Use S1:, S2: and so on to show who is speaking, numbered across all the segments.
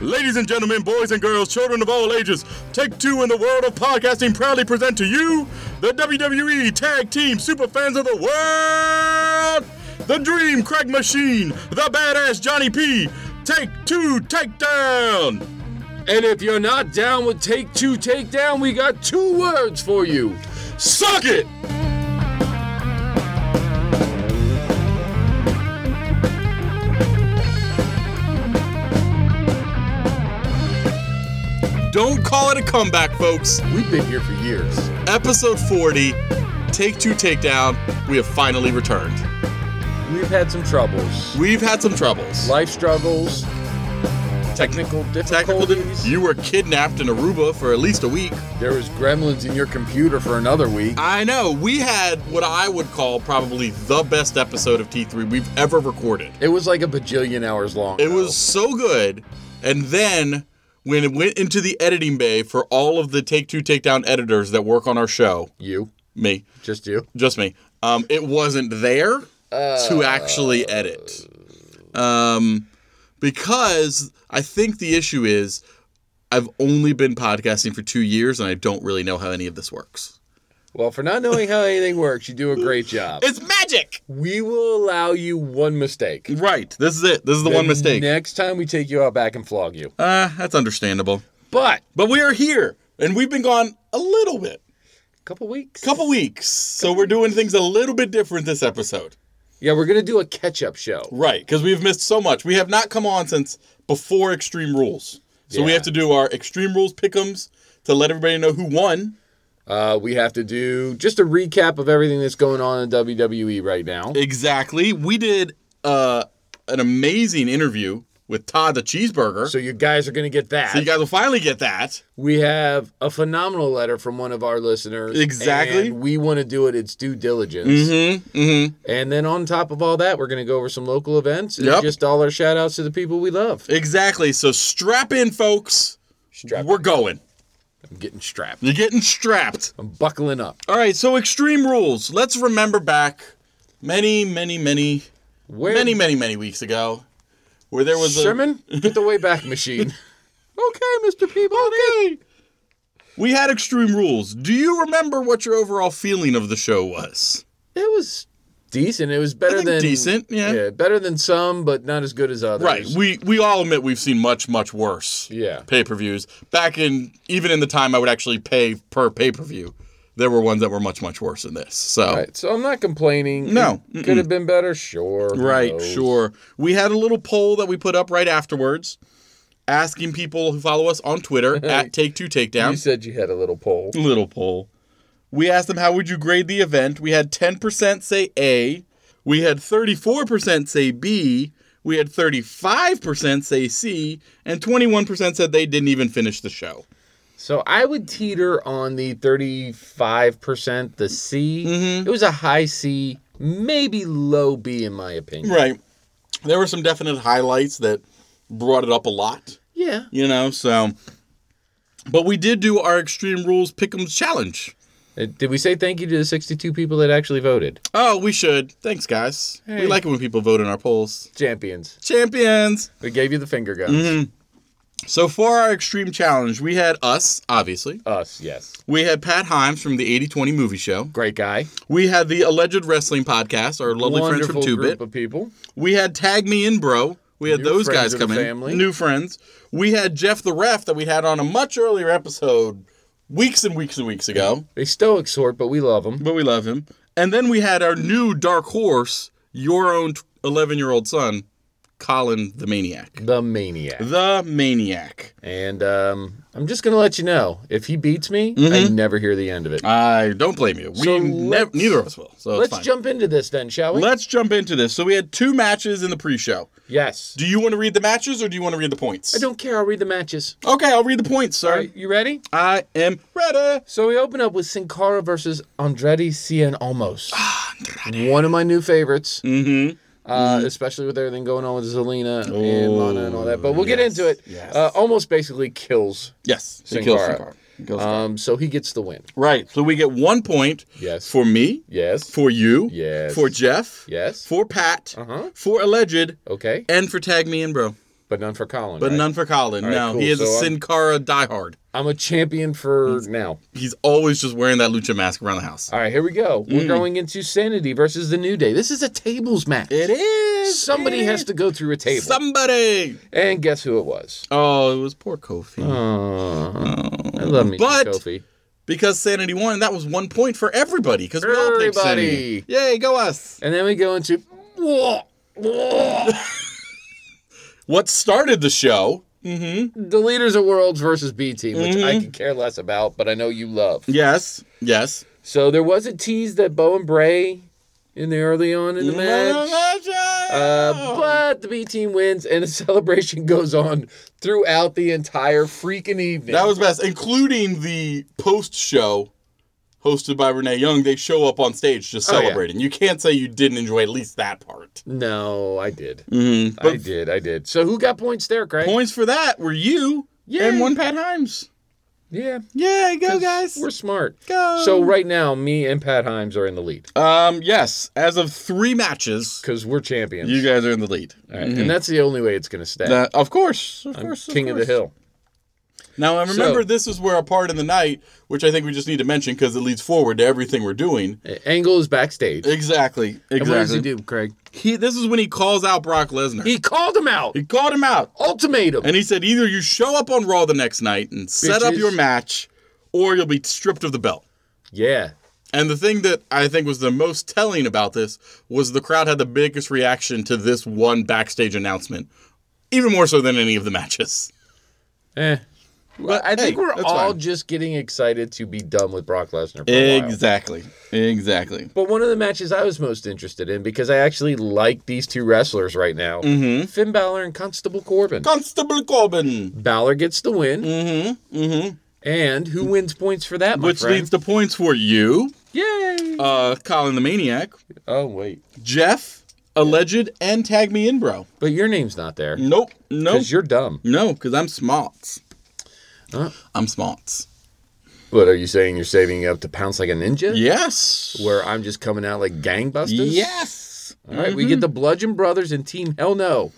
S1: Ladies and gentlemen, boys and girls, children of all ages, Take Two in the World of Podcasting proudly present to you the WWE Tag Team Superfans of the World, the Dream Craig Machine, the Badass Johnny P, Take Two Takedown.
S2: And if you're not down with Take Two Takedown, we got two words for you.
S1: Suck it!
S3: Don't call it a comeback, folks.
S2: We've been here for years.
S3: Episode 40, Take Two Takedown, we have finally returned.
S2: We've had some troubles,
S3: We've had some troubles.
S2: life struggles,
S3: Technical.
S2: technical
S3: Technical
S2: difficulties.
S3: di- you were kidnapped in Aruba for at least a week.
S2: there was gremlins in your computer for another week.
S3: I know. We had what I would call probably the best episode of T3 we've ever recorded.
S2: It was like a bajillion hours long.
S3: It
S2: though.
S3: was so good. And then when it went into the editing bay for all of the Take Two Takedown editors that work on our show,
S2: you,
S3: me,
S2: just you.
S3: just me, um, it wasn't there to actually edit. Um, because I think the issue is I've only been podcasting for two years and I don't really know how any of this works.
S2: Well, for not knowing how anything works, you do a great job.
S3: It's magic!
S2: We will allow you one mistake.
S3: Right. This is it. This is the one mistake.
S2: Next time we take you out back and flog you.
S3: Uh, that's understandable.
S2: But
S3: But we are here, and we've been gone a little bit,
S2: a couple weeks.
S3: couple weeks. So we're doing things a little bit different this episode.
S2: Yeah, we're gonna do a catch-up show.
S3: Right, because we've missed so much. We have not come on since before Extreme Rules. So we
S2: Yeah.
S3: have to do our Extreme Rules pick'ems to let everybody know who won.
S2: Uh, we have to do just a recap of everything that's going on in WWE right now.
S3: Exactly. We did uh, an amazing interview with Todd the Cheeseburger. So,
S2: So you guys are gonna get that.
S3: you guys will finally get that.
S2: we have a phenomenal letter from one of our listeners.
S3: Exactly.
S2: and we want to do it its due diligence.
S3: Mm-hmm. Mm-hmm.
S2: And then on top of all that, we're gonna go over some local events and
S3: Yep.
S2: just all our shout outs to the people we love.
S3: Exactly. So strap in, folks.
S2: Strap.
S3: We're going.
S2: I'm getting strapped.
S3: You're getting strapped.
S2: I'm buckling up.
S3: All right. So Extreme Rules. Let's remember back many, many, many,
S2: Where
S3: many, many, many weeks ago, where there was a
S2: Sherman? Get the way back machine. okay, Mr. Peabody.
S3: We had extreme rules. Do you remember what your overall feeling of the show was?
S2: It was decent. It was better
S3: think
S2: than
S3: decent, yeah.
S2: better than some, but not as good as others.
S3: Right. We we all admit we've seen much much worse
S2: yeah.
S3: pay-per-views. Back in even in the time I would actually pay per pay-per-view, there were ones that were much much worse than this. So
S2: Right. So I'm not complaining.
S3: Oh. No.
S2: It Could have been better, sure. Who
S3: Right,
S2: knows?
S3: sure. We had a little poll that we put up right afterwards asking people who follow us on Twitter at Take Two Takedown.
S2: You said you had a little poll.
S3: little poll. We asked them how would you grade the event. We had 10% say A. We had 34% say B. We had 35% say C. And 21% said they didn't even finish the show.
S2: So I would teeter on the 35%, the C.
S3: Mm-hmm.
S2: It was a high C, maybe low B in my opinion.
S3: Right. There were some definite highlights that brought it up a lot,
S2: Yeah.
S3: you know, so. But we did do our Extreme Rules Pick'ems challenge.
S2: Uh, Did we say thank you to the 62 people that actually voted?
S3: Oh, we should. Thanks, guys.
S2: Hey.
S3: We like it when people vote in our polls.
S2: Champions.
S3: Champions!
S2: We gave you the finger guns.
S3: Mm-hmm. So for our extreme challenge, we had us, obviously.
S2: Us, yes.
S3: We had Pat Himes from the 80/20 movie show.
S2: Great guy.
S3: We had the alleged wrestling podcast, our lovely
S2: Wonderful
S3: friends from
S2: group
S3: 2-Bit.
S2: of people.
S3: we had Tag Me In Bro. We had
S2: New
S3: those
S2: friends
S3: guys
S2: of the
S3: come in.
S2: family.
S3: New friends. We had Jeff the Ref that we had on a much earlier episode weeks and weeks and weeks ago.
S2: They stoic sort, but we love them.
S3: But we love him. And then we had our new dark horse, your own 11-year-old son, Colin the Maniac.
S2: The maniac.
S3: The Maniac.
S2: And um, I'm just gonna let you know if he beats me, I never hear the end of it.
S3: Mm-hmm. I don't blame you. We
S2: So
S3: ne-
S2: let's-
S3: neither of us will. So it's
S2: Let's
S3: fine.
S2: jump into this then, shall we?
S3: Let's jump into this. So we had two matches in the pre-show.
S2: yes.
S3: Do you want to read the matches or do you want to read the points?
S2: I don't care. I'll read the matches.
S3: Okay, I'll read the points, sir.
S2: All right, you ready?
S3: I am ready.
S2: So we open up with Sin Cara versus Andrade Cien Almost. One of my new favorites.
S3: Ah, Mm-hmm.
S2: uh, especially with everything going on with Zelina and Lana and all that. But we'll get
S3: yes,
S2: into it.
S3: yes.
S2: Uh, almost basically kills.
S3: Yes,
S2: Sin
S3: he kills
S2: Cara.
S3: Sin Cara. He kills Sin Cara.
S2: Um, so he gets the win.
S3: right. So we get one point.
S2: Yes.
S3: For me.
S2: Yes.
S3: For you.
S2: Yes.
S3: For Jeff.
S2: Yes.
S3: For Pat.
S2: Uh-huh.
S3: For alleged.
S2: okay.
S3: And for tag me in, bro.
S2: But none for Colin.
S3: But
S2: right?
S3: none for Colin.
S2: right,
S3: no,
S2: cool.
S3: he is
S2: So uh,
S3: a
S2: I'm-
S3: Sin Cara diehard.
S2: I'm a champion for
S3: Mm.
S2: now.
S3: He's always just wearing that lucha mask around the house.
S2: All right, here we go. We're
S3: Mm.
S2: going into Sanity versus the New Day. This is a tables match.
S3: It is.
S2: Somebody
S3: It
S2: has
S3: is.
S2: to go through a table.
S3: Somebody.
S2: and guess who it was?
S3: Oh, it was poor Kofi.
S2: I love me some
S3: But-
S2: Kofi.
S3: Because Sanity won, that was one point for everybody. Because we all picked Sanity.
S2: Everybody.
S3: Yay, go us.
S2: And then we go into.
S3: What started the show?
S2: the leaders of worlds versus B team, which
S3: Mm-hmm.
S2: I could care less about, but I know you love.
S3: Yes. Yes.
S2: So there was a tease that Bo and Bray in the early on in the match. Uh, but the B team wins, and a celebration goes on throughout the entire freaking evening.
S3: that was best, including the post show hosted by Renee Young. They show up on stage just
S2: Oh, yeah.
S3: celebrating. You can't say you didn't enjoy at least that part.
S2: no, I did,
S3: Mm-hmm.
S2: I
S3: But
S2: did, I did. So who got points there, Craig?
S3: points for that were you
S2: Yay.
S3: and one Pat Himes.
S2: Yeah,
S3: Yeah, go guys.
S2: we're smart.
S3: go.
S2: So right now, me and Pat Himes are in the lead
S3: um, yes, as of three matches,
S2: because we're champions,
S3: you guys are in the lead.
S2: All right, and that's the only way it's going to stay.
S3: That- of course, of
S2: I'm
S3: course,
S2: king Mm-hmm. of the
S3: course.
S2: hill.
S3: Now, I remember
S2: So-
S3: this is where a part in the night, which I think we just need to mention because it leads forward to everything we're doing.
S2: Angle is backstage.
S3: Exactly, exactly.
S2: And what does he do, Craig?
S3: He, this is when he calls out Brock Lesnar.
S2: He called him out.
S3: He called him out.
S2: Ultimatum.
S3: And he said, either you show up on Raw the next night and set up
S2: Bitches.
S3: your match, or you'll be stripped of the belt.
S2: yeah.
S3: And the thing that I think was the most telling about this was the crowd had the biggest reaction to this one backstage announcement, even more so than any of the matches.
S2: Eh. Well, I think
S3: hey,
S2: we're
S3: that's
S2: all
S3: fine.
S2: just getting excited to be done with Brock Lesnar for a while.
S3: Exactly. Exactly.
S2: But one of the matches I was most interested in because I actually like these two wrestlers right now
S3: Mm-hmm.
S2: Finn Balor and Constable Corbin.
S3: Constable Corbin.
S2: Balor gets the win. Mm-hmm. Mm-hmm. And who wins points for that, my
S3: Which
S2: friend?
S3: leads to points for you,
S2: Yay!
S3: uh, Colin the Maniac,
S2: oh, wait.
S3: Jeff, Alleged, and Tag Me In Bro.
S2: But your name's not there because
S3: Nope. Nope.
S2: you're dumb.
S3: No, because I'm smarts.
S2: Huh?
S3: I'm smarts.
S2: But are you saying you're saving up to pounce like a ninja?
S3: Yes.
S2: Where I'm just coming out like gangbusters?
S3: Yes.
S2: All right, we
S3: Mm-hmm.
S2: get the Bludgeon Brothers and Team Hell No.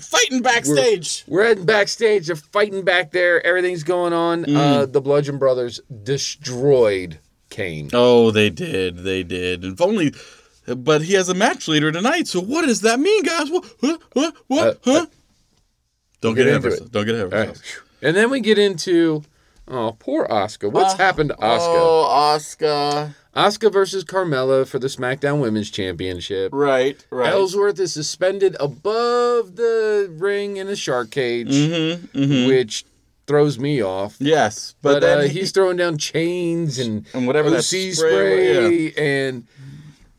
S3: Fighting backstage.
S2: We're heading backstage. They're fighting back there. Everything's going on. Uh,
S3: Mm.
S2: the Bludgeon Brothers destroyed Kane.
S3: Oh, they did. They did. If only. But he has a match later tonight. So what does that mean, guys? What? Huh? What? What?
S2: Uh,
S3: huh? Don't get
S2: get
S3: ahead of
S2: into
S3: yourself. Don't get ahead of
S2: All
S3: yourself.
S2: right. And then we get into oh, poor Oscar. What's
S3: Ah.
S2: happened to Oscar?
S3: Oh, Oscar.
S2: Oscar versus Carmella for the SmackDown Women's Championship.
S3: Right. Right.
S2: Ellsworth is suspended above the ring in a shark cage,
S3: mm-hmm, mm-hmm.
S2: which throws me off.
S3: Yes, but,
S2: But,
S3: then
S2: uh,
S3: he-
S2: he's throwing down chains and
S3: and whatever
S2: OC
S3: that
S2: spray,
S3: yeah.
S2: and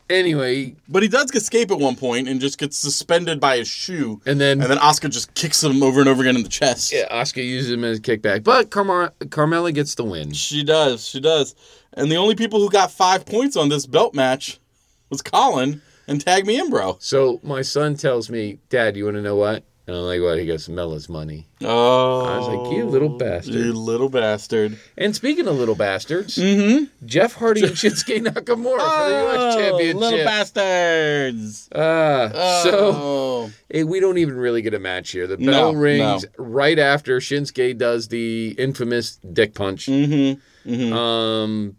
S2: anyway,
S3: But he does escape at one point and just gets suspended by his shoe,
S2: and then,
S3: and then Oscar just kicks him over and over again in the chest.
S2: yeah, Oscar uses him as a kickback, but Carmar- Carmella gets the win.
S3: She does. She does. And the only people who got five points on this belt match was Colin and Tag Me In Bro.
S2: So my son tells me, "Dad, you want to know what?" And I'm like, "What?" He goes, "Mella's money."
S3: Oh.
S2: I was like, "You little bastard."
S3: You little bastard.
S2: And speaking of little bastards,
S3: Mm-hmm.
S2: Jeff Hardy and Shinsuke Nakamura for the U.S.
S3: Oh, little
S2: Championship.
S3: bastards.
S2: Uh, So
S3: Oh.
S2: eh, we don't even really get a match here. The
S3: No,
S2: bell
S3: no.
S2: rings right after Shinsuke does the infamous dick punch.
S3: Mm-hmm. Mm-hmm.
S2: Um,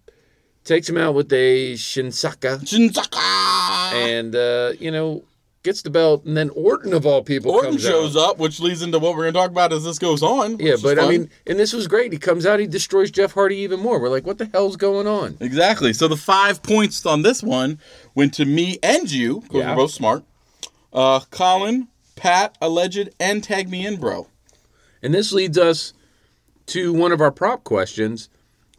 S2: takes him out with a Shinsaka
S3: Shinzaka!
S2: and, uh, you know, gets the belt. And then Orton, of all people,
S3: Orton
S2: comes
S3: shows
S2: out.
S3: up, which leads into what we're going to talk about as this goes on. which
S2: Yeah,
S3: is
S2: but I
S3: fun.
S2: mean, and this was great. He comes out, he destroys Jeff Hardy even more. We're like, what the hell's going on?
S3: Exactly. So the five points on this one went to me and you, 'cause
S2: Yeah.
S3: we're both smart. Uh, Colin, Pat, Alleged, and Tag Me In Bro.
S2: And this leads us to one of our prop questions.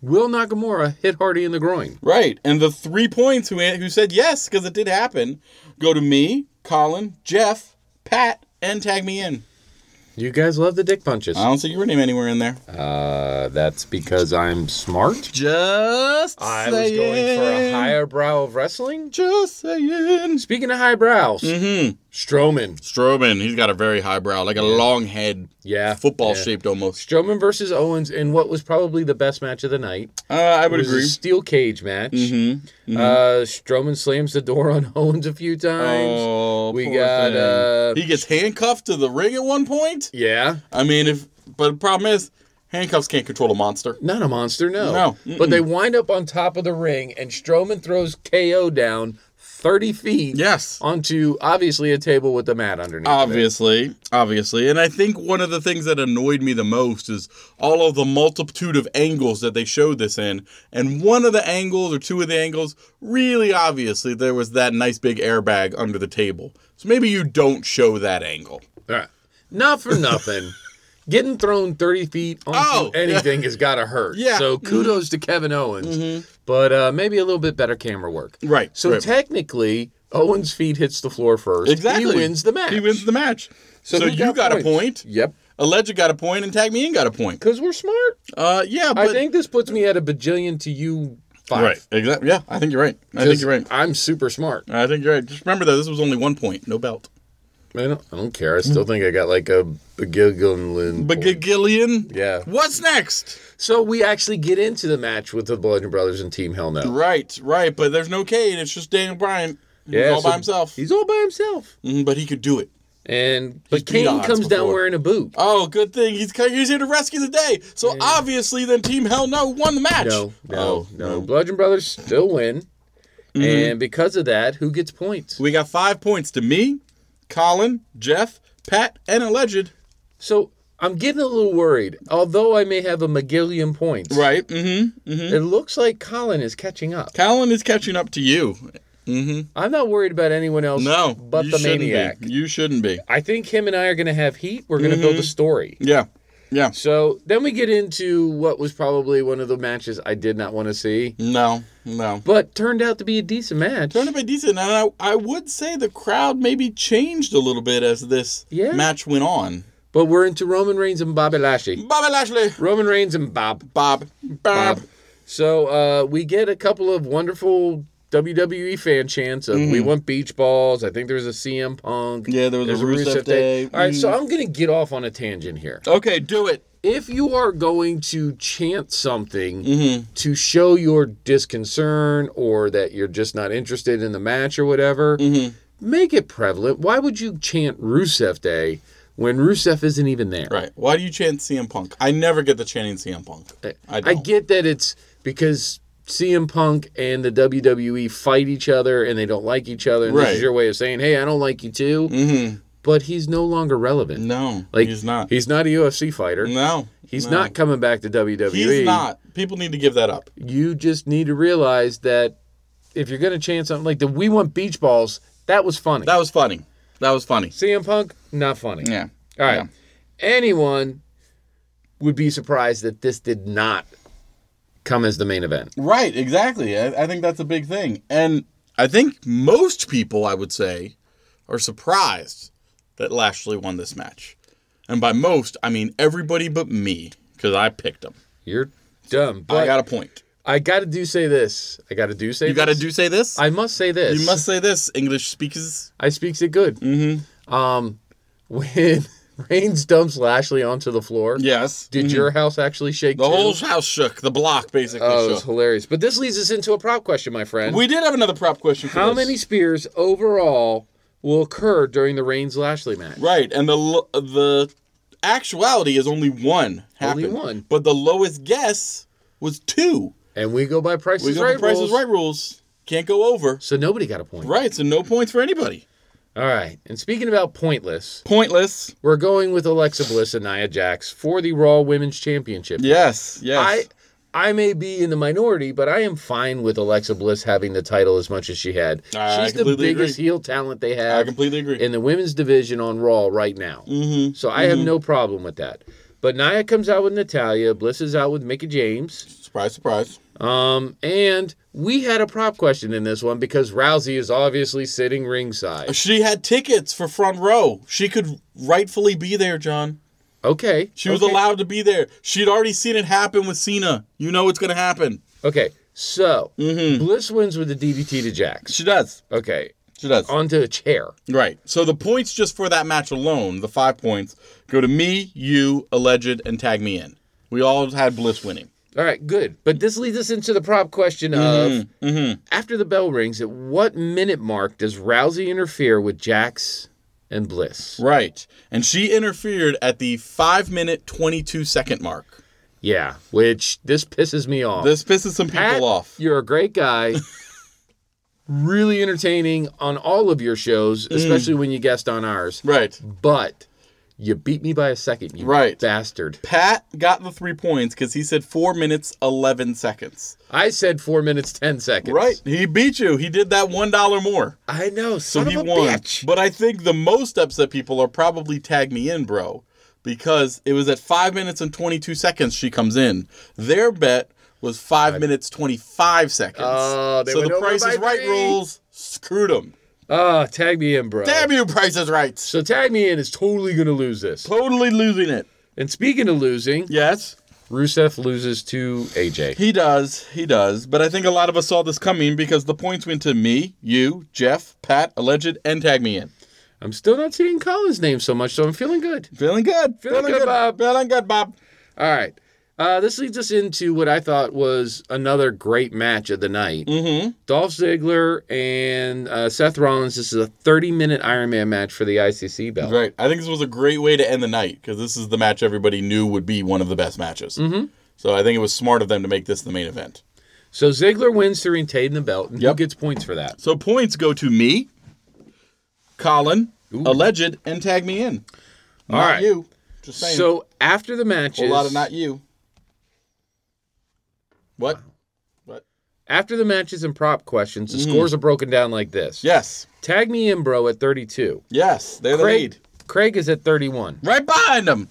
S2: Will Nakamura hit Hardy in the groin?
S3: Right. And the three points who, who said yes, because it did happen, go to me, Colin, Jeff, Pat, and tag me in.
S2: You guys love the dick punches.
S3: I don't see your name anywhere in there.
S2: Uh, that's because I'm smart.
S3: Just
S2: I was going for a
S3: saying.
S2: higher brow of wrestling.
S3: Just saying.
S2: Speaking of high brows,
S3: Mm-hmm.
S2: Strowman.
S3: Strowman, he's got a very high brow, like a long head,
S2: Yeah.
S3: football
S2: yeah.
S3: shaped almost.
S2: Strowman versus Owens in what was probably the best match of the night.
S3: Uh, I would
S2: It was
S3: agree.
S2: a steel cage match.
S3: Mm-hmm.
S2: Uh, Strowman slams the door on Owens a few times.
S3: Oh,
S2: We
S3: poor
S2: got,
S3: thing.
S2: uh,
S3: he gets handcuffed to the ring at one point.
S2: Yeah,
S3: I mean, if but the problem is handcuffs can't control a monster.
S2: not a monster, no.
S3: No,
S2: But
S3: mm-mm.
S2: they wind up on top of the ring, and Strowman throws KO down 30 feet
S3: Yes,
S2: onto obviously a table with the mat underneath. it.
S3: obviously, obviously, and I think one of the things that annoyed me the most is all of the multitude of angles that they showed this in, and one of the angles or two of the angles, really obviously, there was that nice big airbag under the table. So maybe you don't show that angle.
S2: All right. Not for nothing. Getting thrown 30 feet onto
S3: Oh, yeah.
S2: anything has got to hurt.
S3: Yeah. Mm-hmm.
S2: So kudos to Kevin Owens. But uh, maybe a little bit better camera work.
S3: Right.
S2: So
S3: right.
S2: technically, Owens' feet hits the floor first.
S3: exactly,
S2: He wins the match.
S3: He wins the match. So,
S2: who
S3: you got, a point.
S2: points? Yep.
S3: Alleged got a point, and Tag Me In got a point.
S2: Because we're smart.
S3: Uh, yeah, but
S2: I think this puts me at a bajillion to you five.
S3: Right. Exactly. Yeah, I think you're right. I think you're right.
S2: I'm super smart.
S3: I think you're right. Just remember though, this was only one point, no belt.
S2: I don't, I don't care. I still think I got like a bagillion.
S3: But Gillian.
S2: Yeah.
S3: What's next?
S2: So we actually get into the match with the Bludgeon Brothers and Team Hell No.
S3: Right. Right. But there's no Kane. It's just Daniel Bryan. He's all
S2: so
S3: by himself.
S2: He's all by himself.
S3: Mhm, but he could do it.
S2: And but
S3: beat
S2: Kane
S3: odds
S2: comes down
S3: before.
S2: wearing a boot.
S3: Oh, good thing he's he's here to rescue the day. So obviously, then Team Hell No won the match.
S2: No, no,
S3: Oh, Mm-hmm.
S2: no. Bludgeon Brothers still win. And because of that, who gets points?
S3: We got five points to me, Colin, Jeff, Pat, and Alleged.
S2: So I'm getting a little worried. Although I may have a McGillion points,
S3: Right. Mm-hmm. Mm-hmm.
S2: it looks like Colin is catching up.
S3: Colin is catching up to you. Mm-hmm.
S2: I'm not worried about anyone else
S3: No,
S2: but
S3: you
S2: the
S3: shouldn't be.
S2: maniac.
S3: You shouldn't be.
S2: I think him and I are going to have heat. We're going to build a
S3: Mm-hmm.
S2: story.
S3: Yeah. Yeah.
S2: So then we get into what was probably one of the matches I did not want to see,
S3: No, no.
S2: but turned out to be a decent match.
S3: Turned out decent, and I, I would say the crowd maybe changed a little bit as this
S2: Yeah.
S3: match went on.
S2: But we're into Roman Reigns and Bobby Lashley.
S3: Bobby Lashley,
S2: Roman Reigns and Bob.
S3: Bob, Bob.
S2: Um, So uh, we get a couple of wonderful WWE fan chants of we want beach balls. I think there's a CM Punk.
S3: Mm-hmm. Yeah, there was a
S2: There's
S3: Rusev Day.
S2: All right, so
S3: Mhm.
S2: I'm going to get off on a tangent here.
S3: Okay, do it.
S2: if you are going to chant something
S3: Mm-hmm.
S2: to show your disconcern or that you're just not interested in the match or whatever,
S3: Mm-hmm.
S2: make it prevalent. Why would you chant Rusev Day when Rusev isn't even there?
S3: Right. Why do you chant CM Punk? I never get the chanting CM Punk.
S2: I,
S3: I don't.
S2: get that it's because CM Punk and the WWE fight each other and they don't like each other. And this
S3: Right.
S2: is your way of saying, hey, I don't like you too.
S3: Mm-hmm.
S2: But he's no longer relevant.
S3: No,
S2: Like,
S3: he's not.
S2: He's not a UFC fighter.
S3: no,
S2: He's
S3: Mm. no.
S2: not coming back to WWE.
S3: He's not. People need to give that up.
S2: you just need to realize that if you're going to chant something like the "We Want Beach Balls," that was funny.
S3: That was funny. That was funny.
S2: CM Punk, not funny.
S3: Yeah.
S2: All right,
S3: yeah.
S2: anyone would be surprised that this did not come as the main event.
S3: Right, exactly. I, I think that's a big thing. And I think most people, I would say, are surprised that Lashley won this match. And by most, I mean everybody but me, because I picked him.
S2: You're dumb. But
S3: I got a point.
S2: I got to do say this. I got to do say.
S3: You got to
S2: this.
S3: do say this?
S2: I must say this.
S3: you must say this, English speakers.
S2: I speaks it good. Mm-hmm. Um, when Reigns dumps Lashley onto the floor,
S3: Yes.
S2: did your house actually shake?
S3: Mm-hmm. the
S2: too?
S3: whole house shook. The block basically
S2: Oh, it was
S3: shook.
S2: hilarious. But this leads us into a prop question, my friend.
S3: We did have another prop question for
S2: How
S3: this.
S2: many spears overall will occur during the Reigns Lashley match?
S3: Right, and the l- the actuality is only one happened.
S2: Only one.
S3: But the lowest guess was two.
S2: And we go by prices
S3: We go
S2: right
S3: right Price
S2: rules,
S3: is Right rules. Can't go over.
S2: So nobody got a point.
S3: Right, so no points for anybody.
S2: All right. And speaking about pointless,
S3: Pointless.
S2: we're going with Alexa Bliss and Nia Jax for the Raw Women's Championship.
S3: Yes, yes.
S2: I I may be in the minority, but I am fine with Alexa Bliss having the title as much as she had.
S3: I
S2: She's the
S3: completely
S2: biggest heel talent they
S3: I,
S2: have
S3: completely agree.
S2: in the women's division on Raw right now.
S3: mm-hmm.
S2: So I have no problem with that. But Nia comes out with Natalia, Bliss is out with Mickey James.
S3: Surprise, surprise.
S2: Um, and we had a prop question in this one because Rousey is obviously sitting ringside.
S3: She had tickets for front row. She could rightfully be there, John.
S2: Okay.
S3: She was
S2: okay.
S3: allowed to be there. She'd already seen it happen with Cena. You know what's gonna happen.
S2: Okay. So
S3: Mhm.
S2: Bliss wins with the DDT to Jax.
S3: She does.
S2: Okay.
S3: She does.
S2: Onto a chair.
S3: Right. So the points just for that match alone, the five points, go to me, you, alleged, and tag me in. We all had Bliss winning.
S2: All right, good. But this leads us into the prop question of
S3: Mm-hmm,
S2: after the bell rings, at what minute mark does Rousey interfere with Jax and Bliss?
S3: Right. And she interfered at the five minute twenty two second mark.
S2: Yeah, which this pisses me off.
S3: This pisses some people
S2: Pat,
S3: off.
S2: You're a great guy. really entertaining on all of your shows,
S3: Mm.
S2: especially when you guest on ours.
S3: Right.
S2: But you beat me by a second, you
S3: Right.
S2: bastard.
S3: Pat got the three points because he said four minutes eleven seconds.
S2: I said four minutes ten seconds.
S3: Right. He beat you. He did that one dollar more.
S2: I know.
S3: So
S2: So son
S3: he
S2: of a
S3: won.
S2: bitch.
S3: But I think the most upset people are probably tag me in, bro, because it was at five minutes and 22 seconds she comes in. Their bet was five minutes 25 seconds.
S2: Oh, they
S3: so
S2: went
S3: the
S2: over
S3: Price
S2: by
S3: is Right
S2: three.
S3: rules screwed them.
S2: Ah, tag me in, bro.
S3: Damn you, Price is Right.
S2: So tag me in is totally gonna lose this.
S3: Totally losing it.
S2: And speaking of losing,
S3: Yes,
S2: Rusev loses to AJ.
S3: he does. He does. But I think a lot of us saw this coming because the points went to me, you, Jeff, Pat, Alleged, and Tag Me In.
S2: I'm still not seeing Colin's name so much, so I'm feeling good.
S3: Feeling good.
S2: Feeling good, Bob.
S3: Feeling good, Bob.
S2: All right. Uh, this leads us into what I thought was another great match of the night.
S3: Mm-hmm.
S2: Dolph Ziggler and uh, Seth Rollins. This is a 30 minute Iron Man match for the ICC belt.
S3: Right. I think this was a great way to end the night because this is the match everybody knew would be one of the best matches. Mm-hmm. So I think it was smart of them to make this the main event.
S2: So Ziggler wins to retain the belt. And
S3: Yep.
S2: Who gets points for that?
S3: So points go to me, Colin,
S2: Ooh.
S3: Alleged, and tag me in.
S2: All
S3: not
S2: right.
S3: you. Just saying. So
S2: So after the matches,
S3: a lot of not you. What? What?
S2: after the matches and prop questions,
S3: Mm-hmm.
S2: the scores are broken down like this.
S3: Yes.
S2: Tag me in, bro, at 32.
S3: Yes. They're the
S2: Craig,
S3: lead.
S2: Craig is at 31.
S3: Right behind them.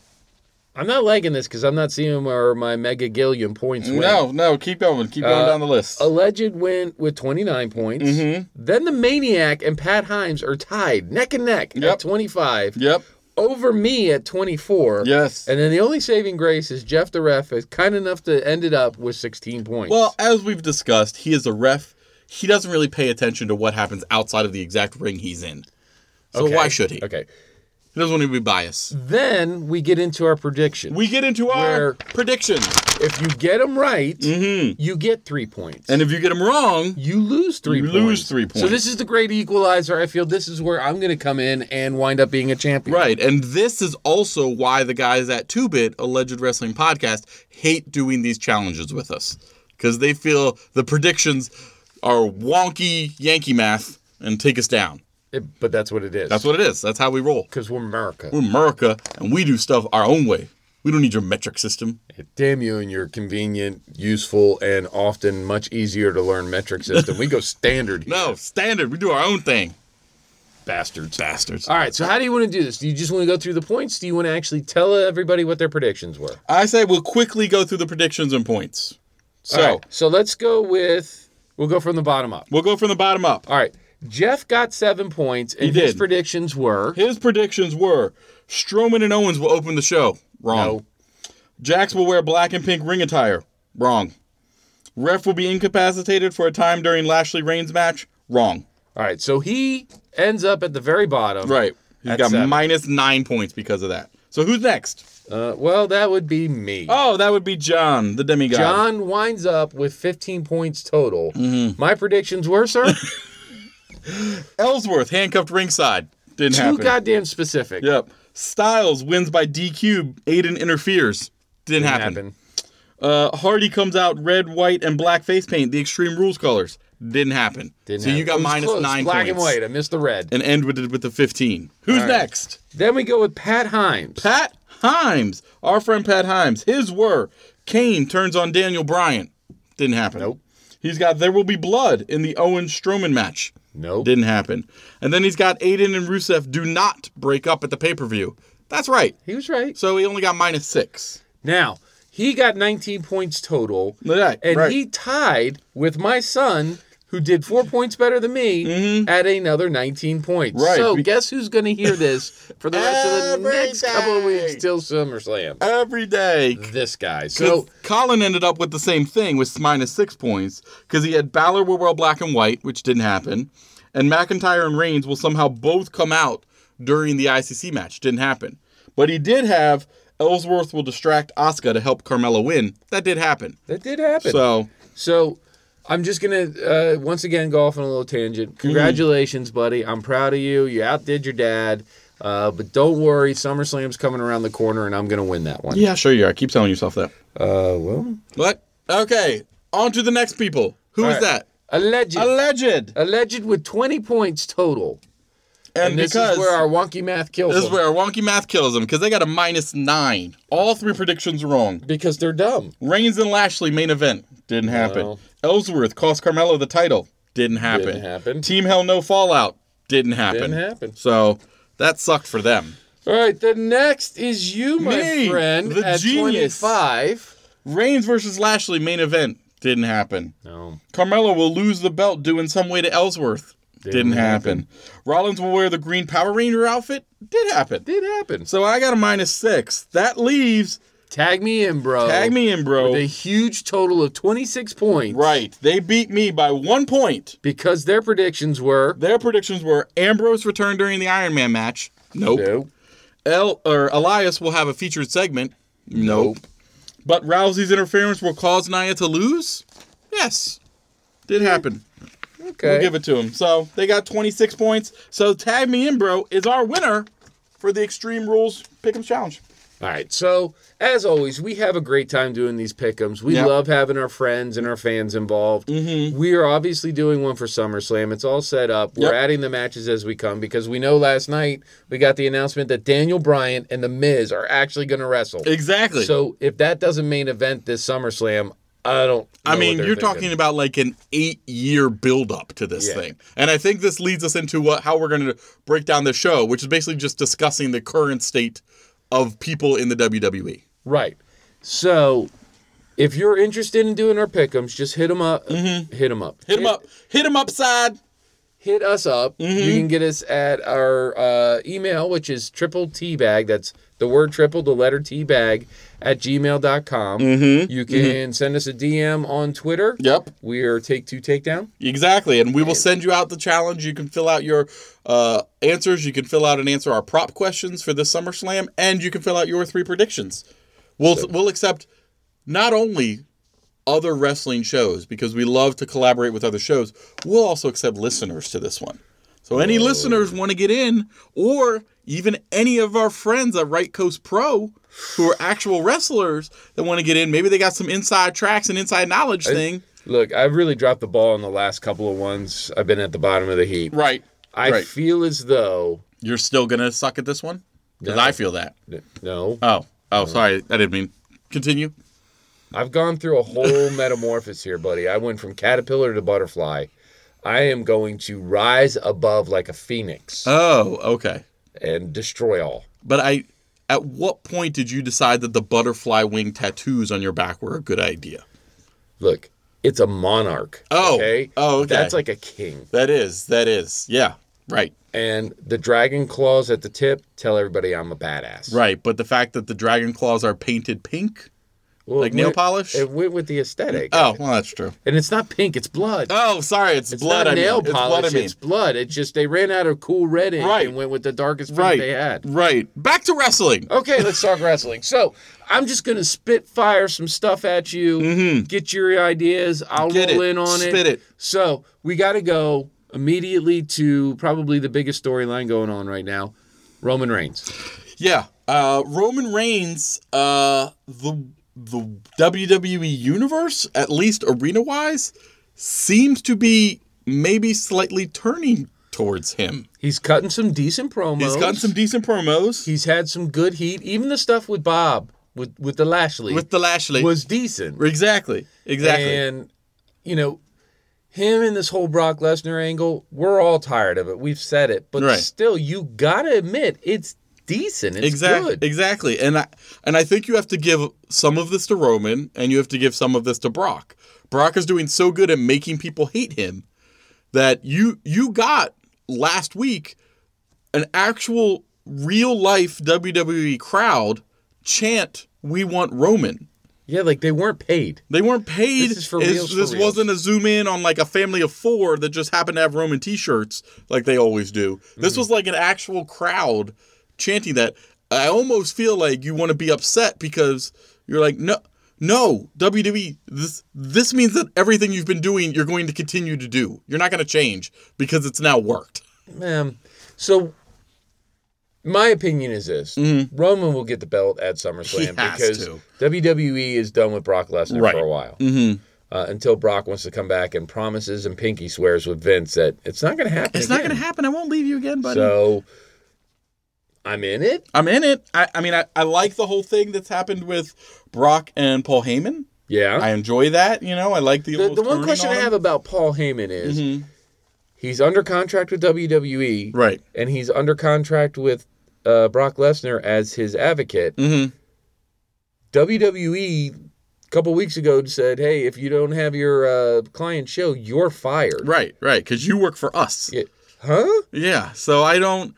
S2: I'm not liking this because I'm not seeing where my Mega Gilliam points went.
S3: No, no. Keep going. Keep going
S2: Uh,
S3: down the list.
S2: Alleged went with 29 points.
S3: Mm-hmm.
S2: Then the Maniac and Pat Himes are tied neck and neck
S3: Yep.
S2: at 25.
S3: Yep.
S2: Over me at 24.
S3: Yes.
S2: And then the only saving grace is Jeff the ref is kind enough to end it up with 16 points.
S3: Well, as we've discussed, he is a ref. He doesn't really pay attention to what happens outside of the exact ring he's in. So
S2: Okay.
S3: why should he?
S2: okay.
S3: He doesn't want to be biased.
S2: Then we get into our prediction.
S3: We get into our
S2: Where-
S3: predictions. Mm-hmm.
S2: if you get them right, you get three points.
S3: Mm. And if you get them wrong,
S2: You lose three
S3: You
S2: points.
S3: lose three
S2: So
S3: points.
S2: this is the great equalizer. I feel this is where I'm going to come in and wind up being a champion.
S3: right. And this is also why the guys at 2Bit, Alleged Wrestling Podcast, hate doing these challenges with us because they feel the predictions are wonky Yankee math and take us down.
S2: It- but that's what it is.
S3: That's what it is. That's how we roll.
S2: Because we're America.
S3: We're America and we do stuff our own way. We don't need your metric system.
S2: Damn you and your convenient, useful, and often much easier to learn metric system. we go standard. here,
S3: No, standard. We do our own thing.
S2: bastards.
S3: Bastards.
S2: All right. So how do you want to do this? Do you just want to go through the points? Do you want to actually tell everybody what their predictions were?
S3: I say we'll quickly go through the predictions and points. So
S2: All right, so let's go with. We'll go from the bottom up.
S3: we'll go from the bottom up.
S2: All right. Jeff got seven points, and
S3: He
S2: his
S3: did.
S2: predictions were.
S3: His predictions were Strowman and Owens will open the show. Wrong.
S2: No.
S3: Jax will wear black and pink ring attire. Wrong. Ref will be incapacitated for a time during Lashley Reigns match. Wrong.
S2: All right, so he ends up at the very bottom.
S3: Right. He's
S2: That's
S3: got
S2: seven.
S3: minus nine points because of that. So who's next?
S2: Uh, well, that would be me.
S3: Oh, that would be John, the demigod.
S2: John winds up with 15 points total.
S3: Mm-hmm.
S2: My predictions were, sir,
S3: Ellsworth handcuffed ringside. Didn't
S2: too
S3: happen.
S2: goddamn specific.
S3: Yep. Styles wins by DQ. Aiden interferes. Didn't,
S2: Didn't
S3: happen.
S2: happen.
S3: Uh, Hardy comes out red, white, and black face paint. The Extreme Rules colors. Didn't happen.
S2: Didn't
S3: so you
S2: happen. It
S3: got
S2: was
S3: minus
S2: close.
S3: nine
S2: Black
S3: points.
S2: and white. I missed the red.
S3: And end with it with the 15. Who's
S2: right.
S3: next?
S2: then we go with Pat Himes.
S3: Pat Himes. Our friend Pat Himes. His were Kane turns on Daniel Bryan. Didn't happen.
S2: Nope.
S3: He's got There Will Be Blood in the Owen Strowman match.
S2: no.
S3: Didn't happen. And then he's got Aiden and Rusev do not break up at the pay per view. That's right.
S2: He was right.
S3: So he only got minus six.
S2: Now, he got 19 points total,
S3: Look at that,
S2: and
S3: right.
S2: he tied with my son, who did four points better than me, at another 19 points.
S3: Mm-hmm. Right.
S2: So
S3: We-
S2: guess who's going to hear this for the rest of the
S3: Every
S2: next couple of weeks
S3: day.
S2: till SummerSlam?
S3: every day.
S2: This guy. Uh, So
S3: So Colin ended up with the same thing with minus six points because he had Balor will wear black and white, which didn't happen, and McIntyre and Reigns will somehow both come out during the ICC match. Didn't happen, but he did have Ellsworth will distract Asuka to help Carmella win. That did happen.
S2: that did happen.
S3: So
S2: So I'm just gonna uh, once again go off on a little
S3: Mm-hmm.
S2: tangent. Congratulations, buddy. I'm proud of you. You outdid your dad. Uh, but don't worry, SummerSlam's coming around the corner, and I'm gonna win that one.
S3: yeah, sure you are. Keep telling yourself that.
S2: Uh, well,
S3: What? Okay, on to the next people. Who is
S2: All right.
S3: that?
S2: alleged,
S3: Alleged.
S2: alleged with 20 points total.
S3: And,
S2: And this
S3: because
S2: is where our wonky math kills
S3: this is
S2: them,
S3: where our wonky math kills them because they got a minus nine. All three predictions wrong.
S2: because they're dumb.
S3: Reigns and Lashley main event didn't happen.
S2: No.
S3: Ellsworth cost Carmelo the title didn't happen.
S2: Didn't happen.
S3: Team Hell No Fallout didn't happen.
S2: Didn't happen.
S3: So that sucked for them.
S2: All right, the next is you, my
S3: Me,
S2: friend,
S3: the
S2: at
S3: genius.
S2: 25.
S3: Reigns versus Lashley main event didn't happen.
S2: No,
S3: Carmelo will lose the belt due in some way to Ellsworth. Didn't, happen. Rollins will wear the green Power Ranger outfit. Did happen.
S2: did happen.
S3: So I got a minus six. That leaves
S2: Tag me in, bro.
S3: tag me in, bro.
S2: With a huge total of 26 points.
S3: right. They beat me by one point.
S2: because their predictions were
S3: Their predictions were Ambrose return during the Iron Man match. Nope.
S2: no,
S3: El or Elias will have a featured segment. Nope. But Rousey's interference will cause Nia to lose. Yes, did happen.
S2: okay,
S3: We'll give it to him. So they got 26 points. So tag me in, bro, is our winner for the Extreme Rules Pick'em Challenge.
S2: All right. So as always, we have a great time doing these pickums. We
S3: Yep. Mm-hmm.
S2: love having our friends and our fans involved. We are obviously doing one for SummerSlam. It's all set up. We're
S3: Yep.
S2: adding the matches as we come because we know last night we got the announcement that Daniel Bryan and The Miz are actually going to wrestle.
S3: Exactly. So
S2: So if that doesn't main event this SummerSlam, I don't.
S3: I
S2: know
S3: mean,
S2: what they're
S3: you're
S2: thinking.
S3: talking about like an eight-year build-up to this
S2: Yeah.
S3: thing, and I think this leads us into what how we're going to break down the show, which is basically just discussing the current state of people in the E. WWE.
S2: Right. So if you're interested in doing our pickums, just hit them up. Hit them up.
S3: Mm-hmm. Hit him up. Hit him upside.
S2: Hit us up. You can get us at our uh, email, which is triple teabag. That's the word triple, the letter teabag at gmail.com. Mm-hmm. You can send us a DM on Twitter.
S3: Yep.
S2: We are Take Two Takedown.
S3: Exactly. And we will send you out the challenge. You can fill out your uh, answers. You can fill out and answer our prop questions for this SummerSlam, and you can fill out your three predictions. We'll we'll accept not only other wrestling shows because we love to collaborate with other shows. We'll also accept listeners to this one. So any listeners want to get in, or even any of our friends at Right Coast Pro, who are actual wrestlers that want to get in, maybe they got some inside tracks and inside knowledge thing.
S2: Look, I've really dropped the ball on the last couple of ones. I've been at the bottom of the heap.
S3: Right.
S2: I
S3: right.
S2: feel as though.
S3: You're still gonna suck at this one? Because I feel that.
S2: No.
S3: Oh, oh, sorry, I didn't mean. Continue.
S2: I've gone through a whole metamorphosis here, buddy. I went from caterpillar to butterfly. I am going to rise above like a phoenix
S3: Oh, okay.
S2: and destroy all.
S3: But I, at what point did you decide that the butterfly wing tattoos on your back were a good idea?
S2: Look, it's a monarch.
S3: Oh, oh, okay.
S2: That's like a king.
S3: That is, that is, yeah, right,
S2: And the dragon claws at the tip tell everybody I'm a badass.
S3: right. But the fact that the dragon claws are painted pink.
S2: Well,
S3: Like
S2: it
S3: nail
S2: went-
S3: polish?
S2: It went with the aesthetic.
S3: Oh, well, that's true.
S2: And it's not pink, it's blood.
S3: Oh, sorry, it's,
S2: it's
S3: blood.
S2: not
S3: I mean.
S2: nail
S3: It's
S2: polish,
S3: blood. I mean.
S2: it's blood. It's just they ran out of cool red ink
S3: Right.
S2: and went with the darkest pink
S3: Right,
S2: they had.
S3: right. Back to wrestling.
S2: Okay, let's talk wrestling. So I'm just gonna spitfire some stuff at you, get your ideas. I'll
S3: Mm-hmm. Get
S2: roll
S3: it.
S2: in on
S3: Spit it.
S2: So we got to go immediately to probably the biggest storyline going on right now, Roman Reigns.
S3: Yeah, uh, Roman Reigns, uh, the the WWE universe, at least arena wise, seems to be maybe slightly turning towards him.
S2: He's cutting some decent promos.
S3: He's gotten some decent promos
S2: He's had some good heat. Even the stuff with Bob with with the Lashley
S3: with the Lashley.
S2: was decent.
S3: exactly, exactly.
S2: And you know, him and this whole Brock Lesnar angle, we're all tired of it. We've said it, but
S3: Right.
S2: still, you gotta admit it's decent. It's
S3: exactly,
S2: good.
S3: exactly. And I and I think you have to give some of this to Roman, and you have to give some of this to Brock. Brock is doing so good at making people hate him that you you got last week an actual real life WWE E crowd chant "We want Roman."
S2: Yeah, like they weren't paid.
S3: They weren't paid.
S2: This is for
S3: It's-
S2: reals, for
S3: this
S2: reals.
S3: wasn't a zoom in on like a family of four that just happened to have Roman T-shirts like they always do. This was like an actual crowd chanting that. I almost feel like you want to be upset because you're like, no, no, WWE. This this means that everything you've been doing, you're going to continue to do. You're not going to change because it's now worked.
S2: Um, so my opinion is this: Roman will get the belt at SummerSlam
S3: Mm-hmm. He has
S2: because
S3: to.
S2: WWE is done with Brock Lesnar
S3: Right. Mm-hmm.
S2: for a while. Uh, until Brock wants to come back and promises and pinky swears with Vince that it's not going to happen.
S3: It's not going to happen. I won't leave you again, buddy.
S2: So I'm in it.
S3: I'm in it. I, I mean, I, I like the whole thing that's happened with Brock and Paul Heyman.
S2: Yeah.
S3: I enjoy that. You know, I like the.
S2: the,
S3: little
S2: the one
S3: turning
S2: question I
S3: on.
S2: have about Paul Heyman is
S3: Mm-hmm.
S2: he's under contract with WWE,
S3: Right.
S2: and he's under contract with uh, Brock Lesnar as his advocate.
S3: Mm-hmm.
S2: WWE a couple weeks ago said, "Hey, if you don't have your uh, client show, you're fired."
S3: Right. Right. Because you work for us. Yeah.
S2: Yeah. Huh?
S3: So I don't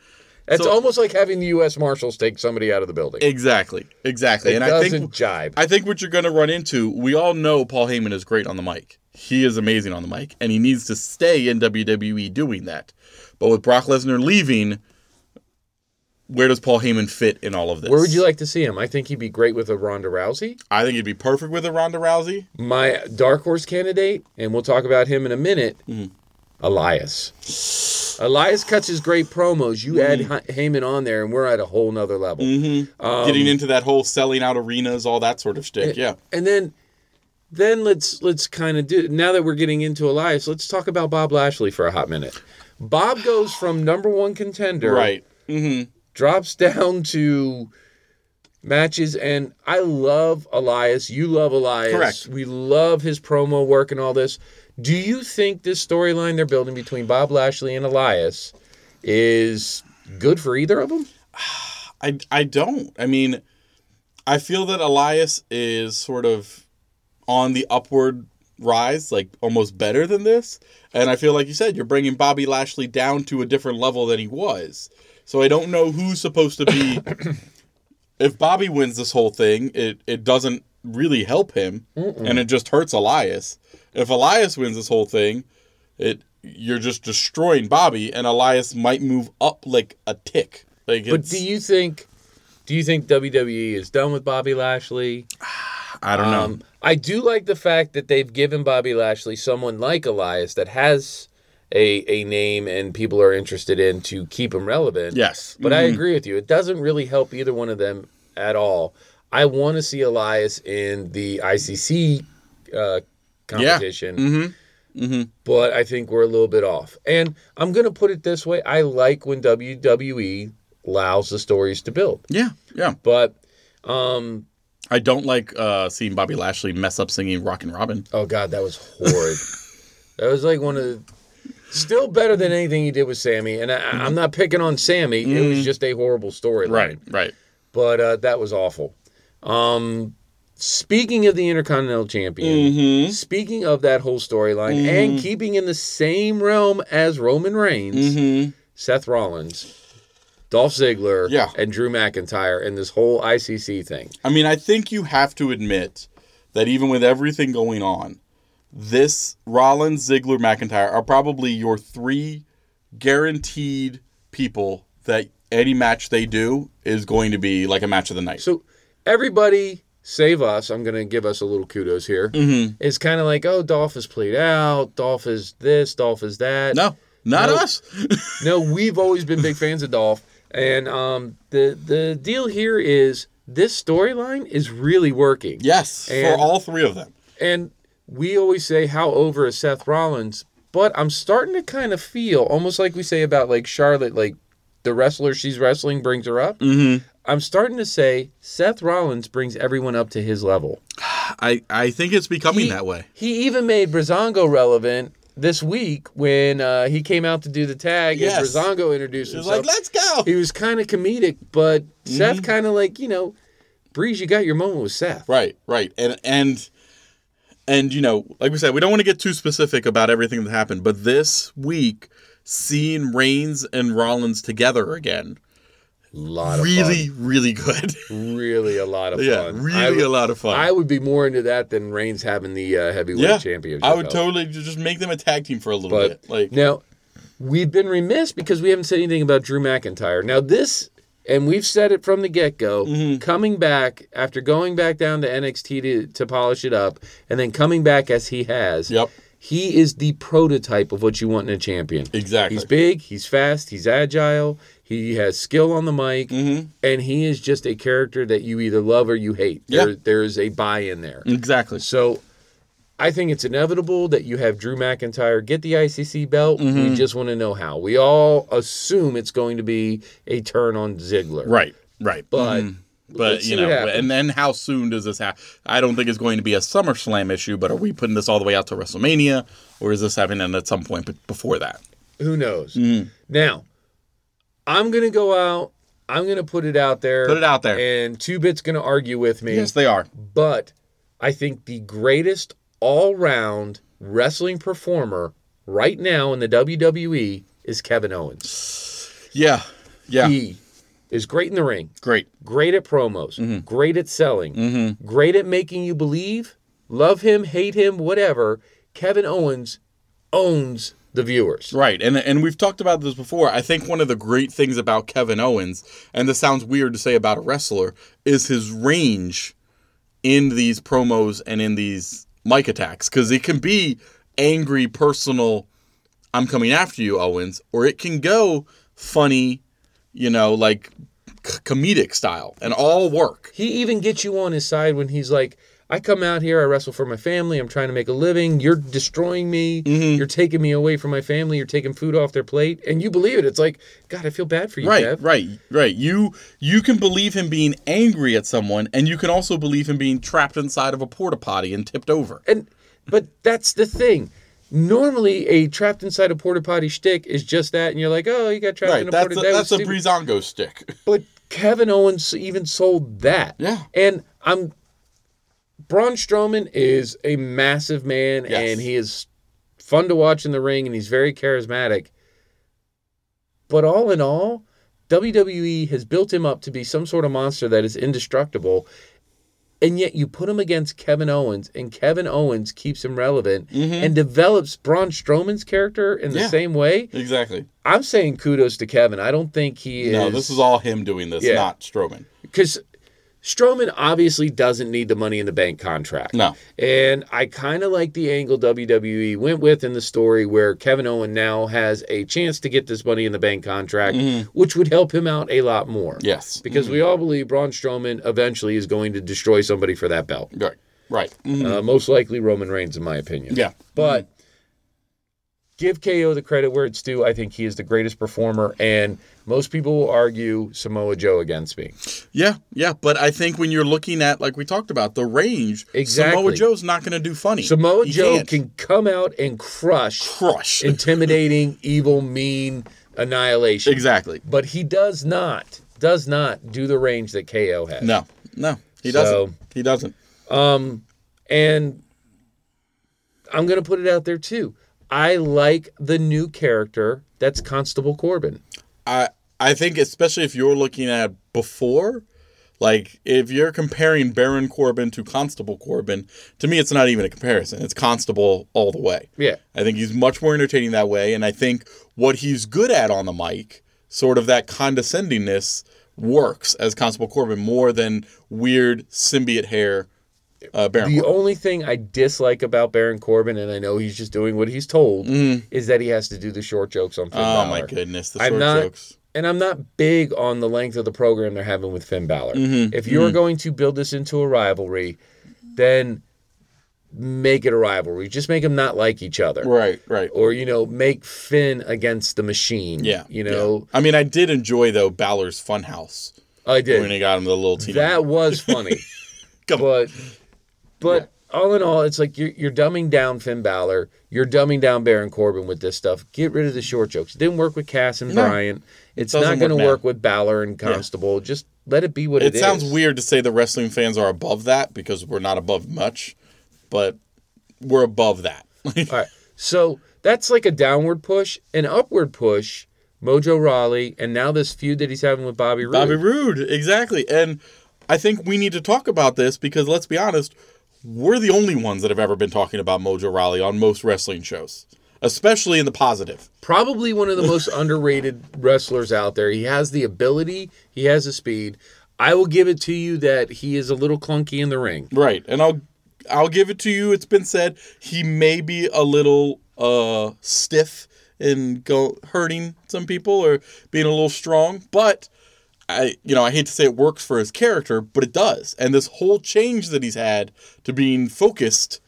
S2: It's
S3: So-
S2: almost like having the U.S. Marshals take somebody out of the building. It,
S3: exactly. Exactly. and I
S2: doesn't
S3: think
S2: jibe.
S3: I think what you're going to run into. We all know Paul Heyman is great on the mic. He is amazing on the mic, and he needs to stay in WWE doing that. But with Brock Lesnar leaving, where does Paul Heyman fit in all of this?
S2: Where would you like to see him? I think he'd be great with a Ronda Rousey.
S3: I think he'd be perfect with a Ronda Rousey.
S2: My dark horse candidate, and we'll talk about him in a minute. Elias. Elias cuts his great promos. You add Hy- Heyman on there, and we're at a whole nother level.
S3: Mm.
S2: Um,
S3: Getting into that whole selling out arenas, all that sort of shtick. yeah.
S2: And then then let's let's kind of do now that we're getting into Elias, let's talk about Bob Lashley for a hot minute. Bob goes from number one contender,
S3: Right. Mm-hmm.
S2: drops down to matches, and I love Elias. You love Elias.
S3: Correct.
S2: We love his promo work and all this. Do you think this storyline they're building between Bob Lashley and Elias is good for either of them?
S3: I, I don't. I mean, I feel that Elias is sort of on the upward rise, like almost better than this. And I feel like you said, you're bringing Bobby Lashley down to a different level than he was. So I don't know who's supposed to be. if Bobby wins this whole thing, it, it doesn't really help him
S2: Mm-hmm.
S3: and it just hurts Elias. If Elias wins this whole thing, it you're just destroying Bobby and Elias might move up like a tick. Like
S2: But
S3: it's-
S2: do you think do you think WWE is done with Bobby Lashley?
S3: I don't know.
S2: Um, I do like the fact that they've given Bobby Lashley someone like Elias that has a a name and people are interested in to keep him relevant.
S3: Yes.
S2: But I agree with you. It doesn't really help either one of them at all. I want to see Elias in the ICC uh, competition,
S3: Mm-hmm.
S2: but I think we're a little bit off. And I'm going to put it this way I like when WWE allows the stories to build.
S3: Yeah. Yeah.
S2: But, um,
S3: I don't like uh, seeing Bobby Lashley mess up singing Rock and Robin.
S2: Oh God, that was horrid. that was like one of the still better than anything he did with Sammy. And I, I- I'm not picking on Sammy. It was just a horrible story.
S3: Right.
S2: But uh, that was awful. Um, speaking of the Intercontinental Champion,
S3: Mm-hmm.
S2: speaking of that whole storyline, and keeping in the same realm as Roman Reigns,
S3: Mm-hmm.
S2: Seth Rollins. Dolph Ziggler
S3: Yeah.
S2: and Drew McIntyre and this whole ICC thing.
S3: I mean, I think you have to admit that even with everything going on, this Rollins, Ziggler, McIntyre are probably your three guaranteed people that any match they do is going to be like a match of the night.
S2: So everybody save us. I'm gonna give us a little kudos here.
S3: Mhm.
S2: It's kind of like, oh, Dolph is played out. Dolph is this. Dolph is that.
S3: no, not
S2: Nope.
S3: us.
S2: no, we've always been big fans of Dolph. And um, the the deal here is this storyline is really working.
S3: yes,
S2: And-
S3: for all three of them.
S2: And we always say how over is Seth Rollins, but I'm starting to kind of feel almost like we say about like Charlotte, like the wrestler she's wrestling brings her up.
S3: Mm-hmm.
S2: I'm starting to say Seth Rollins brings everyone up to his level.
S3: I, I think it's becoming
S2: He-
S3: that way.
S2: He even made Brazongo relevant this week when uh, he came out to do the tag
S3: Yes.
S2: and Brazongo introduced
S3: It's like,
S2: himself.
S3: let's go.
S2: he was kind of comedic, but
S3: Mm-hmm.
S2: Seth kind of like, you know, Breeze, you got your moment with Seth.
S3: Right, right, and and And you know, like we said, we don't want to get too specific about everything that happened, but this week, seeing Reigns and Rollins together again,
S2: lot of
S3: really, really good.
S2: fun. really a lot of
S3: yeah,
S2: fun. I
S3: really
S2: would-
S3: a lot of fun.
S2: I would be more into that than Reigns having the uh, heavyweight
S3: yeah,
S2: championship.
S3: I would
S2: belt.
S3: totally ju- just make them a tag team for a little
S2: But
S3: bit. Like,
S2: now, we've been remiss because we haven't said anything about Drew McIntyre. Now this, and we've said it from the get go,
S3: Mm-hmm.
S2: coming back after going back down to NXT to, to polish it up, and then coming back as he has.
S3: Yep.
S2: He is the prototype of what you want in a champion.
S3: exactly.
S2: He's big, he's fast, he's agile, he has skill on the mic,
S3: Mm. Mm-hmm,
S2: and he is just a character that you either love or you hate.
S3: Yeah. Mm.
S2: There, there's a buy in there.
S3: exactly.
S2: So I think it's inevitable that you have Drew McIntyre get the ICC belt. We
S3: Mm-hmm.
S2: just want to know how. We all assume it's going to be a turn on Ziggler.
S3: Right, right.
S2: But
S3: But
S2: Let's
S3: you
S2: see
S3: know,
S2: what happens.
S3: and then how soon does this happen? I don't think it's going to be a SummerSlam issue, but are we putting this all the way out to WrestleMania, or is this happening at some point be- before that?
S2: who knows?
S3: Mm.
S2: Now, I'm going to go out. I'm going to put it out there.
S3: Put it out there.
S2: And Two Bit's going to argue with me.
S3: Yes, they are.
S2: But I think the greatest all round wrestling performer right now in the WWE is Kevin Owens.
S3: Yeah, yeah.
S2: He is great in the ring.
S3: Great.
S2: great at promos, great at selling, great at making you believe, love him, hate him, whatever. Kevin Owens owns the viewers.
S3: Right. And and we've talked about this before. I think one of the great things about Kevin Owens, and this sounds weird to say about a wrestler, is his range in these promos and in these mic attacks cuz it can be angry, personal, I'm coming after you Owens, or it can go funny, you know, like c- comedic style and all work.
S2: He even gets you on his side when he's like, I come out here, I wrestle for my family, I'm trying to make a living, you're destroying me,
S3: Mm-hmm.
S2: you're taking me away from my family, you're taking food off their plate, and you believe it. It's like, God, I feel bad for you,
S3: Right,
S2: Kev.
S3: right, right. You you can believe him being angry at someone and you can also believe him being trapped inside of a porta potty and tipped over.
S2: And but that's the thing. Normally, a trapped inside a porta potty shtick is just that, and you're like, "Oh, you got trapped in
S3: Right,
S2: a
S3: that's
S2: porta
S3: a,
S2: potty."
S3: that's a Brizongo stick.
S2: But Kevin Owens even sold that.
S3: Yeah.
S2: And I'm Braun Strowman is a massive man
S3: Yes.
S2: and he is fun to watch in the ring and he's very charismatic. But all in all, WWE has built him up to be some sort of monster that is indestructible. And yet you put him against Kevin Owens and Kevin Owens keeps him relevant and develops Braun Strowman's character in the
S3: Mm-hmm. Yeah.
S2: same way.
S3: Exactly.
S2: I'm saying kudos to Kevin. I don't think he
S3: No,
S2: is
S3: this is all him doing this,
S2: Yeah.
S3: not Strowman.
S2: because Strowman obviously doesn't need the Money in the Bank contract.
S3: No.
S2: And I kind of like the angle WWE went with in the story where Kevin Owen now has a chance to get this Money in the Bank contract,
S3: Mm-hmm.
S2: which would help him out a lot more.
S3: Yes.
S2: Because we all believe Braun Strowman eventually is going to destroy somebody for that belt.
S3: Right. Right. Mhm.
S2: Uh, most likely Roman Reigns, in my opinion.
S3: Yeah. Mm-hmm.
S2: But give KO the credit where it's due. I think he is the greatest performer, and most people will argue Samoa Joe against me.
S3: Yeah. Yeah. But I think when you're looking at, like we talked about, the range, Samoa
S2: Exactly.
S3: Joe's not going to do funny.
S2: Samoa
S3: He
S2: Joe
S3: can't.
S2: can come out and crush
S3: crush.
S2: intimidating, evil, mean annihilation.
S3: exactly.
S2: But he does not, does not do the range that KO has.
S3: No. No. He
S2: So-
S3: doesn't. He doesn't.
S2: And I'm going to put it out there too. I like the new character that's Constable Corbin.
S3: I I think especially if you're looking at before, like if you're comparing Baron Corbin to Constable Corbin, to me it's not even a comparison. It's Constable all the way.
S2: Yeah.
S3: I think he's much more entertaining that way, and I think what he's good at on the mic, sort of that condescendingness, works as Constable Corbin more than weird symbiote hair. Uh, Baron
S2: The
S3: Corbin.
S2: only thing I dislike about Baron Corbin, and I know he's just doing what he's told, is that he has to do the short jokes on Finn
S3: Mm-hmm. Oh my
S2: Balor.
S3: goodness, the
S2: I'm
S3: short
S2: not-
S3: jokes.
S2: and I'm not big on the length of the program they're having with Finn Balor.
S3: Mm-hmm.
S2: If you're going to build this into a rivalry, then make it a rivalry. Just make them not like each other.
S3: Right, right.
S2: Or, you know, make Finn against the machine.
S3: Yeah.
S2: You
S3: yeah.
S2: know,
S3: I mean, I did enjoy though Balor's Funhouse
S2: I
S3: when
S2: did.
S3: he got him the little team.
S2: That was funny.
S3: Come on.
S2: but but all in all, it's like you're, you're dumbing down Finn Balor. You're dumbing down Baron Corbin with this stuff. Get rid of the short jokes. It didn't work with Cass and Bryant. It's
S3: doesn't
S2: not going to
S3: work now.
S2: work with Balor and Constable. Just let it be what it
S3: It
S2: is.
S3: sounds weird to say the wrestling fans are above that because we're not above much, but we're above that.
S2: All right. So that's like a downward push, an upward push. Mojo Raleigh, and now this feud that he's having with Bobby Roode.
S3: Bobby Roode, exactly. And I think we need to talk about this because let's be honest, we're the only ones that have ever been talking about Mojo Raleigh on most wrestling shows, especially in the positive.
S2: Probably one of the most underrated wrestlers out there. He has the ability, he has the speed. I will give it to you that he is a little clunky in the ring.
S3: Right. And I'll I'll give it to you. It's been said he may be a little uh stiff and go hurting some people or being a little strong, but I you know, I hate to say it works for his character, but it does. And this whole change that he's had to being focused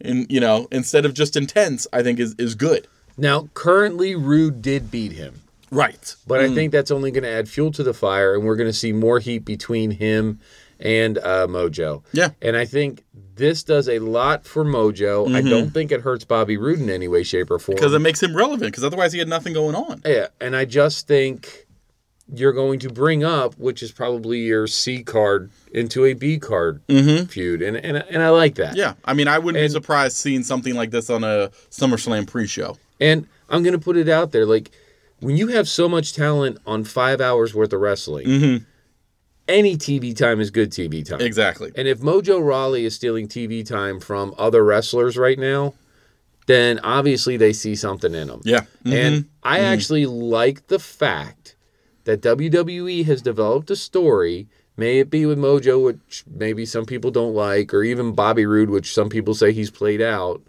S3: and you know, instead of just intense, I think is is good.
S2: Now, currently, Rude did beat him,
S3: Right.
S2: but I think that's only going to add fuel to the fire, and we're going to see more heat between him and uh, Mojo.
S3: Yeah.
S2: And I think this does a lot for Mojo. I don't think it hurts Bobby Roode in any way, shape, or form.
S3: Because it makes him relevant, because otherwise he had nothing going on.
S2: Yeah, and I just think you're going to bring up, which is probably your C card into a B card feud, and and and I like that.
S3: Yeah. I mean I wouldn't be surprised seeing something like this on a SummerSlam pre show.
S2: And I'm gonna put it out there, like when you have so much talent on five hours worth of wrestling, any TV time is good TV time.
S3: Exactly.
S2: And if Mojo Raleigh is stealing TV time from other wrestlers right now, then obviously they see something in him.
S3: Yeah. Mhm.
S2: And I actually like the fact that WWE has developed a story, may it be with Mojo, which maybe some people don't like, or even Bobby Roode, which some people say he's played out.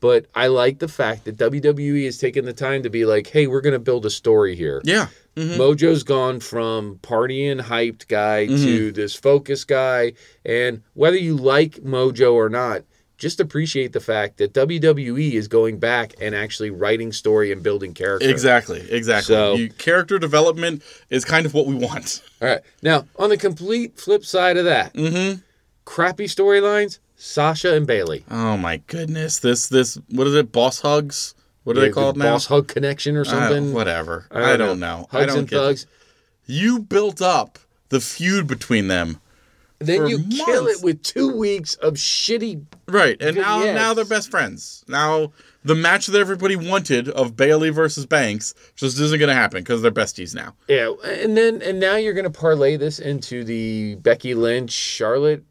S2: But I like the fact that WWE has taken the time to be like, hey, we're going to build a story here.
S3: yeah.
S2: Mojo's gone from partying hyped guy
S3: Mm-hmm.
S2: to this focused guy. And whether you like Mojo or not, just appreciate the fact that WWE is going back and actually writing story and building character.
S3: Exactly, exactly.
S2: So-
S3: You- character development is kind of what we want.
S2: All right. Now, on the complete flip side of that, crappy storylines, Sasha and Bailey.
S3: Oh my goodness, this this what is it? Boss hugs? What are they called now?
S2: Boss hug connection or
S3: I don't-
S2: something.
S3: whatever. I don't know. I
S2: Hugs
S3: don't
S2: and
S3: get it.
S2: thugs.
S3: You built up the feud between them,
S2: Then
S3: for
S2: you kill
S3: months.
S2: it with two weeks of shitty
S3: right? And now
S2: Vignettes.
S3: now they're best friends. Now the match that everybody wanted of Bailey versus Banks just isn't going to happen because they're besties now.
S2: Yeah, and then and now you're gonna parlay this into the Becky Lynch Charlotte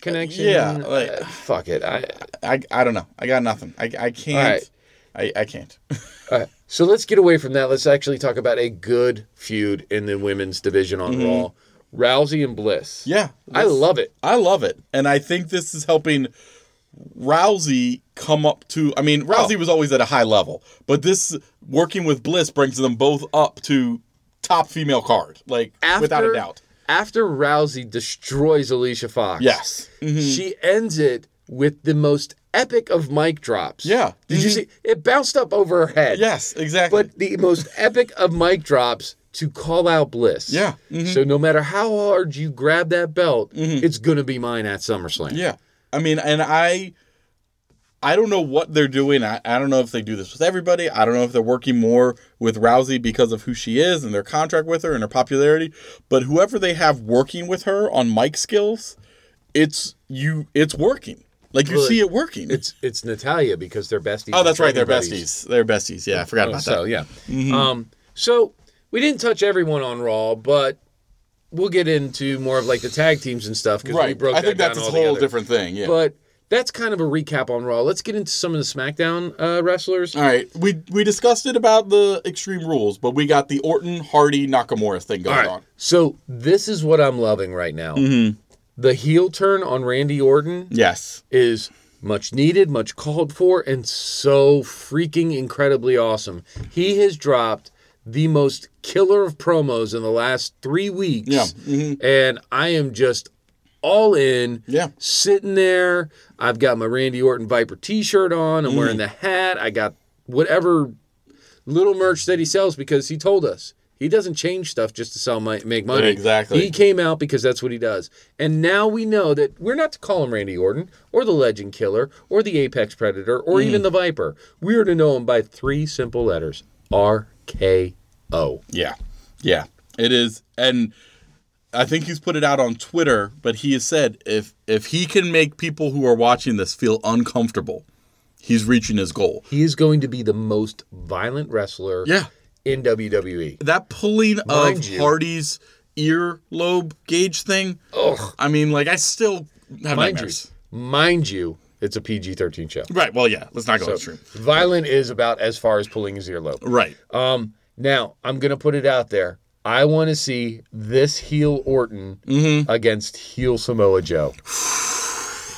S2: connection.
S3: Yeah, like-
S2: Uh, fuck it. I,
S3: I I don't know. I got nothing. I I can't. I I can't.
S2: uh, so let's get away from that. Let's actually talk about a good feud in the women's division on Raw. Rousey and Bliss.
S3: Mm-hmm. Yeah,
S2: I love it.
S3: I love it. And I think this is helping Rousey come up to I
S2: Oh.
S3: mean, Rousey was always at a high level, but this working with Bliss brings them both up to top female card, like without a doubt.
S2: After Rousey destroys Alicia Fox.
S3: Yes. Mm-hmm.
S2: She ends it with the most epic of mic drops.
S3: Yeah.
S2: Did you
S3: Mhm.
S2: see? It bounced up over her head.
S3: Yes, exactly.
S2: but the most epic of mic drops to call out Bliss.
S3: Yeah. mm-hmm.
S2: So no matter how hard you grab that belt, it's gonna be mine at SummerSlam.
S3: Yeah. I mean, and I I don't know what they're doing. I, I don't know if they do this with everybody. I don't know if they're working more with Rousey because of who she is and their contract with her and her popularity. But whoever they have working with her on mic skills, it's you it's working. Like you
S2: Well,
S3: see it working.
S2: It's it's Natalia because they're besties.
S3: oh, that's
S2: and
S3: right, they're
S2: training buddies.
S3: besties. They're besties. Yeah, I forgot about Mm-hmm.
S2: So yeah. Um so we didn't touch everyone on Raw, but we'll get into more of like the tag teams and stuff
S3: that.
S2: because we
S3: Right.
S2: broke
S3: I think
S2: that
S3: that's
S2: down
S3: a whole
S2: altogether.
S3: different thing. Yeah.
S2: But that's kind of a recap on Raw. Let's get into some of the SmackDown uh, wrestlers.
S3: all right, we we discussed it about the extreme rules, but we got the Orton Hardy Nakamura thing going on. Mm-hmm.
S2: So this is what I'm loving right now. The heel turn on Randy Orton
S3: Yes,
S2: is much needed, much called for, and so freaking incredibly awesome. He has dropped the most killer of promos in the last three weeks.
S3: Yeah. Mm-hmm.
S2: And I am just all in.
S3: Yeah.
S2: Sitting there. I've got my Randy Orton Viper t shirt on. I'm
S3: Mm.
S2: wearing the hat. I got whatever little merch that he sells because he told us he doesn't change stuff just to sell my, make money.
S3: Exactly.
S2: He came out because that's what he does. And now we know that we're not to call him Randy Orton or the Legend Killer or the Apex Predator or
S3: Mm.
S2: even the Viper. We are to know him by three simple letters RKO.
S3: Yeah. Yeah. It is and I think he's put it out on Twitter, but he has said if if he can make people who are watching this feel uncomfortable, he's reaching his goal.
S2: He is going to be the most violent wrestler
S3: Yeah.
S2: in E. WWE.
S3: That pulling
S2: Mind
S3: of
S2: you.
S3: Hardy's earlobe gauge thing.
S2: Ugh.
S3: I mean, like I still have
S2: Mind
S3: nightmares.
S2: you, mind you, it's a PG thirteen show.
S3: Right. Well, yeah. Let's not go
S2: So
S3: extreme.
S2: violent is about as far as pulling his earlobe.
S3: Right.
S2: Um, now I'm gonna put it out there. I want to see this heel Orton
S3: Mm-hmm.
S2: against heel Samoa Joe,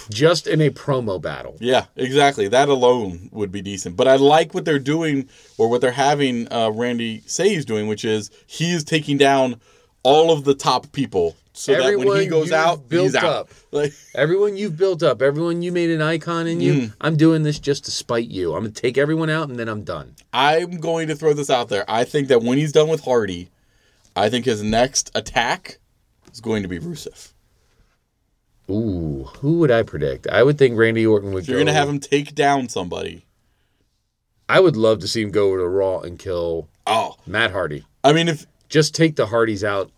S2: just in a promo battle.
S3: Yeah, exactly. That alone would be decent. But I like what they're doing or what they're having uh, Randy Say's doing, which is he's taking down all of the top people so that when he
S2: Everyone
S3: goes
S2: you've
S3: out,
S2: built
S3: he's out.
S2: up.
S3: Like,
S2: Everyone you've built up, everyone you made an icon in you,
S3: Mm.
S2: I'm doing this just to spite you. I'm gonna take everyone out and then I'm done.
S3: I'm going to throw this out there. I think that when he's done with Hardy, I think his next attack is going to be Rusev.
S2: Ooh, who would I predict? I would think Randy Orton would.
S3: If you're
S2: go-
S3: going to have him take down somebody,
S2: I would love to see him go to Raw and kill
S3: oh,
S2: Matt Hardy.
S3: I mean, if
S2: Just take the Hardys out.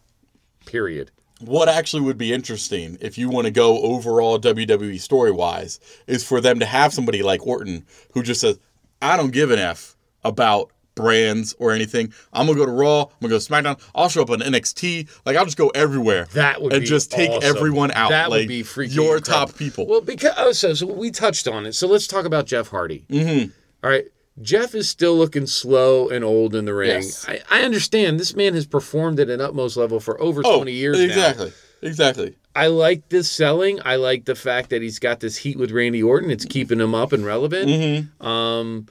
S2: Period.
S3: what actually would be interesting if you want to go overall WWE story wise is for them to have somebody like Orton who just says, I don't give an F about brands or anything. I'm gonna go to Raw, I'm gonna go to SmackDown, I'll show up on NXT, like I'll just go everywhere.
S2: That would
S3: and
S2: be
S3: just take
S2: awesome.
S3: everyone out.
S2: That would
S3: like,
S2: be freaking
S3: your
S2: incredible.
S3: top people.
S2: Well, because oh, so, so we touched on it. So let's talk about Jeff Hardy. Mm-hmm. right, Jeff is still looking slow and old in the ring.
S3: Yes.
S2: I, I understand this man has performed at an utmost level for over
S3: Oh,
S2: 20 years now.
S3: Exactly. Exactly.
S2: I like this selling. I like the fact that he's got this heat with Randy Orton. It's keeping him up and relevant.
S3: Mm-hmm,
S2: Um,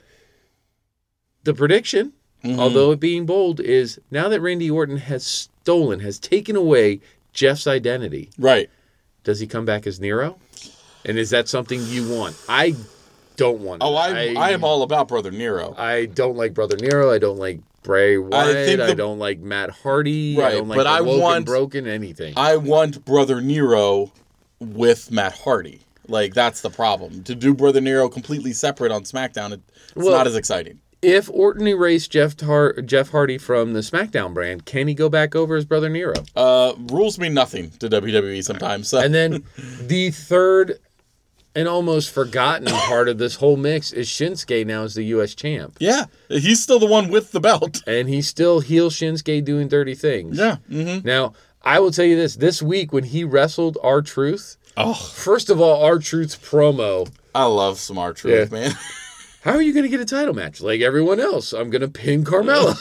S2: the prediction,
S3: Mm-hmm.
S2: although it being bold, is now that Randy Orton has stolen, has taken away Jeff's identity,
S3: Right.
S2: does he come back as Nero? And is that something you want? I don't want.
S3: Oh,
S2: it.
S3: I, I am all about Brother Nero.
S2: I don't like Brother Nero. I don't like Bray Wyatt. I,
S3: think the-
S2: don't like Matt Hardy.
S3: Right,
S2: I don't like
S3: but I
S2: Woken
S3: want-
S2: broken anything.
S3: I want Brother Nero with Matt Hardy. Like that's the problem. To do Brother Nero completely separate on SmackDown, it, it's
S2: Well-
S3: not as exciting.
S2: if Orton erased Jeff Har- Jeff Hardy from the SmackDown brand, can he go back over as Brother Nero?
S3: Uh, rules mean nothing to WWE sometimes. So
S2: And then the third and almost forgotten part of this whole mix is Shinsuke now is the U.S. champ,
S3: yeah, he's still the one with the belt.
S2: and he's still heel Shinsuke doing dirty things.
S3: Yeah. hmm
S2: Now I will tell you this: this week when he wrestled our Truth,
S3: Oh,
S2: first of all, our Truth's promo.
S3: I love Smart Truth,
S2: Yeah.
S3: man.
S2: How are you going to get a title match like everyone else? I'm going to pin Carmella.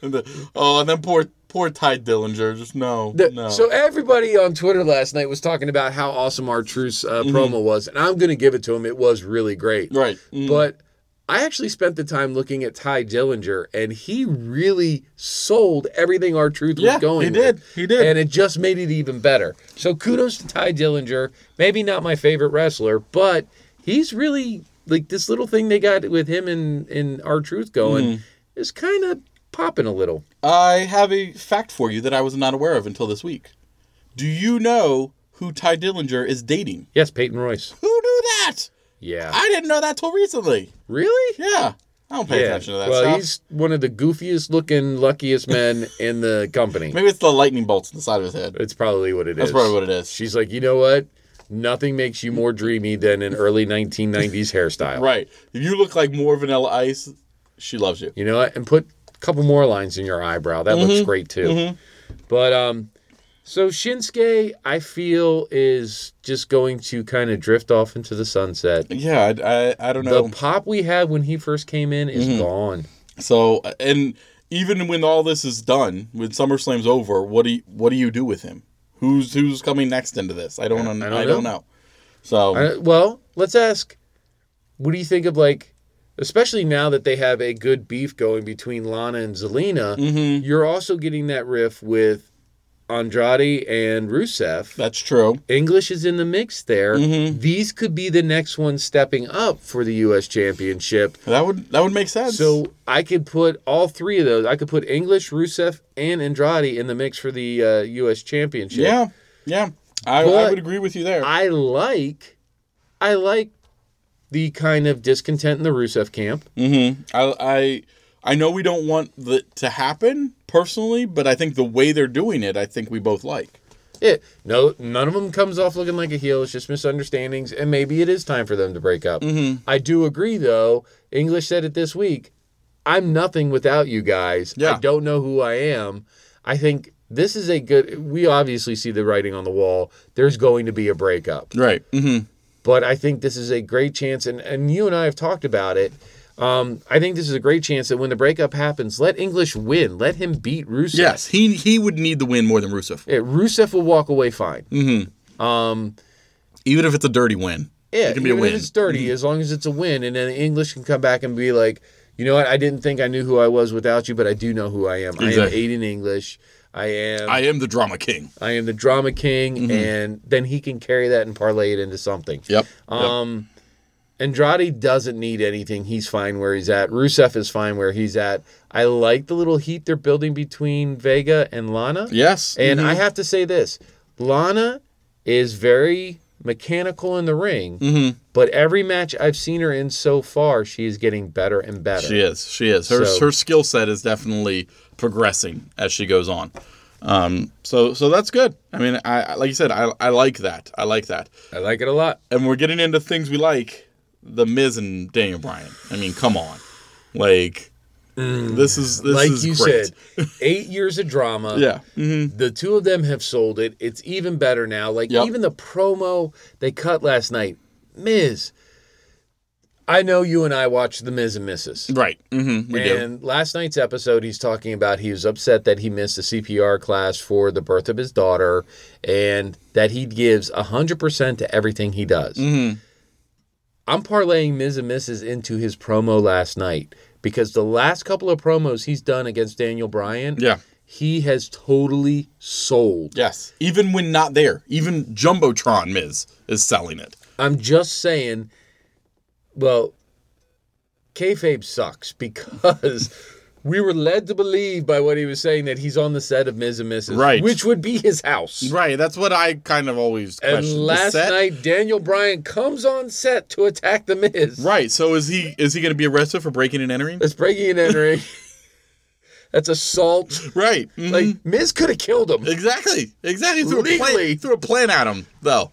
S3: And the- oh, and then poor poor Ty Dillinger. Just no,
S2: The-
S3: no.
S2: So everybody on Twitter last night was talking about how awesome our truce uh,
S3: Mm-hmm.
S2: promo was, and I'm going to give it to him. It was really great.
S3: right. Mhm.
S2: But I actually spent the time looking at Ty Dillinger, and he really sold everything our truth
S3: Yeah,
S2: was going.
S3: he did.
S2: with,
S3: He did.
S2: and it just made it even better. So kudos to Ty Dillinger. Maybe not my favorite wrestler, but he's really like this little thing they got with him and and our truth going
S3: Mm.
S2: is kind of popping a little.
S3: I have a fact for you that I was not aware of until this week. Do you know who Ty Dillinger is dating?
S2: Yes, Peyton Royce.
S3: Who knew that?
S2: Yeah.
S3: I didn't know that till recently.
S2: really?
S3: Yeah. I don't pay attention to that
S2: well,
S3: stuff.
S2: he's one of the goofiest looking, luckiest men in the company.
S3: Maybe it's the lightning bolts on the side of his head.
S2: It's probably what it is.
S3: That's probably what it is.
S2: She's like, you know what? Nothing makes you more dreamy than an early 1990s hairstyle.
S3: right. If you look like more vanilla ice, she loves you.
S2: You know what? And put a couple more lines in your eyebrow. That
S3: Mm-hmm.
S2: looks great too. But um, so Shinsuke, I feel is just going to kind of drift off into the sunset.
S3: Yeah, I, I, I don't
S2: The
S3: know. Mm-hmm.
S2: pop we had when he first came in is gone.
S3: So and even when all this is done, when SummerSlam's over, what do you, what do you do with him? Who's who's coming next into this? I don't un- I
S2: I
S3: don't,
S2: don't
S3: know.
S2: know.
S3: So
S2: Uh, well, let's ask. What do you think of like, especially now that they have a good beef going between Lana and Zelina?
S3: mm-hmm.
S2: You're also getting that riff with Andrade and Rusev.
S3: that's true.
S2: English is in the mix there. These could be the next one stepping up for the U.S. Championship.
S3: That would that would make sense.
S2: So I could put all three of those. I could put English, Rusev, and Andrade in the mix for the uh, U.S. Championship.
S3: yeah, yeah, I, I
S2: But-
S3: would agree with you there.
S2: I like, I like the kind of discontent in the Rusev camp.
S3: Mm-hmm. I, I I know we don't want that to happen personally, but I think the way they're doing it, I think we both like.
S2: It no none of them comes off looking like a heel. It's just misunderstandings, and maybe it is time for them to break up. I do agree, though. English said it this week. I'm nothing without you guys.
S3: Yeah.
S2: I don't know who I am. I think this is a good. We obviously see the writing on the wall. There's going to be a breakup
S3: Right. Mm-hmm.
S2: but I think this is a great chance, and, and you and I have talked about it. Um, I think this is a great chance that when the breakup happens, let English win. Let him beat Rusev.
S3: Yes, he he would need the win more than Rusev,
S2: Yeah, Rusev will walk away fine.
S3: Mm-hmm.
S2: Um,
S3: even if it's a dirty win.
S2: Yeah,
S3: it can be a
S2: even
S3: win. Mm-hmm.
S2: if it's dirty, as long as it's a win, and then English can come back and be like, you know what? I didn't think I knew who I was without you, but I do know who I am. I am
S3: Exactly.
S2: Aiden English. I am I,
S3: I am the drama king.
S2: am the drama king, and then he can carry that and parlay it into something.
S3: Yep.
S2: Um, Andrade doesn't need anything. He's fine where he's at. Rusev is fine where he's at. I like the little heat they're building between Vega and Lana.
S3: yes.
S2: And
S3: mhm.
S2: I have to say this Lana is very mechanical in the ring,
S3: Mm-hmm.
S2: but every match I've seen her in so far, she is getting better and better.
S3: She is. She is. Her
S2: So-
S3: her skill set is definitely progressing as she goes on. Um. So so that's good. I mean, I I- like you said, I I like that. I like that.
S2: I like it a lot.
S3: And we're getting into things we like, the Miz and Daniel Bryan. I mean, come on, like this is this
S2: like
S3: is
S2: you
S3: great.
S2: said, eight years of drama.
S3: Yeah. hmm
S2: The two of them have sold it. It's even better now. Like
S3: Yep.
S2: even the promo they cut last night, Miz. I know you and I watched the Miz and Mrs.
S3: Right. hmm We do.
S2: and last night's episode, he's talking about he was upset that he missed a CPR class for the birth of his daughter, and that he gives hundred percent to everything he does.
S3: Mm-hmm.
S2: I'm parlaying Miz and Mrs. into his promo last night because the last couple of promos he's done against Daniel Bryan,
S3: Yeah.
S2: he has totally sold.
S3: Yes. Even when not there, even Jumbotron Miz is selling it.
S2: I'm just saying, well, kayfabe sucks because we were led to believe by what he was saying that he's on the set of Ms. and Mrs.
S3: Right.
S2: which would be his house.
S3: Right. That's what I kind of always
S2: And
S3: question.
S2: last night, Daniel Bryan comes on set to attack the Miz.
S3: Right. So is he is he going to be arrested for breaking and entering?
S2: That's breaking and entering. That's assault.
S3: Right. mhm.
S2: Like Miz could have killed him,
S3: exactly. Exactly. Threw a
S2: Legally.
S3: plan. Threw a plan at him though.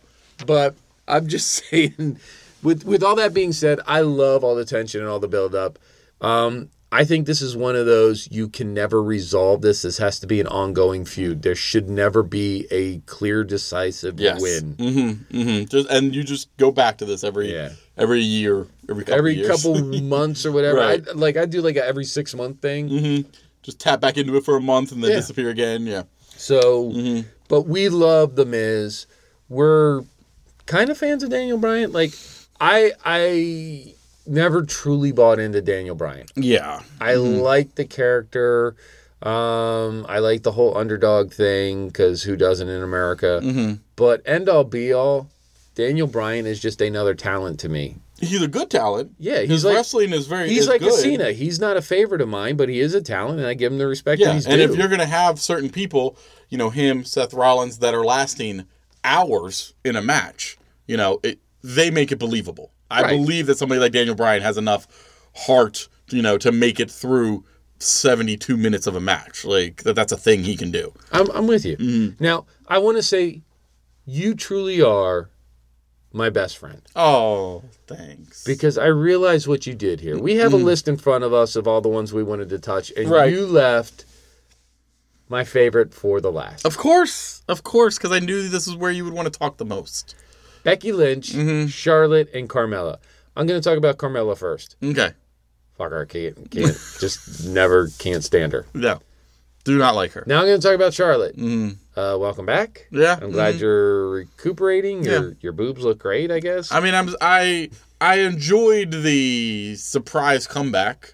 S2: but I'm just saying. With with all that being said, I love all the tension and all the build up. Um, I think this is one of those you can never resolve this. This has to be an ongoing feud. There should never be a clear, decisive win.
S3: Mm-hmm. Mm-hmm. Just and you just go back to this every
S2: Yeah.
S3: every year, every couple
S2: Every
S3: years.
S2: couple months or whatever,
S3: Right. Mm-hmm.
S2: I, like I do like a every six month thing.
S3: Just tap back into it for a month and then
S2: Yeah.
S3: disappear again. Yeah.
S2: So,
S3: Mm-hmm.
S2: but we love the Miz. We're kind of fans of Daniel Bryan. Like I I never truly bought into Daniel Bryan.
S3: Yeah.
S2: I
S3: Mm-hmm.
S2: like the character. Um, I like the whole underdog thing because who doesn't in America?
S3: Mm-hmm.
S2: But end all be all, Daniel Bryan is just another talent to me.
S3: He's a good talent.
S2: Yeah, he's
S3: His
S2: like-
S3: wrestling is very.
S2: He's
S3: is
S2: like
S3: good.
S2: a Cena. He's not a favorite of mine, but he is a talent, and I give him the respect that
S3: Yeah,
S2: he's
S3: and
S2: due.
S3: if you're gonna have certain people, you know, him, Seth Rollins, that are lasting hours in a match, you know, it, they make it believable. I
S2: Right.
S3: believe that somebody like Daniel Bryan has enough heart, you know, to make it through 72 minutes of a match. Like that, that's a thing he can do.
S2: I'm, I'm with you.
S3: Mm-hmm.
S2: Now, I want to say you truly are my best friend
S3: Oh, thanks.
S2: because I realize what you did here. We have a list in front of us of all the ones we wanted to touch, and
S3: Right.
S2: you left my favorite for the last.
S3: of course, of course, because I knew this is where you would want to talk the most.
S2: Becky Lynch,
S3: Mm-hmm.
S2: Charlotte, and Carmella. I'm going to talk about Carmella first.
S3: Okay,
S2: Fuck her. Can't, can't, just never can't stand her.
S3: yeah, do not like her.
S2: Now I'm going to talk about Charlotte. Uh, welcome back.
S3: Mm-hmm. Yeah, Mm-hmm.
S2: I'm glad you're recuperating. Your, your boobs look great, I guess.
S3: I mean, I'm I I enjoyed the surprise comeback,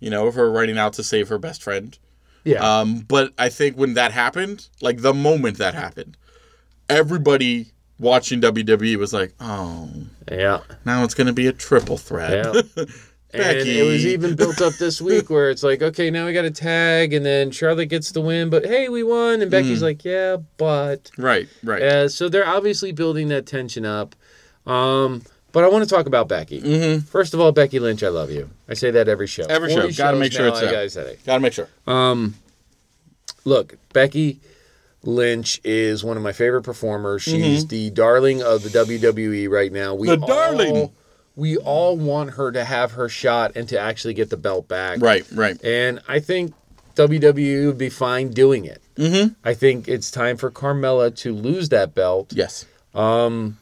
S3: you know, of her running out to save her best friend.
S2: yeah.
S3: Um, but I think when that happened, like the moment that happened, everybody watching WWE was like, "Oh,
S2: yeah.
S3: now it's gonna be a triple threat."
S2: Yeah. And it was
S3: Becky.
S2: even built up this week where it's like, okay, now we got a tag, and then Charlotte gets the win, but hey, we won. And Becky's like, yeah, but.
S3: Right, Mm. right.
S2: Uh, so they're obviously building that tension up. Um, but I want to talk about Becky. Mm-hmm. First of all, Becky Lynch, I love you. I say that every show.
S3: Mm. Every show.
S2: 40
S3: Gotta make sure
S2: now,
S3: it's
S2: I
S3: out.
S2: gotta say that.
S3: Gotta make sure.
S2: Look, Um, Becky, Lynch is one of my favorite performers. She's the darling of the WWE right now. We
S3: Mm-hmm. The darling.
S2: all- we all want her to have her shot and to actually get the belt back.
S3: Right, right.
S2: And I think WWE would be fine doing it. Mm-hmm. I think it's time for Carmella to lose that belt.
S3: Yes.
S2: Um,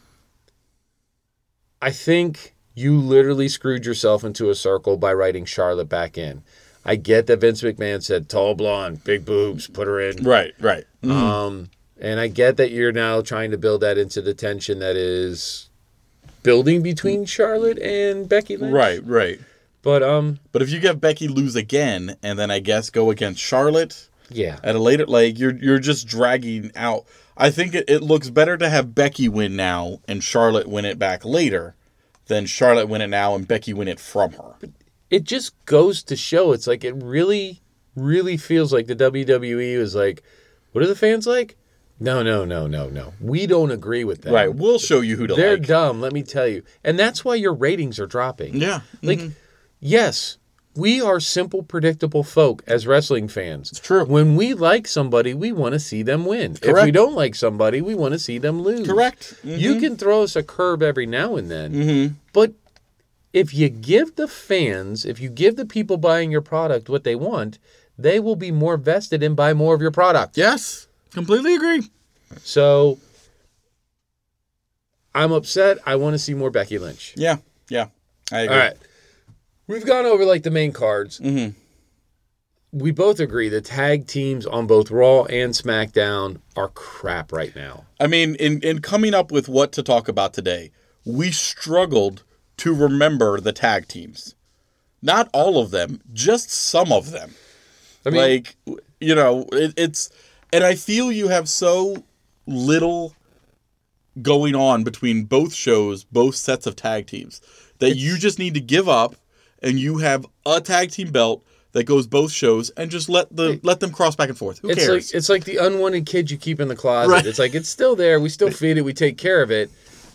S2: I think you literally screwed yourself into a circle by writing Charlotte back in. I get that Vince McMahon said tall blonde, big boobs, put her in.
S3: Right, right.
S2: Um, and I get that you're now trying to build that into the tension that is building between Charlotte and Becky Lynch.
S3: Right, right.
S2: But um,
S3: But if you get Becky lose again and then I guess go against Charlotte
S2: yeah.
S3: at a later like you're you're just dragging out I think it, it looks better to have Becky win now and Charlotte win it back later than Charlotte win it now and Becky win it from her.
S2: it just goes to show it's like it really really feels like the WWE was like what are the fans like no no no no no we don't agree with that
S3: Right. We'll show you who to
S2: they're
S3: like.
S2: dumb let me tell you and that's why your ratings are dropping
S3: Yeah. Mm-hmm.
S2: like yes we are simple predictable folk as wrestling fans it's
S3: true.
S2: when we like somebody we want to see them win if we
S3: Correct.
S2: don't like somebody we want to see them lose
S3: Correct. Mm-hmm.
S2: you can throw us a curb every now and then, but if you give the fans, if you give the people buying your product what they want, they will be more vested and buy more of your product.
S3: Yes. Completely agree.
S2: So I'm upset. I want to see more Becky Lynch.
S3: Yeah. Yeah. I agree.
S2: All right. We've gone over like the main cards.
S3: Mhm.
S2: We both agree the tag teams on both Raw and SmackDown are crap right now.
S3: I mean, in, in coming up with what to talk about today, we struggled to remember the tag teams. Not all of them, just some of them.
S2: I mean,
S3: like, you know, it, it's, and I feel you have so little going on between both shows, both sets of tag teams, that you just need to give up and you have a tag team belt that goes both shows and just let the let them cross back and forth. Who
S2: it's
S3: cares?
S2: like it's like the unwanted kid you keep in the closet.
S3: Right.
S2: It's like it's still there. We still feed it. We take care of it.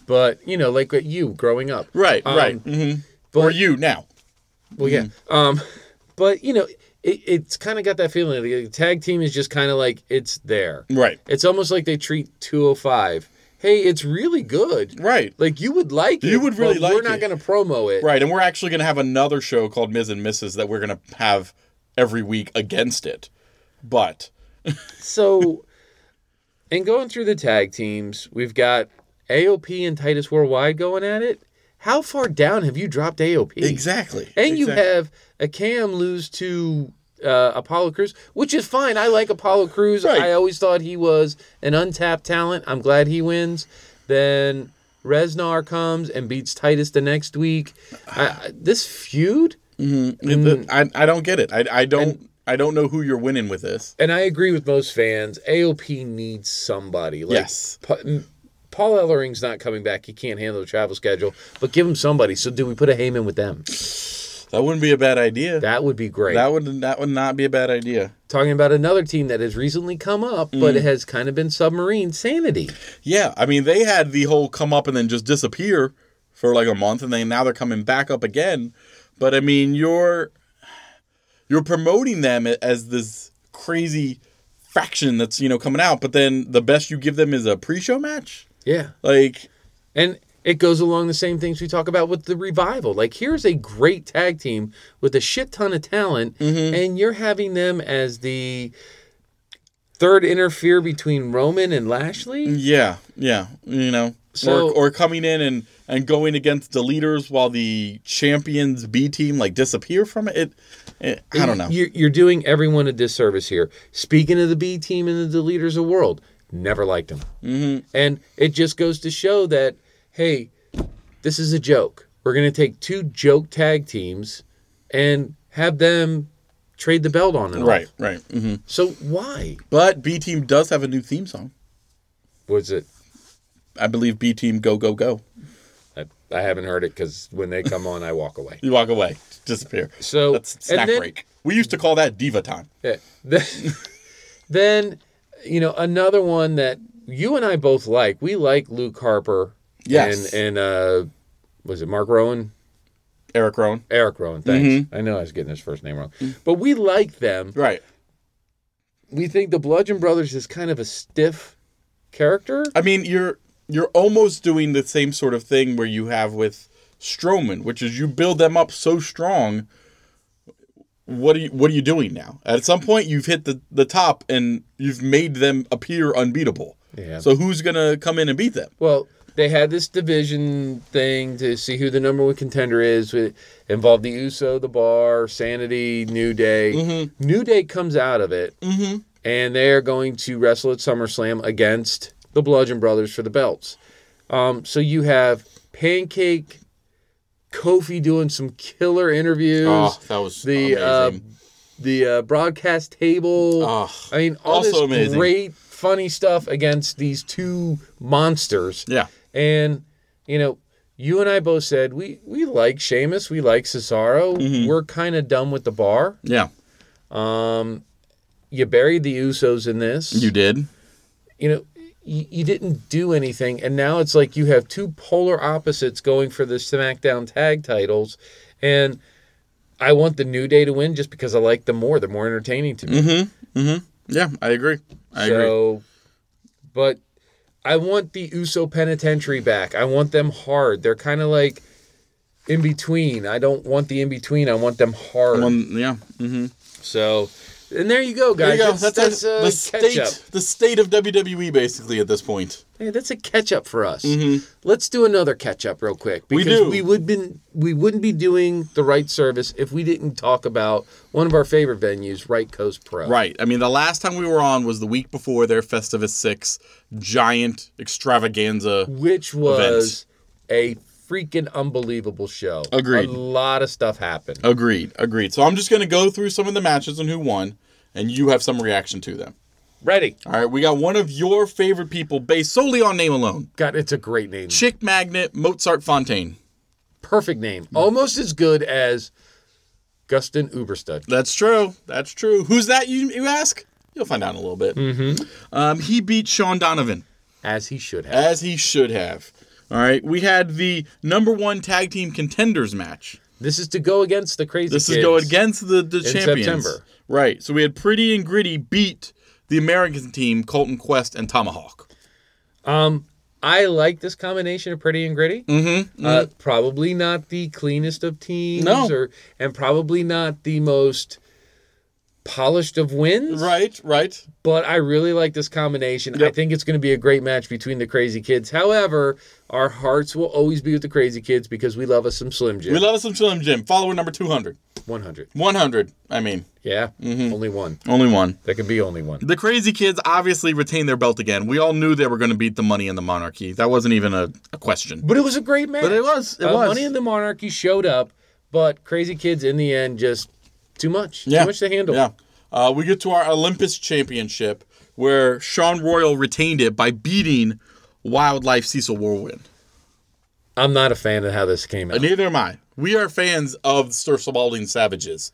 S2: But you know, like what you growing up.
S3: right,
S2: Um,
S3: right. hmm
S2: but-
S3: Or you now.
S2: Well, yeah.
S3: Mm-hmm.
S2: Um, but you know, it, it's kind of got that feeling. The tag team is just kind of like it's there.
S3: Right.
S2: It's almost like they treat 205. Hey, it's really good.
S3: Right.
S2: Like you would like it.
S3: You would really
S2: but
S3: like
S2: We're not
S3: it.
S2: going to promo it.
S3: Right. And we're actually going to have another show called Ms. and Mrs. that we're going to have every week against it. But
S2: So, and going through the tag teams, we've got AOP and Titus Worldwide going at it. How far down have you dropped AOP?
S3: exactly.
S2: And you
S3: Exactly.
S2: have a Cam lose to uh, Apollo Cruz, which is fine. I like Apollo Cruz.
S3: Right.
S2: I always thought he was an untapped talent. I'm glad he wins. Then Resnar comes and beats Titus the next week. I, I- this feud,
S3: It- the- I, I don't get it. I, I don't I don't know who you're winning with this.
S2: and I agree with most fans. AOP needs somebody. Like,
S3: Yes.
S2: Pa- m- Paul Ellering's not coming back. He can't handle the travel schedule, but give him somebody. So, do we put a Heyman with them?
S3: That wouldn't be a bad idea. That,
S2: That would be great.
S3: would that would not be a bad idea.
S2: talking about another team that has recently come up, but it has kind of been submarine sanity.
S3: Yeah, I mean they had the whole come up and then just disappear for like a month and then now they're coming back up again. But I mean you're you're promoting them as this crazy faction that's, you know, coming out, but then the best you give them is a pre-show match?
S2: Yeah.
S3: Like
S2: And it goes along the same things we talk about with the revival. Like, here's a great tag team with a shit ton of talent, and you're having them as the third interfere between Roman and Lashley.
S3: yeah, yeah, you know.
S2: So-
S3: or, or coming in and, and going against the leaders while the champions B team like disappear from it. It, it- I don't know.
S2: You're, you're doing everyone a disservice here. Speaking of the B team and the leaders of the world, never liked them. Mm-hmm. And it just goes to show that, hey, this is a joke. We're going to take two joke tag teams and have them trade the belt on and off.
S3: Right, right. hmm
S2: So why
S3: But B team does have a new theme song.
S2: was it?
S3: I believe B team go go go.
S2: I, I haven't heard it because when they come on, I walk away.
S3: You walk away, disappear.
S2: So
S3: That's snack
S2: and then-
S3: break. We used to call that diva time.
S2: Yeah. Then, then, you know, another one that you and I both like. We like Luke Harper.
S3: Yes.
S2: And, and uh, was it Mark Rowan?
S3: Eric Rowan.
S2: Eric Rowan. Thanks. I know I was getting his first name wrong, but we like them.
S3: Right.
S2: we think the Bludgeon Brothers is kind of a stiff character.
S3: I mean, you're you're almost doing the same sort of thing where you have with Strowman, which is you build them up so strong. What are you What are you doing now? At some point, you've hit the the top and you've made them appear unbeatable.
S2: Yeah.
S3: So who's gonna come in and beat them?
S2: Well, they had this division thing to see who the number one contender is. It involved the Uso, the Bar, Sanity, New Day. New Day comes out of it,
S3: Mm-hmm.
S2: and they're going to wrestle at SummerSlam against the Bludgeon Brothers for the belts. Um, so you have Pancake, Kofi doing some killer interviews,
S3: Oh, that was
S2: the uh, the uh, broadcast table.
S3: Oh,
S2: I mean, all
S3: also
S2: this
S3: amazing.
S2: great, funny stuff against these two monsters.
S3: yeah.
S2: And you know, you and I both said we we like Sheamus, we like Cesaro.
S3: Mm-hmm.
S2: We're kind of done with the bar. Um,
S3: Yeah.
S2: You buried the Usos in this.
S3: You did.
S2: you know, you, you didn't do anything, and now it's like you have two polar opposites going for the SmackDown tag titles, and I want the New Day to win just because I like them more. They're more entertaining to me.
S3: Mm-hmm, Yeah, I agree. Mm, I agree.
S2: so, but I want the Uso Penitentiary back. I want them hard. They're kind of like in between. I don't want the in between. I want them hard.
S3: One, yeah. Mm-hmm.
S2: so, and there you go,
S3: There
S2: guys.
S3: you go.
S2: That's,
S3: That's,
S2: that's,
S3: our-
S2: uh,
S3: the
S2: catch up.
S3: state, the state of WWE, basically at this point.
S2: Hey, that's a catch up for us. Let's do another catch up real quick because
S3: Mm-hmm. do.
S2: we would been we wouldn't be doing the right service if we didn't talk about one of our favorite venues, Right Coast Pro.
S3: Right. I mean, the last time we were on was the week before their Festivus Six giant extravaganza.
S2: which was a freaking unbelievable show.
S3: Agreed.
S2: A lot of stuff happened.
S3: Agreed. Agreed. So I'm just gonna go through some of the matches and who won, and you have some reaction to them.
S2: Ready?
S3: All right. We got one of your favorite people based solely on name alone.
S2: God, it's a great name.
S3: Chick Magnet Mozart Fontaine.
S2: Perfect name. Almost as good as Gustin Uberstedt.
S3: That's true. That's true. Who's that? You you ask. You'll find out in a little bit. Mm-hmm. Um, he beat Sean Donovan.
S2: As he should have.
S3: as he should have. All right, we had the number one tag team contenders match.
S2: This is to go against the crazy
S3: This
S2: Kids.
S3: is going against the, the champions.
S2: September.
S3: Right. So we had Pretty and Gritty beat the American team, Colton Quest and Tomahawk.
S2: Um, I like this combination of pretty and gritty. Mm-hmm, Uh, probably not the cleanest of teams,
S3: No.
S2: or and probably not the most polished of wins.
S3: Right, right.
S2: But I really like this combination. I think it's going to be a great match between the Crazy Kids. However, our hearts will always be with the Crazy Kids because we love us some Slim Jim.
S3: We love us some Slim Jim. Follower number 200.
S2: 100.
S3: 100. I mean,
S2: Yeah,
S3: Mm-hmm.
S2: only one.
S3: only one.
S2: That could be only one.
S3: The Crazy Kids obviously retained their belt again. We all knew they were going to beat the Money and the Monarchy. That wasn't even a, a question.
S2: But it was a great match.
S3: But it was. It
S2: Uh,
S3: was.
S2: Money in the Monarchy showed up, but Crazy Kids in the end just too much. Too much to handle.
S3: Yeah. Uh, we get to our Olympus Championship where Sean Royal retained it by beating Wildlife Cecil Warwind.
S2: I'm not a fan of how this came out.
S3: And neither am I. We are fans of Sir Spalding Savages,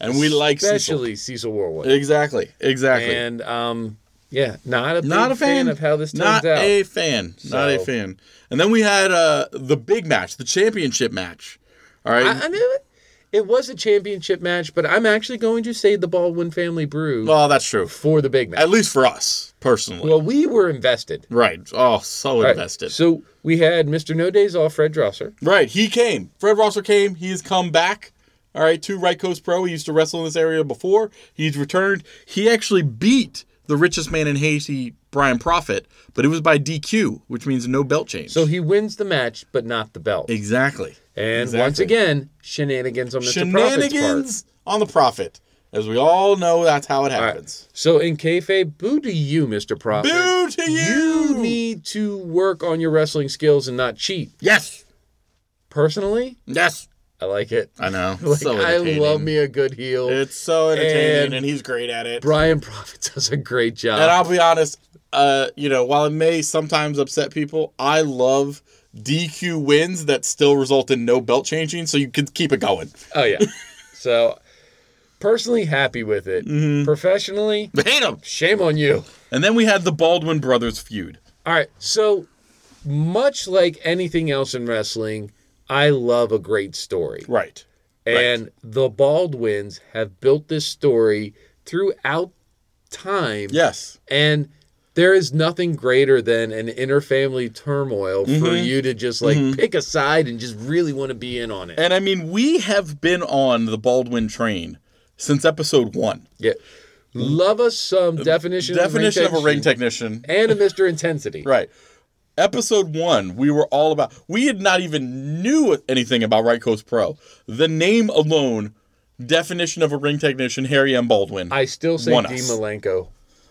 S3: and we like Cecil.
S2: especially Cecil Warwood.
S3: Exactly. Exactly.
S2: And um, yeah, not a big
S3: not a fan.
S2: of how this turns
S3: Not
S2: out.
S3: a fan. Not a
S2: So-
S3: fan. And then we had uh, the big match, the championship match. All right.
S2: I, I knew it. It was a championship match, but I'm actually going to say the Baldwin family brew
S3: well, that's true.
S2: for the big match.
S3: At least for us personally.
S2: well, we were invested.
S3: right. Oh, so
S2: All right,
S3: invested.
S2: So we had Mr. No Days Off, Fred Drosser.
S3: Right, he came. Fred Rosser came. He has come back. All right, to Right Coast Pro. He used to wrestle in this area before. He's returned. He actually beat the richest man in Haiti, Brian Profit, but it was by DQ, which means no belt change.
S2: So he wins the match, but not the belt.
S3: exactly
S2: and
S3: exactly.
S2: once again, shenanigans on Mr. Profit's part.
S3: shenanigans on the Profit, as we all know, that's how it happens.
S2: So in kayfabe, boo to you, Mr. Profit.
S3: Boo to you.
S2: You need to work on your wrestling skills and not cheat.
S3: yes,
S2: Personally,
S3: yes.
S2: I like it.
S3: I know.
S2: Like,
S3: so
S2: I
S3: entertaining.
S2: love me a good heel.
S3: It's so entertaining,
S2: And-
S3: and, he's great at it.
S2: Brian Profit does a great job.
S3: And I'll be honest, uh, you know, while it may sometimes upset people, I love DQ wins that still result in no belt changing, so you can keep it going.
S2: oh yeah. so personally happy with it.
S3: Mm-hmm.
S2: Professionally,
S3: Hate them.
S2: shame on you.
S3: And then we had the Baldwin brothers feud.
S2: All right. So much like anything else in wrestling, I love a great story.
S3: Right.
S2: And the Baldwins have built this story throughout time.
S3: Yes.
S2: And there is nothing greater than an interfamily turmoil for
S3: Mm-hmm.
S2: you to just like pick a side and just really want to be in on it.
S3: And I mean, we have been on the Baldwin train since episode one.
S2: yeah. Love us some definition
S3: Mm, Definition
S2: of,
S3: of a ring technician.
S2: and a Mr. Intensity.
S3: Right. Episode one, we were all about. We had not even knew anything about Right Coast Pro. The name alone, definition of a ring technician, Harry M. Baldwin.
S2: I still say
S3: Want
S2: D.
S3: us.
S2: Malenko.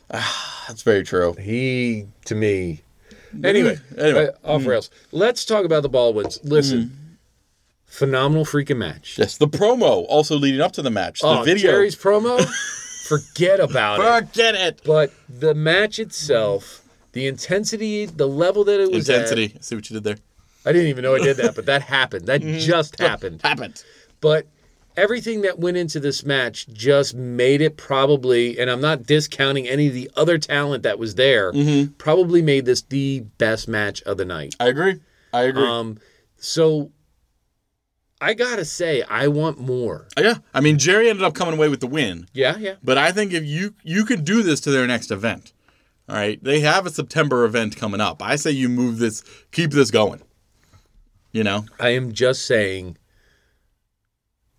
S3: That's very true.
S2: He to me. Anyway,
S3: anyway. Mm-hmm.
S2: uh, off rails. Let's talk about the Baldwins. Listen, phenomenal freaking match.
S3: Yes, the promo also leading up to the match.
S2: oh,
S3: the video.
S2: Jerry's promo. forget about it.
S3: Forget it.
S2: But the match itself, the intensity, the level that it was at-
S3: Intensity. See what you did there.
S2: I didn't even know I did that, but that happened. That
S3: Mm-hmm.
S2: just happened.
S3: Happened.
S2: But everything that went into this match just made it probably, and I'm not discounting any of the other talent that was there,
S3: Mm-hmm.
S2: probably made this the best match of the night.
S3: I agree. I agree.
S2: Um, so I gotta say, I want more.
S3: Uh, yeah. I mean, Jerry ended up coming away with the win.
S2: Yeah, yeah.
S3: But I think if you you could do this to their next event, all right, they have a September event coming up. I say you move this, keep this going. You know,
S2: I am just saying,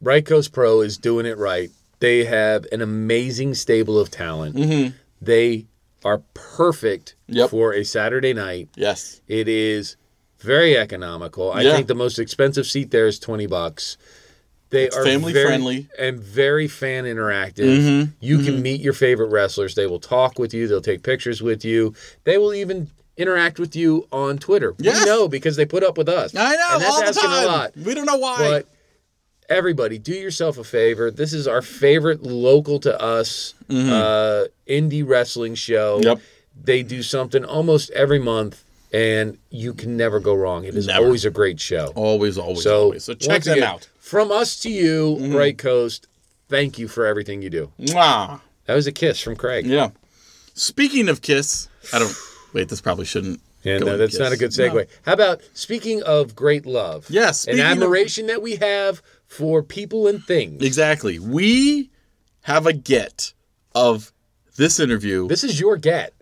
S2: Right Coast Pro is doing it right. They have an amazing stable of talent. They are perfect
S3: Yep.
S2: for a Saturday night.
S3: yes,
S2: It is very economical. I
S3: Yeah.
S2: think the most expensive seat there is twenty bucks. They are
S3: family
S2: very-
S3: friendly. Mm-hmm.
S2: and very fan interactive. You can meet your favorite wrestlers. They will talk with you. They'll take pictures with you. They will even interact with you on Twitter.
S3: Yes.
S2: We know because they put up with us.
S3: I know
S2: and that's
S3: all the
S2: asking
S3: time.
S2: a lot.
S3: We don't know why.
S2: But everybody, do yourself a favor. This is our favorite local to us uh, indie wrestling show.
S3: Mm-hmm. Yep.
S2: They do something almost every month, and you can never go wrong. It is
S3: Never.
S2: always a great show.
S3: always, always,
S2: so,
S3: always. So check
S2: once
S3: them
S2: again,
S3: out. Mm-hmm.
S2: From us to you, Right Coast, thank you for everything you do.
S3: Mwah.
S2: That was a kiss from Craig.
S3: Yeah. Speaking of Kiss, I don't. Wait, this probably shouldn't.
S2: Yeah,
S3: go
S2: no,
S3: in
S2: uh, that's
S3: Kiss.
S2: not a good segue.
S3: No.
S2: How about speaking of great love?
S3: Yeah,
S2: and
S3: speaking of-
S2: admiration that we have for people and things.
S3: Exactly. We have a get of this interview.
S2: This is your get.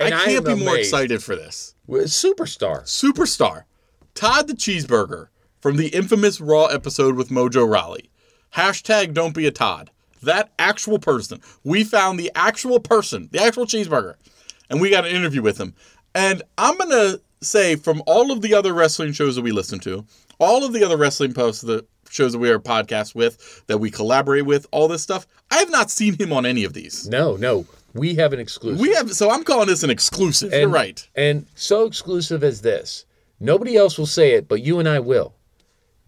S3: I
S2: And
S3: can't
S2: am
S3: be more
S2: amazed.
S3: excited for this.
S2: We're a Superstar.
S3: Superstar Todd the Cheeseburger from the infamous Raw episode with Mojo Raleigh. Hashtag don't be a Todd. That actual person. We found the actual person, the actual cheeseburger, and we got an interview with him. And I'm going to say from all of the other wrestling shows that we listen to, all of the other wrestling posts, the shows that we are podcast with, that we collaborate with, all this stuff, I have not seen him on any of these.
S2: No, no, we have an exclusive.
S3: We have, so I'm calling this an exclusive. You're
S2: And-
S3: right.
S2: And so exclusive as this, nobody else will say it, but you and I will.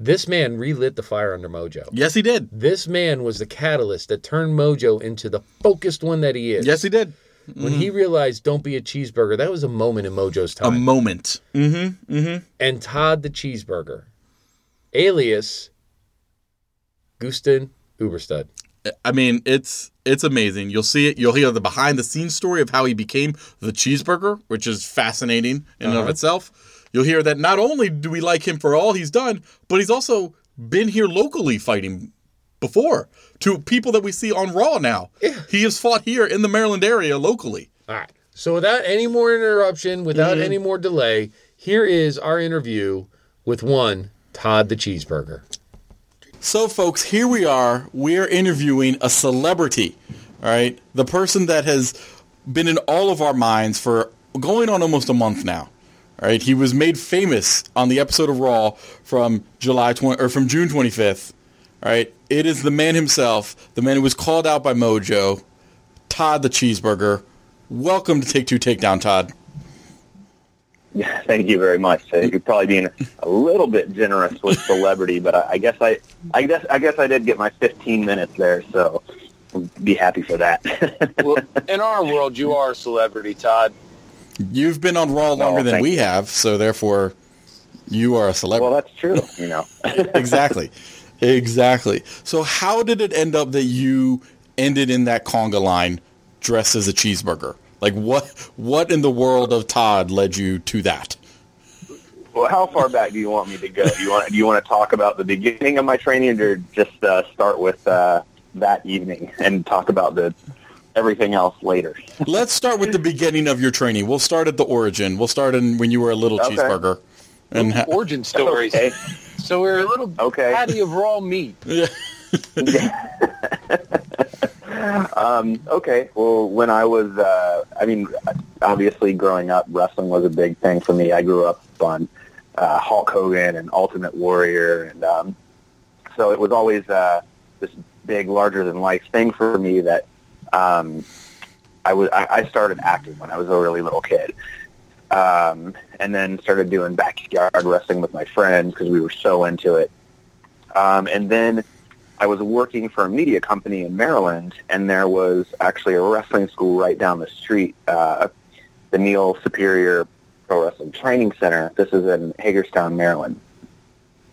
S2: This man relit the fire under Mojo.
S3: Yes, he did.
S2: This man was the catalyst that turned Mojo into the focused one that he is.
S3: Yes, he did.
S2: When
S3: Mm-hmm.
S2: he realized "Don't be a cheeseburger," that was a moment in Mojo's
S3: A
S2: time.
S3: moment.
S2: and Todd the Cheeseburger, alias Gustin Uberstead.
S3: I mean, it's it's amazing. You'll see it. You'll hear the behind the scenes story of how he became the cheeseburger, which is fascinating in and of itself. You'll hear that not only do we like him for all he's done, but he's also been here locally fighting before to people that we see on Raw now. He has fought here in the Maryland area locally.
S2: All right. So without any more interruption, without
S4: Mm-hmm.
S2: any more delay, here is our interview with one Todd the Cheeseburger.
S3: So, folks, here we are. We're interviewing a celebrity, all right? The person that has been in all of our minds for going on almost a month now, all right? He was made famous on the episode of Raw from July 20, or from June 25th, all right? It is the man himself, the man who was called out by Mojo, Todd the Cheeseburger. Welcome to Take Two Takedown, Todd.
S4: Yeah, thank you very much. Uh, You're probably being a little bit generous with celebrity, but I, I guess I, I guess I guess I did get my 15 minutes there, so be happy for that.
S5: well, in our world, you are a celebrity, Todd.
S3: You've been on Raw longer than
S4: Oh, thank
S3: we have, so therefore you are a celebrity.
S4: well, that's true. You know,
S3: exactly. Exactly. So how did it end up that you ended in that conga line dressed as a cheeseburger? Like what what in the world of Todd led you to that?
S4: well, how far back do you want me to go? Do you want do you want to talk about the beginning of my training, or just uh, start with uh, that evening and talk about the everything else later.
S3: Let's start with the beginning of your training. We'll start at the origin. We'll start in when you were a little
S4: Okay.
S3: cheeseburger. And ha-
S5: Origin stories.
S4: Okay.
S5: So we're a little
S4: Okay.
S5: patty of raw meat.
S3: yeah.
S4: Um, okay. Well, when I was, uh, I mean, obviously growing up, wrestling was a big thing for me. I grew up on uh, Hulk Hogan and Ultimate Warrior, and um, so it was always uh, this big, larger than life thing for me that um, I was. I, I started acting when I was a really little kid. Um, and then started doing backyard wrestling with my friends because we were so into it. Um, and then I was working for a media company in Maryland, and there was actually a wrestling school right down the street, uh, the Neil Superior Pro Wrestling Training Center. This is in Hagerstown, Maryland,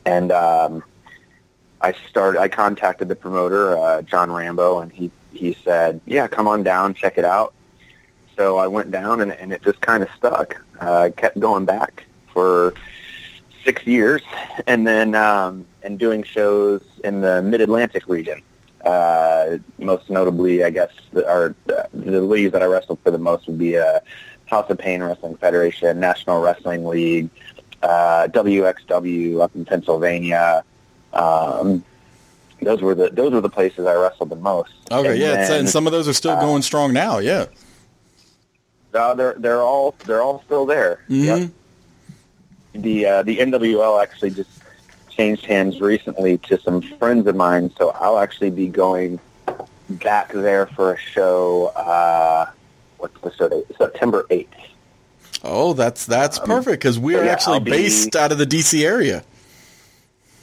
S4: and um, I started. I contacted the promoter, uh, John Rambo, and he he said, "Yeah, come on down, check it out." So I went down, and, and it just kind of stuck. Uh, I kept going back for six years, and then um, and doing shows in the Mid Atlantic region. Uh, most notably, I guess, the, our, the the leagues that I wrestled for the most would be uh, House of Pain Wrestling Federation, National Wrestling League, uh, WXW up in Pennsylvania. Um, those were the those were the places I wrestled the most.
S3: Okay.
S4: And uh,
S3: yeah. it's-
S4: then-
S3: and some of those are still going strong now. Yeah.
S4: No, they're they're all they're all still there. Yep. The uh, the NWL actually just changed hands recently to some friends of mine, so I'll actually be going back there for a show. Uh, what's the show date? September eighth.
S3: Oh, that's that's perfect because we are
S4: um, yeah,
S3: actually
S4: I'll be-
S3: based out of the DC area.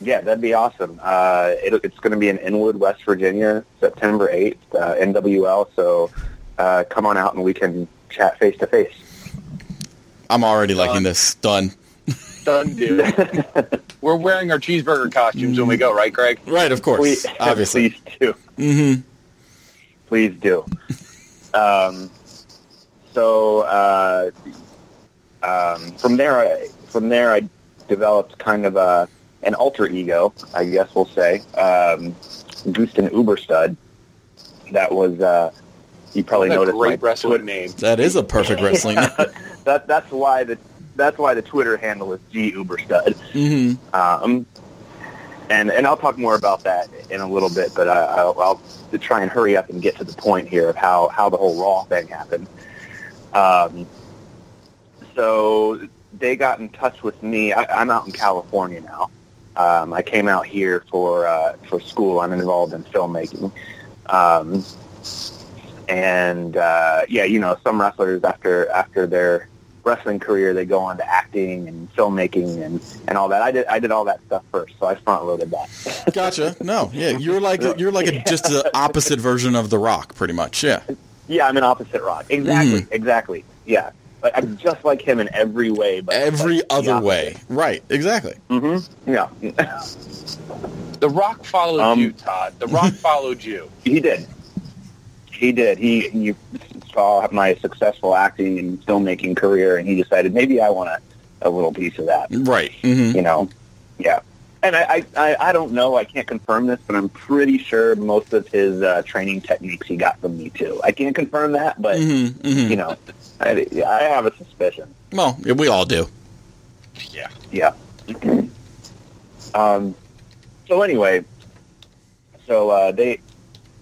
S4: Yeah, that'd be awesome. Uh, it, it's going to be in Inwood, West Virginia, September eighth, uh, NWL. So uh, come on out and we can chat face to face.
S3: I'm already liking
S4: Uh,
S3: this. Done.
S5: Done, dude. we're wearing our cheeseburger costumes when we go, right, Greg?
S3: Right. Of course.
S4: Please,
S3: obviously.
S4: please do. Mm-hmm. Please do. Um, so uh, um, from there, I, from there, I developed kind of a an alter ego, I guess we'll say, um, Gusten Uberstad. That was uh, you probably
S5: That's a
S4: noticed
S5: great
S4: my
S5: wrestling
S4: Twitter-
S5: name.
S3: That is a perfect wrestling.
S4: that that's why the that's why the Twitter handle is G Uberstud.
S3: hmm
S4: Um, and and I'll talk more about that in a little bit, but I, I'll, I'll try and hurry up and get to the point here of how how the whole Raw thing happened. Um, so they got in touch with me. I, I'm out in California now. Um, I came out here for uh, for school. I'm involved in filmmaking. Um, and uh, yeah, you know, some wrestlers after after their wrestling career, they go on to acting and filmmaking and, and all that. I did I did all that stuff first, so I front loaded that.
S3: Gotcha. No. Yeah. You're like you're like a, just the opposite version of The Rock, pretty much. Yeah.
S4: yeah, I'm an opposite rock. Exactly, exactly. Yeah, like I'm just like him in every way, but
S3: Every
S4: but
S3: other
S4: the
S3: way. Right. Exactly.
S4: opposite. Yeah,
S5: The Rock followed
S4: Um,
S5: you, Todd. The Rock followed you.
S4: he did. He did. He you saw my successful acting and filmmaking career, and he decided maybe I want a, a little piece of that.
S3: Right. hmm
S4: you know, yeah. And I, I, I- I don't know. I can't confirm this, but I'm pretty sure most of his uh, training techniques he got from me too. I can't confirm that, but
S3: hmm hmm
S4: you know, I, I have a suspicion.
S3: Well, yeah, we all do.
S5: Yeah.
S4: Yeah. um. So anyway, so uh, they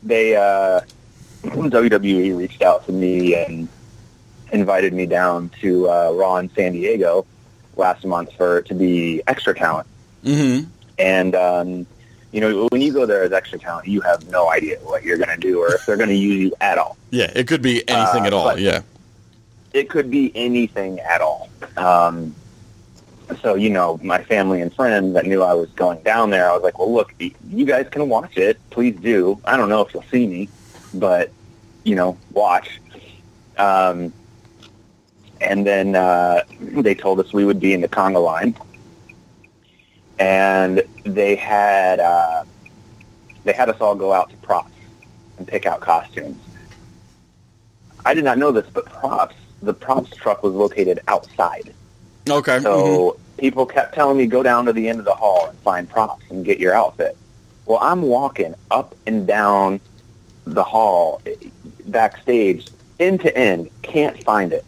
S4: they uh, WWE reached out to me and invited me down to uh, Raw in San Diego last month for to be extra talent.
S3: hmm
S4: And um, you know, when you go there as extra talent, you have no idea what you're going to do or if they're going to use you at all.
S3: Yeah, it could be anything
S4: Uh,
S3: at all.
S4: but-
S3: yeah.
S4: It could be anything at all. Um, so you know, my family and friends that knew I was going down there, I was like, "Well, look, y- you guys can watch it. Please do. I don't know if you'll see me, but you know, watch." Um, and then uh, they told us we would be in the conga line, and they had uh, they had us all go out to props and pick out costumes. I did not know this, but props the props truck was located outside,
S3: Okay. mhm.
S4: so people kept telling me go down to the end of the hall and find props and get your outfit. Well, I'm walking up and down the hall eh, backstage end to end. Can't find it.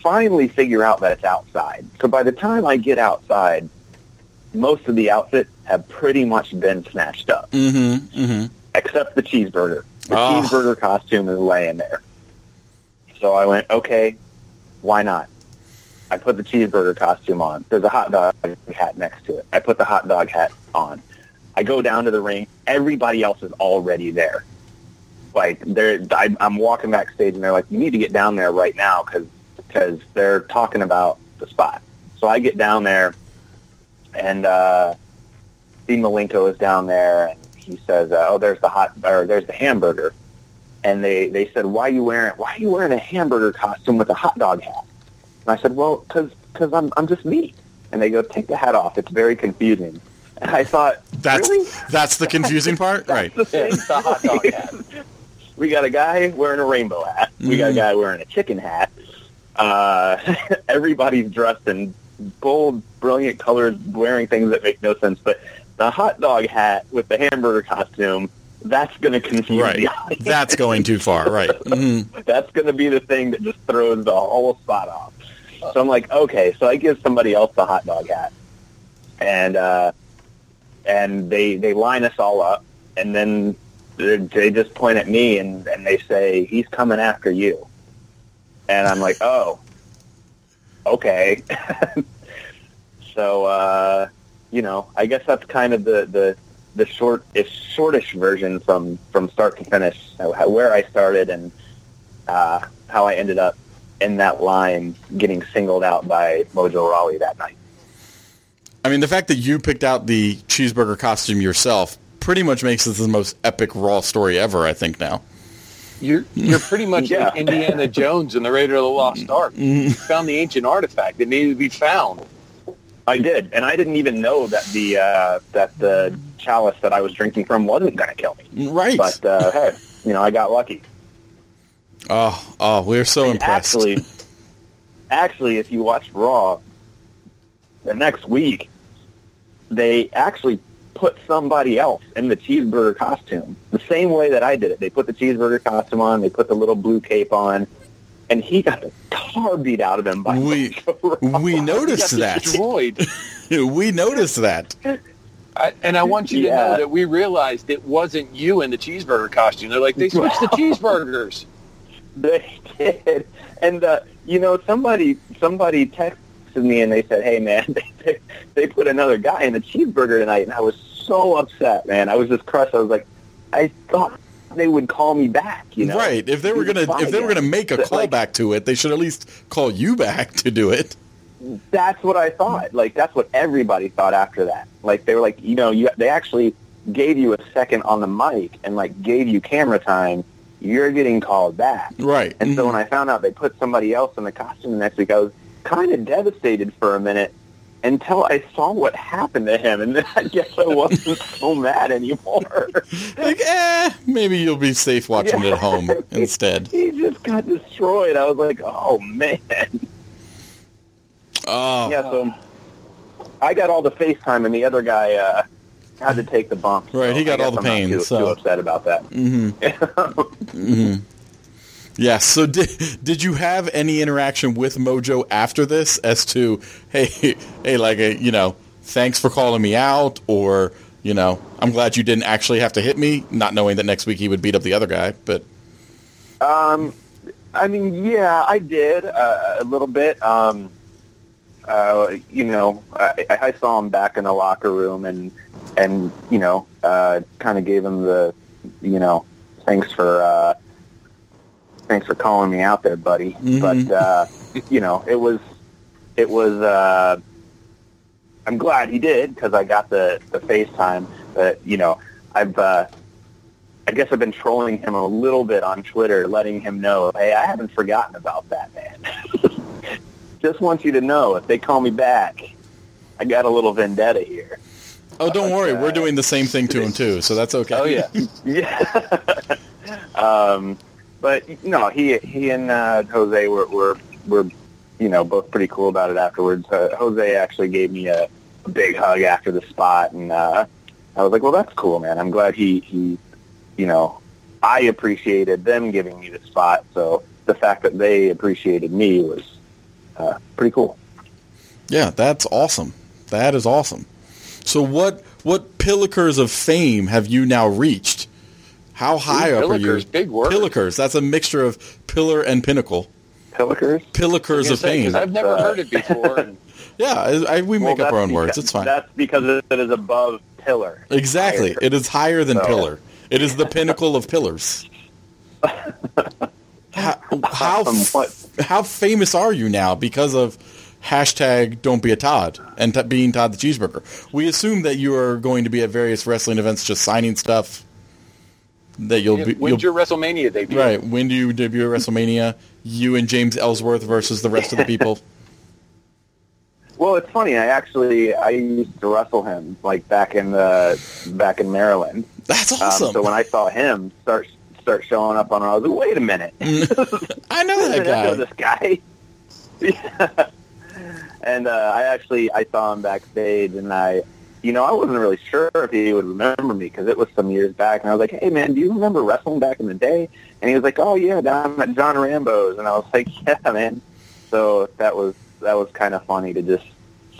S4: Finally figure out that it's outside. So by the time I get outside, most of the outfit have pretty much been snatched up,
S3: Mm-hmm. Mm-hmm.
S4: except the cheeseburger. The
S3: Oh.
S4: cheeseburger costume is laying there. So I went, okay, why not? I put the cheeseburger costume on. There's a hot dog hat next to it. I put the hot dog hat on. I go down to the ring. Everybody else is already there. Like they're, I, I'm walking backstage, and they're like, "You need to get down there right now because because they're talking about the spot." So I get down there, and uh, Dean Malenko is down there, and he says, uh, "Oh, there's the hot or there's the hamburger." And they they said, "Why you wearing Why are you wearing a hamburger costume with a hot dog hat?" And I said, "Well, because because I'm I'm just me." And they go, "Take the hat off. It's very confusing." And I thought,
S3: That's
S4: really?
S3: that's the confusing part, right?
S4: That's the thing.
S5: It's the hot dog hat.
S4: we got a guy wearing a rainbow hat. We got a
S3: Mm.
S4: guy wearing a chicken hat. Uh, everybody's dressed in bold, brilliant colors, wearing things that make no sense. But the hot dog hat with the hamburger costume, that's going to confuse
S3: Right.
S4: the audience.
S3: That's going too far, right? Mhm.
S4: That's going to be the thing that just throws the whole spot off. So I'm like, okay, so I give somebody else the hot dog hat, and uh, and they they line us all up, and then they- they just point at me and and they say he's coming after you, and I'm like, oh, okay. so uh, you know, I guess that's kind of the the the short, if shortish version from from start to finish, how- where I started and uh, how I ended up in that line getting singled out by Mojo Raleigh that night.
S3: I mean, the fact that you picked out the cheeseburger costume yourself pretty much makes this the most epic Raw story ever. I think now.
S5: You're you're pretty much
S4: Yeah.
S5: like Indiana Jones and the Raider of the Lost Ark. You found the ancient artifact that needed to be found.
S4: I did, and I didn't even know that the uh, that the chalice that I was drinking from wasn't going to kill me.
S3: Right.
S4: But uh, hey, you know, I got lucky.
S3: oh, oh, we're so
S4: And
S3: impressed.
S4: Actually, actually, if you watch Raw the next week, they actually put somebody else in the cheeseburger costume the same way that I did it. They put the cheeseburger costume on. They put the little blue cape on. And he got the tar beat out of him by
S3: we
S4: Mojo Rawley.
S3: we noticed that.
S5: Destroyed.
S3: We noticed that.
S5: I, and I want you to
S4: Yeah.
S5: know that we realized it wasn't you in the cheeseburger costume. They're like, they switched the cheeseburgers.
S4: They did. And uh, you know, somebody somebody texted me and they said, "Hey man, they they, they put another guy in the cheeseburger tonight." And I was so upset, man. I was just crushed. I was like, I thought they would call me back, you know.
S3: right. If they were
S4: He was
S3: gonna if they
S4: fine.
S3: were gonna make a
S4: But,
S3: call
S4: like,
S3: back to it, they should at least call you back to do it.
S4: that's what I thought. Like that's what everybody thought after that. Like they were like, you know, you they actually gave you a second on the mic and like gave you camera time. You're getting called back.
S3: Right.
S4: And so when I found out they put somebody else in the costume the next week, I was kind of devastated for a minute until I saw what happened to him, and then I guess I wasn't so mad anymore.
S3: like, eh, maybe you'll be safe watching it at home instead.
S4: he just got destroyed. I was like, oh man.
S3: Oh,
S4: Yeah, so I got all the FaceTime, and the other guy uh, had to take the bump. so
S3: Right, he got
S4: I guess
S3: all the
S4: I'm not
S3: pain,
S4: Too,
S3: so-
S4: too upset about that.
S3: yeah. So did did you have any interaction with Mojo after this as to hey hey like a, you know thanks for calling me out or you know I'm glad you didn't actually have to hit me not knowing that next week he would beat up the other guy but
S4: I mean, yeah, I did uh, a little bit. Um, uh, you know, I, I saw him back in the locker room, and and you know, uh, kind of gave him the, you know, thanks for uh, thanks for calling me out there, buddy.
S3: Mhm.
S4: But uh, you know, it was it was. Uh, I'm glad he did because I got the the FaceTime. But you know, I've uh, I guess I've been trolling him a little bit on Twitter, letting him know, hey, I haven't forgotten about that, man. Just want you to know, if they call me back, I got a little vendetta here.
S3: oh don't worry we're
S4: Okay.
S3: doing the same thing to him too so that's okay
S5: Oh, yeah.
S4: Yeah. um, but no, he he and uh, Jose were, were were you know both pretty cool about it afterwards. Uh, Jose actually gave me a, a big hug after the spot, and uh, I was like, well, that's cool, man. I'm glad he he you know I appreciated them giving me the spot, so the fact that they appreciated me was uh, pretty cool.
S3: Yeah, that's awesome. That is awesome. So what what pillikers of fame have you now reached? How high up are you?
S5: pillikers, big word.
S3: Pillikers. That's a mixture of pillar and pinnacle.
S4: Pillikers.
S3: Pillikers of fame.
S5: because I've never heard it before. and
S3: yeah, I, I, we
S4: Well,
S3: make up our
S4: that's
S3: own words.
S4: beca-
S3: It's fine.
S4: That's because it it is above pillar.
S3: Exactly.
S4: Higher.
S3: It is higher than
S4: So-
S3: pillar. It is the pinnacle of pillars. how how,
S4: From what?
S3: how famous are you now because of hashtag don't be a Todd and t- being Todd the Cheeseburger? We assume that you are going to be at various wrestling events just signing stuff that you'll be. You'll,
S5: When's your WrestleMania debut?
S3: right. When do you debut at WrestleMania? You and James Ellsworth versus the rest of the people.
S4: Well, it's funny. I actually I used to wrestle him like back in the back in Maryland.
S3: That's awesome.
S4: Um, so when I saw him start start showing up on, it, I was like, wait a minute,
S3: I know
S4: Wait a
S3: that
S4: minute, I know
S3: guy.
S4: this guy. Yeah. and uh, I actually I saw him backstage, and I, you know, I wasn't really sure if he would remember me because it was some years back, and I was like, hey man, do you remember wrestling back in the day? And he was like, oh yeah, down at John Rambo's, and I was like, yeah man. So that was that was kind of funny to just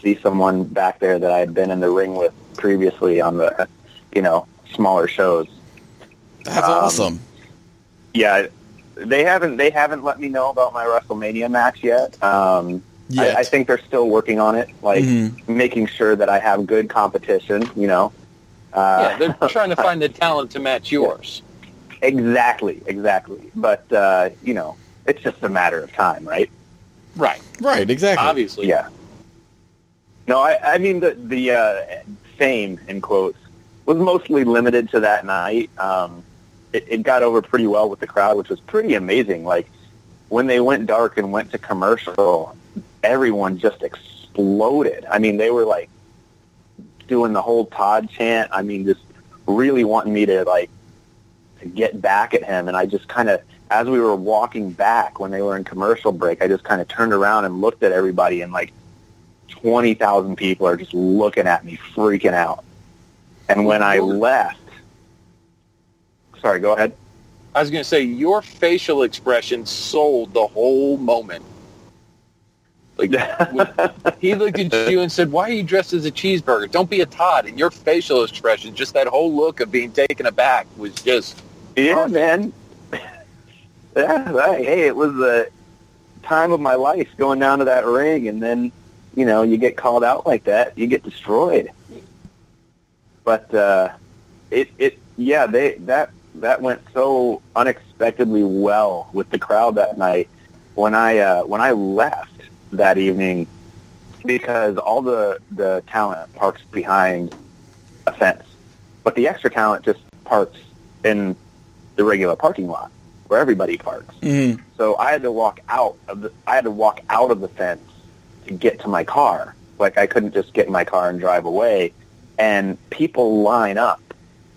S4: see someone back there that I had been in the ring with previously on the, you know, smaller shows
S3: That's
S4: um,
S3: awesome.
S4: yeah, they haven't they haven't let me know about my WrestleMania match yet. Um,
S3: Yet.
S4: I, I think they're still working on it, like
S3: Mhm.
S4: making sure that I have good competition. You know,
S5: Yeah,
S4: uh,
S5: they're trying to find the talent to match yours.
S4: exactly, exactly. But uh, you know, it's just a matter of time, right?
S5: Right.
S3: Right. Exactly.
S5: Obviously.
S4: Yeah. No, I, I mean the the uh, fame in quotes was mostly limited to that night. Um, it, it got over pretty well with the crowd, which was pretty amazing. Like when they went dark and went to commercial, everyone just exploded. I mean, they were like doing the whole Todd chant. I mean, just really wanting me to like to get back at him. And I just kind of, as we were walking back when they were in commercial break, I just kind of turned around and looked at everybody, and like twenty thousand people are just looking at me, freaking out. And when I left, sorry, go ahead.
S5: I was going to say your facial expression sold the whole moment. Like when he looked at you and said, "Why are you dressed as a cheeseburger? Don't be a Todd." And your facial expression, just that whole look of being taken aback, was just
S4: Yeah, man. yeah, right. Hey, it was the time of my life going down to that ring, and then you know you get called out like that, you get destroyed. But uh, it it yeah they that that went so unexpectedly well with the crowd that night when I uh, when I left that evening because all the the talent parks behind a fence, but the extra talent just parks in the regular parking lot where everybody parks.
S3: Mhm.
S4: So I had to walk out of the I had to walk out of the fence to get to my car. Like I couldn't just get in my car and drive away. And people line up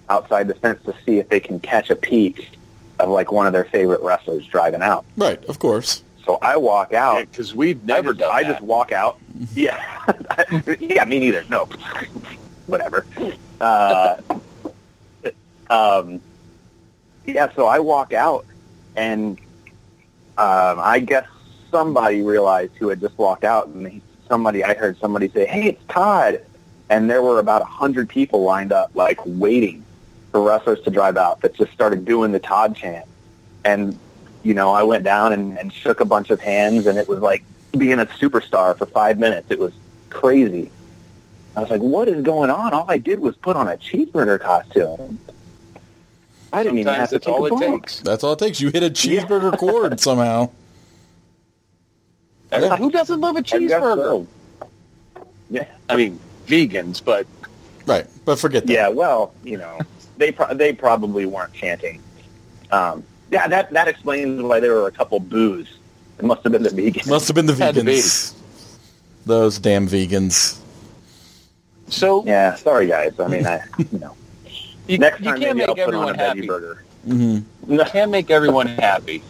S4: outside the fence to see if they can catch a peek of like one of their favorite wrestlers driving out.
S3: Right. Of course.
S4: So I walk out
S5: because we've never
S4: Oh. I just,
S5: done
S4: I
S5: that.
S4: just walk out. Yeah, yeah, me neither. No, whatever. Uh, um, yeah, so I walk out, and um, I guess somebody realized who had just walked out, and he- somebody I heard somebody say, "Hey, it's Todd," and there were about a hundred people lined up, like waiting for wrestlers to drive out. That just started doing the Todd chant, and you know, I went down and, and shook a bunch of hands, and it was like being a superstar for five minutes. It was crazy. I was like, what is going on? All I did was put on a cheeseburger costume. I didn't even
S5: Sometimes
S4: have to
S5: that's
S4: take
S5: all
S4: a
S5: it
S4: break.
S5: takes.
S3: That's all it takes. You hit a cheeseburger chord somehow. Yeah.
S5: Who doesn't love a
S4: I guess
S5: cheeseburger?
S4: so. Yeah.
S5: I mean, vegans, but
S3: Right. But forget that.
S4: Yeah, well, you know, they pro- they probably weren't chanting. Um, yeah, that that explains why there were a couple boos. It must have been the vegans.
S3: Must have been the
S5: Had to be.
S3: vegans. Those damn vegans.
S5: so
S4: yeah, sorry guys. I mean, I you know,
S5: you,
S4: next
S5: you
S4: time
S5: can't
S4: maybe
S5: make
S4: I'll put on a
S5: everyone
S4: veggie
S5: happy.
S4: burger.
S3: hmm
S5: You can't make everyone happy.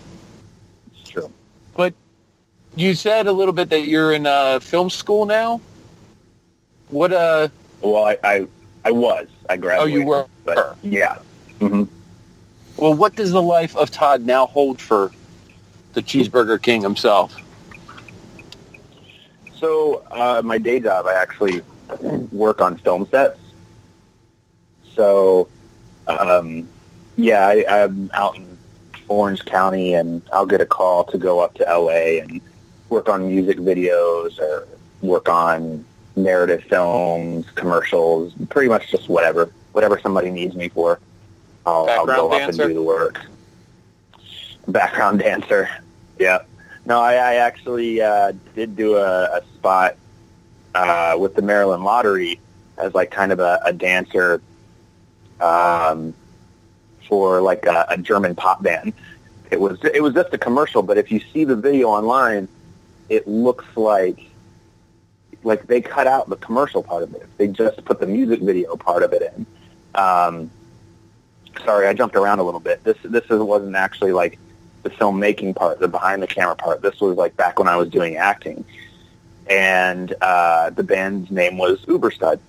S4: It's true.
S5: But you said a little bit that you're in uh, film school now. What? Uh,
S4: Well, I I, I was. I
S5: oh,
S4: graduated.
S5: you were.
S4: But, yeah. hmm
S5: Well, well, what does the life of Todd now hold for the Cheeseburger King himself?
S4: So uh, my day job, I actually work on film sets. So, um, yeah, I, I'm out in Orange County, and I'll get a call to go up to LA and work on music videos or work on narrative films, commercials, pretty much just whatever, whatever somebody needs me for. I'll, I'll go
S5: Background
S4: up and
S5: dancer?
S4: do the work. Background dancer. Yeah. No, I, I actually uh, did do a, a spot uh, with the Maryland Lottery as like kind of a, a dancer um, for like a, a German pop band. It was it was just a commercial, but if you see the video online, it looks like like they cut out the commercial part of it. They just put the music video part of it in. Um, sorry, I jumped around a little bit. This this is, wasn't actually like the filmmaking part, the behind the camera part. This was like back when I was doing acting, and uh, the band's name was Uberstud.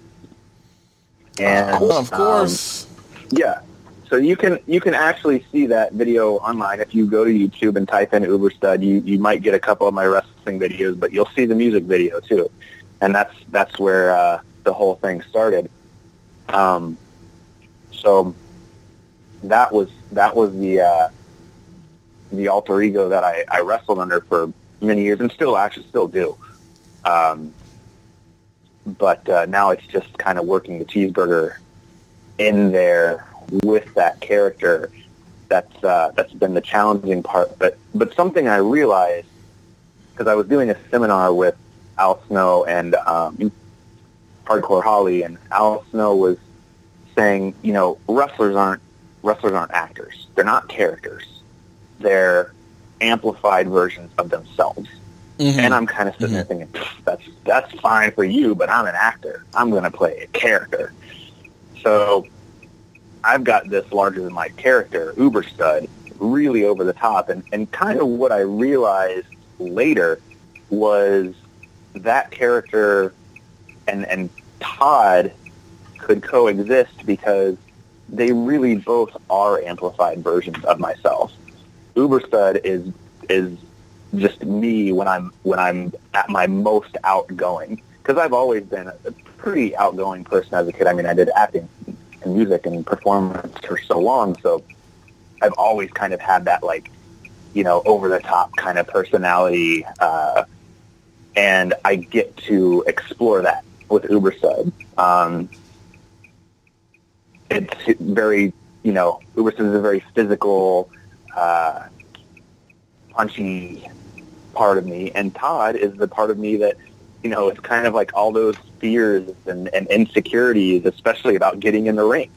S4: And
S3: Oh, of
S4: um,
S3: course.
S4: yeah. So you can you can actually see that video online if you go to YouTube and type in Uber Stud. You you might get a couple of my wrestling videos, but you'll see the music video too, and that's that's where uh, the whole thing started. Um, so that was that was the uh, the alter ego that I, I wrestled under for many years and still actually still do. Um, but uh, now it's just kind of working the cheeseburger in there with that character. That's uh, that's been the challenging part. But but something I realized because I was doing a seminar with Al Snow and um, Hardcore Holly, and Al Snow was saying, you know, wrestlers aren't wrestlers aren't actors. They're not characters. They're amplified versions of themselves.
S3: Mhm.
S4: And I'm kind of sitting there thinking, "Pfft, that's that's fine for you, but I'm an actor. I'm going to play a character. So I've got this larger than life character, uber stud, really over the top. And, and kind of what I realized later was that character and, and Todd could coexist because they really both are amplified versions of myself. Uberstud is is just me when I'm when I'm at my most outgoing because I've always been a pretty outgoing person as a kid. I mean, I did acting and music and performance for so long, so I've always kind of had that like you know over the top kind of personality, uh, and I get to explore that with Uberstud. Um, it's very you know Uberstud is a very physical. Uh, punchy part of me, and Todd is the part of me that, you know, it's kind of like all those fears and, and insecurities, especially about getting in the ring.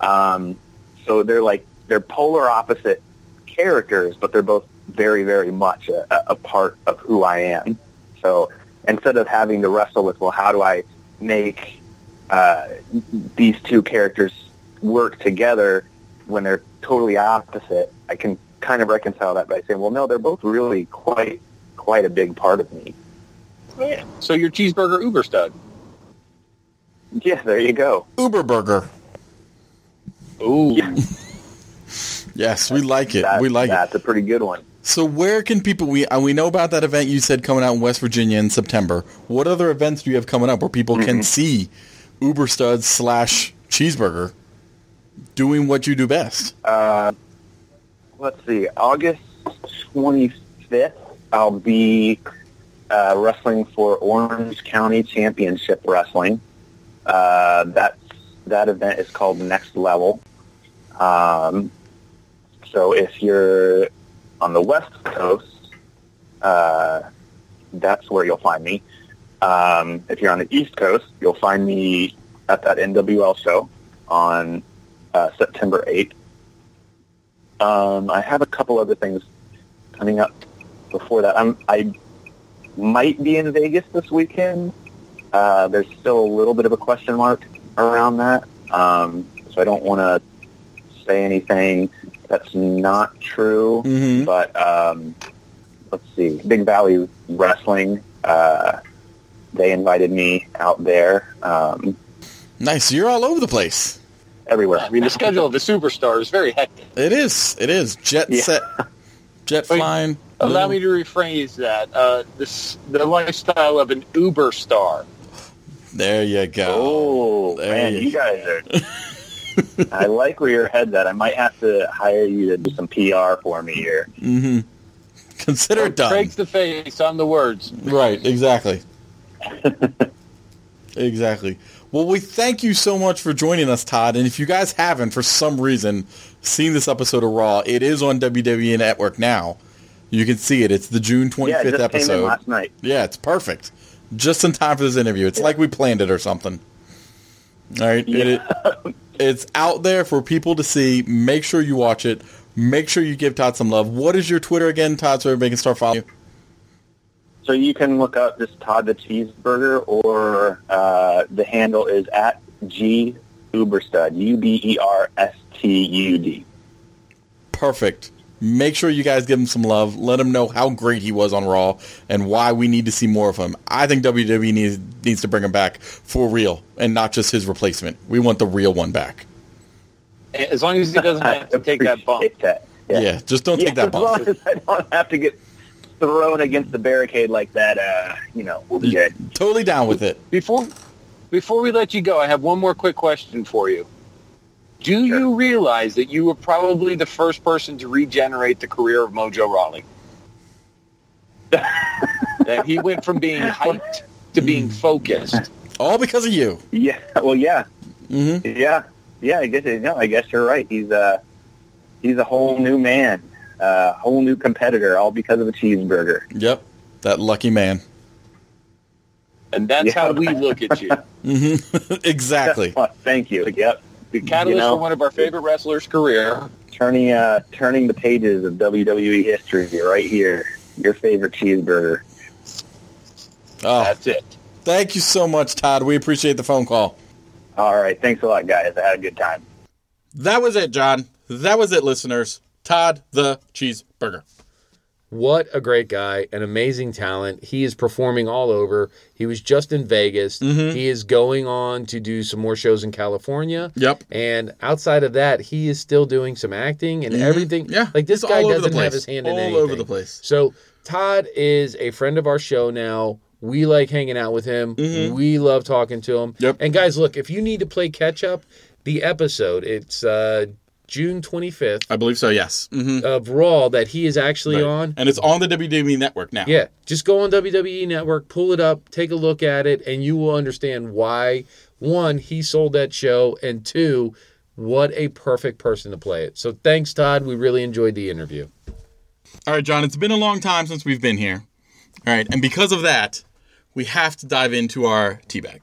S4: Um, so they're like they're polar opposite characters, but they're both very, very much a, a- a part of who I am. So instead of having to wrestle with, well, how do I make uh, these two characters work together when they're totally opposite, I can kind of reconcile that by saying, well, no, they're both really quite quite a big part of me.
S5: So your cheeseburger Uber stud.
S4: Yeah, there you go.
S3: Uber burger.
S5: Ooh.
S3: Yes, we like it.
S4: That-
S3: we like it.
S4: that's a pretty good one.
S3: So where can people we uh, we know about that event you said coming out in West Virginia in September? What other events do you have coming up where people can see Uber Stud slash Cheeseburger doing what you do best?
S4: Uh, Let's see, August twenty fifth, I'll be uh, wrestling for Orange County Championship Wrestling. Uh, that that event is called Next Level. Um, so if you're on the West Coast, uh, that's where you'll find me. Um, if you're on the East Coast, you'll find me at that NWL show on uh, September 8th. Um, I have a couple other things coming up before that. I'm, I might be in Vegas this weekend. Uh, there's still a little bit of a question mark around that, um, so I don't want to say anything that's not true.
S3: Mhm.
S4: But um, let's see, Big Valley Wrestling. Uh, they invited me out there. Um,
S3: Nice. You're all over the place.
S4: everywhere.
S5: I mean, the schedule of the superstar is very hectic.
S3: It is. It is. Jet
S4: Yeah.
S3: set. Jet
S5: Wait,
S3: flying.
S4: Mm-hmm.
S5: Allow me to rephrase that. Uh, this the lifestyle of an Uber star.
S3: There you go.
S4: Oh
S3: There
S4: man,
S3: you
S4: you guys are. I like where your head's at. I might have to hire you to do some PR for me here.
S3: hmm
S4: Oh,
S3: Consider it done.
S5: Craig's the face. I'm the words.
S3: Right, exactly. exactly. Well, we thank you so much for joining us, Todd. And if you guys haven't, for some reason, seen this episode of Raw, it is on WWE Network now. You can see it. It's the June 25th
S4: yeah, it just came
S3: episode.
S4: in last night.
S3: yeah, it's perfect. Just in time for this interview. It's like we planned it or something. All right. It, it's out there for people to see. Make sure you watch it. Make sure you give Todd some love. What is your Twitter again, Todd, so everybody can start following you?
S4: So you can look up this Todd the Cheeseburger, or uh, the handle is at G Uberstud. U B E R S T U D.
S3: perfect. Make sure you guys give him some love. Let him know how great he was on Raw and why we need to see more of him. I think WWE needs, needs to bring him back for real and not just his replacement. We want the real one back.
S5: As long as he doesn't have to take that bump.
S4: Appreciate that.
S3: Yeah, just don't
S4: Yeah,
S3: take that
S4: as
S3: bump.
S4: long as I don't have to get thrown against the barricade like that, uh, you know, we'll be good.
S3: Totally down with it.
S5: Before before we let you go, I have one more quick question for you. Do
S4: Sure.
S5: you realize that you were probably the first person to regenerate the career of Mojo Rawley? that he went from being hyped to being
S4: Mm.
S5: focused.
S3: All because of you.
S4: Yeah. Well, yeah.
S3: hmm
S4: Yeah, yeah. I guess no. I guess you're right. He's a he's a whole new man, a whole new competitor, all because of a cheeseburger.
S3: Yep. That lucky man.
S5: And that's
S4: Yeah.
S5: how we look at you.
S3: hmm exactly.
S4: Well, thank you. Yep.
S5: The catalyst
S4: You know.
S5: for one of our favorite wrestlers' career.
S4: Turning uh, turning the pages of WWE history right here. Your favorite cheeseburger.
S3: Oh,
S5: That's it.
S3: thank you so much, Todd. We appreciate the phone call.
S4: All right. Thanks a lot, guys. I had a good time.
S3: That was it, John. That was it, listeners. Todd the cheeseburger.
S2: What a great guy, an amazing talent. He is performing all over. He was just in Vegas.
S3: Mm-hmm.
S2: He is going on to do some more shows in California.
S3: Yep.
S2: And outside of that, he is still doing some acting and everything.
S3: Mm-hmm. Yeah,
S2: Like this
S3: it's
S2: guy
S3: all over the
S2: doesn't have
S3: place.
S2: his hand in
S3: All
S2: anything.
S3: over the place.
S2: So Todd is a friend of our show now. We like hanging out with him. We love talking to him.
S3: Mm-hmm. Yep.
S2: And guys, look, if you need to play catch up, the episode, it's uh June 25th
S3: I believe so, yes. Mm-hmm.
S2: of Raw that he is actually on.
S3: And it's on the WWE network now.
S2: Yeah, just go on WWE Network, pull it up, take a look at it, and you will understand why one he sold that show, and two, what a perfect person to play it. So thanks, Todd. We really enjoyed the interview.
S3: All right, John, it's been a long time since we've been here. All right, and because of that, we have to dive into our teabag.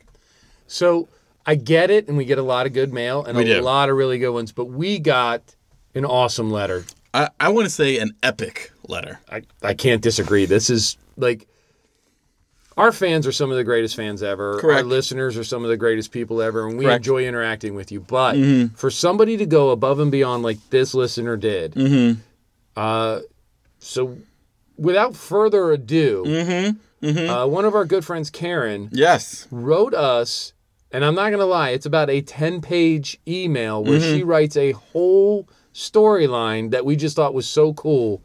S2: So I get it, and we get a lot of good mail and
S3: We
S2: a
S3: do.
S2: lot of really good ones, but we got an awesome letter.
S3: I, I want to say an epic letter.
S2: I, I can't disagree. This is like our fans are some of the greatest fans ever. Our
S3: Correct.
S2: listeners are some of the greatest people ever, and we
S3: Correct. Mm-hmm.
S2: enjoy interacting with you. But for somebody to go above and beyond like this listener did, uh,
S3: Mm-hmm.
S2: so without further ado,
S3: Mm-hmm.
S2: Uh, one of our good friends, Karen,
S3: Yes.
S2: wrote us, and I'm not going to lie, it's about a 10 page email where she writes a whole storyline that we just thought was so cool.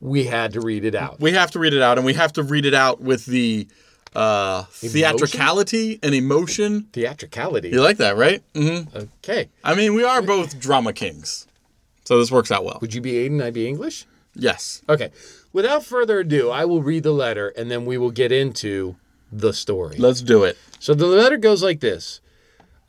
S2: We had to read it out.
S3: We have to read it out, and we have to read it out with the uh, theatricality and emotion.
S2: Theatricality.
S3: You like that, right? hmm
S2: Okay.
S3: I mean, we are both drama kings, so this works out well.
S2: Would you be Aiden? I'd be English?
S3: Yes.
S2: Okay. Without further ado, I will read the letter and then we will get into the story.
S3: Let's do it.
S2: So the letter goes like this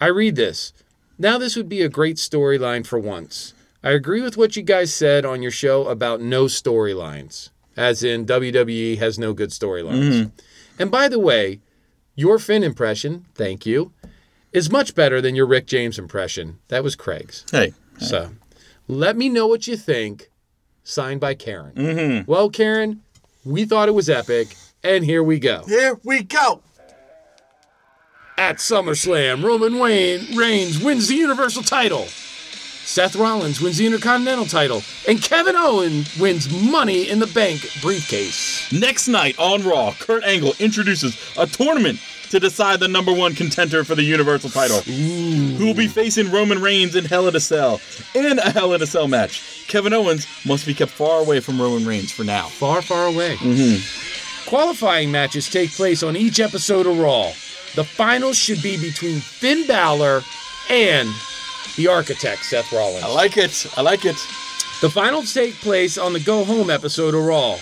S2: I read this. Now, this would be a great storyline for once. I agree with what you guys said on your show about no storylines, as in WWE has no good storylines. And by the way, your Finn impression, thank you, is much better than your Rick James impression. That was Craig's.
S3: Hey.
S2: So let me know what you think. Signed by Karen.
S3: Mm-hmm.
S2: Well, Karen, we thought it was epic, and here we go.
S3: Here we go.
S2: At SummerSlam, Roman Wayne Reigns wins the Universal title. Seth Rollins wins the Intercontinental title. And Kevin Owen wins Money in the Bank briefcase.
S3: Next night on Raw, Kurt Angle introduces a tournament to decide the number one contender for the Universal title, who will be facing Roman Reigns in Hell in a Cell in a Hell in a Cell match. Kevin Owens must be kept far away from Roman Reigns for now.
S2: Far, far away.
S3: Mm-hmm.
S2: Qualifying matches take place on each episode of Raw. The finals should be between Finn Balor and the architect, Seth Rollins.
S3: I like it. I like it.
S2: The finals take place on the Go Home episode of Raw.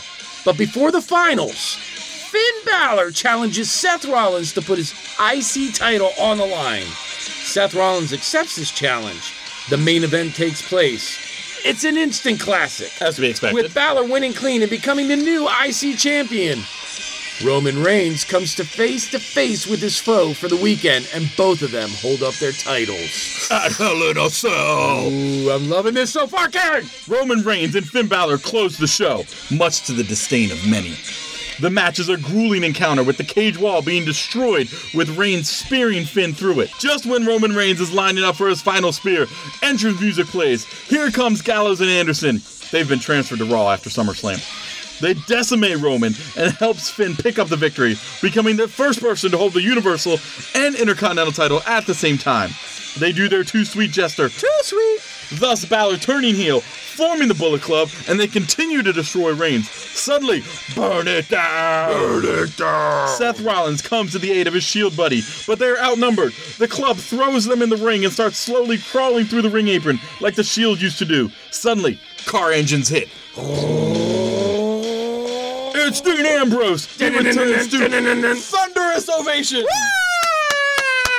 S2: But before the finals, Finn Balor challenges Seth Rollins to put his IC title on the line. Seth Rollins accepts his challenge. The main event takes place. It's an instant classic,
S3: As we expected.
S2: with Balor winning clean and becoming the new IC champion. Roman Reigns comes to face to face with his foe for the weekend, and both of them hold up their titles.
S3: At Hell in a Cell.
S2: Ooh, I'm loving this so far, Karen!
S3: Roman Reigns and Finn Balor close the show, much to the disdain of many. The match is a grueling encounter with the cage wall being destroyed, with Reigns spearing Finn through it. Just when Roman Reigns is lining up for his final spear, entrance music plays. Here comes Gallows and Anderson. They've been transferred to Raw after SummerSlam. They decimate Roman and helps Finn pick up the victory, becoming the first person to hold the Universal and Intercontinental title at the same time. They do their too sweet jester,
S2: Too sweet!
S3: Thus, Balor turning heel, forming the Bullet Club, and they continue to destroy Reigns. Suddenly, burn it down! Burn it down! Seth Rollins comes to the aid of his shield buddy, but they are outnumbered. The club throws them in the ring and starts slowly crawling through the ring apron like the shield used to do. Suddenly, car engines hit. It's Dean Ambrose! He returns to thunderous ovation!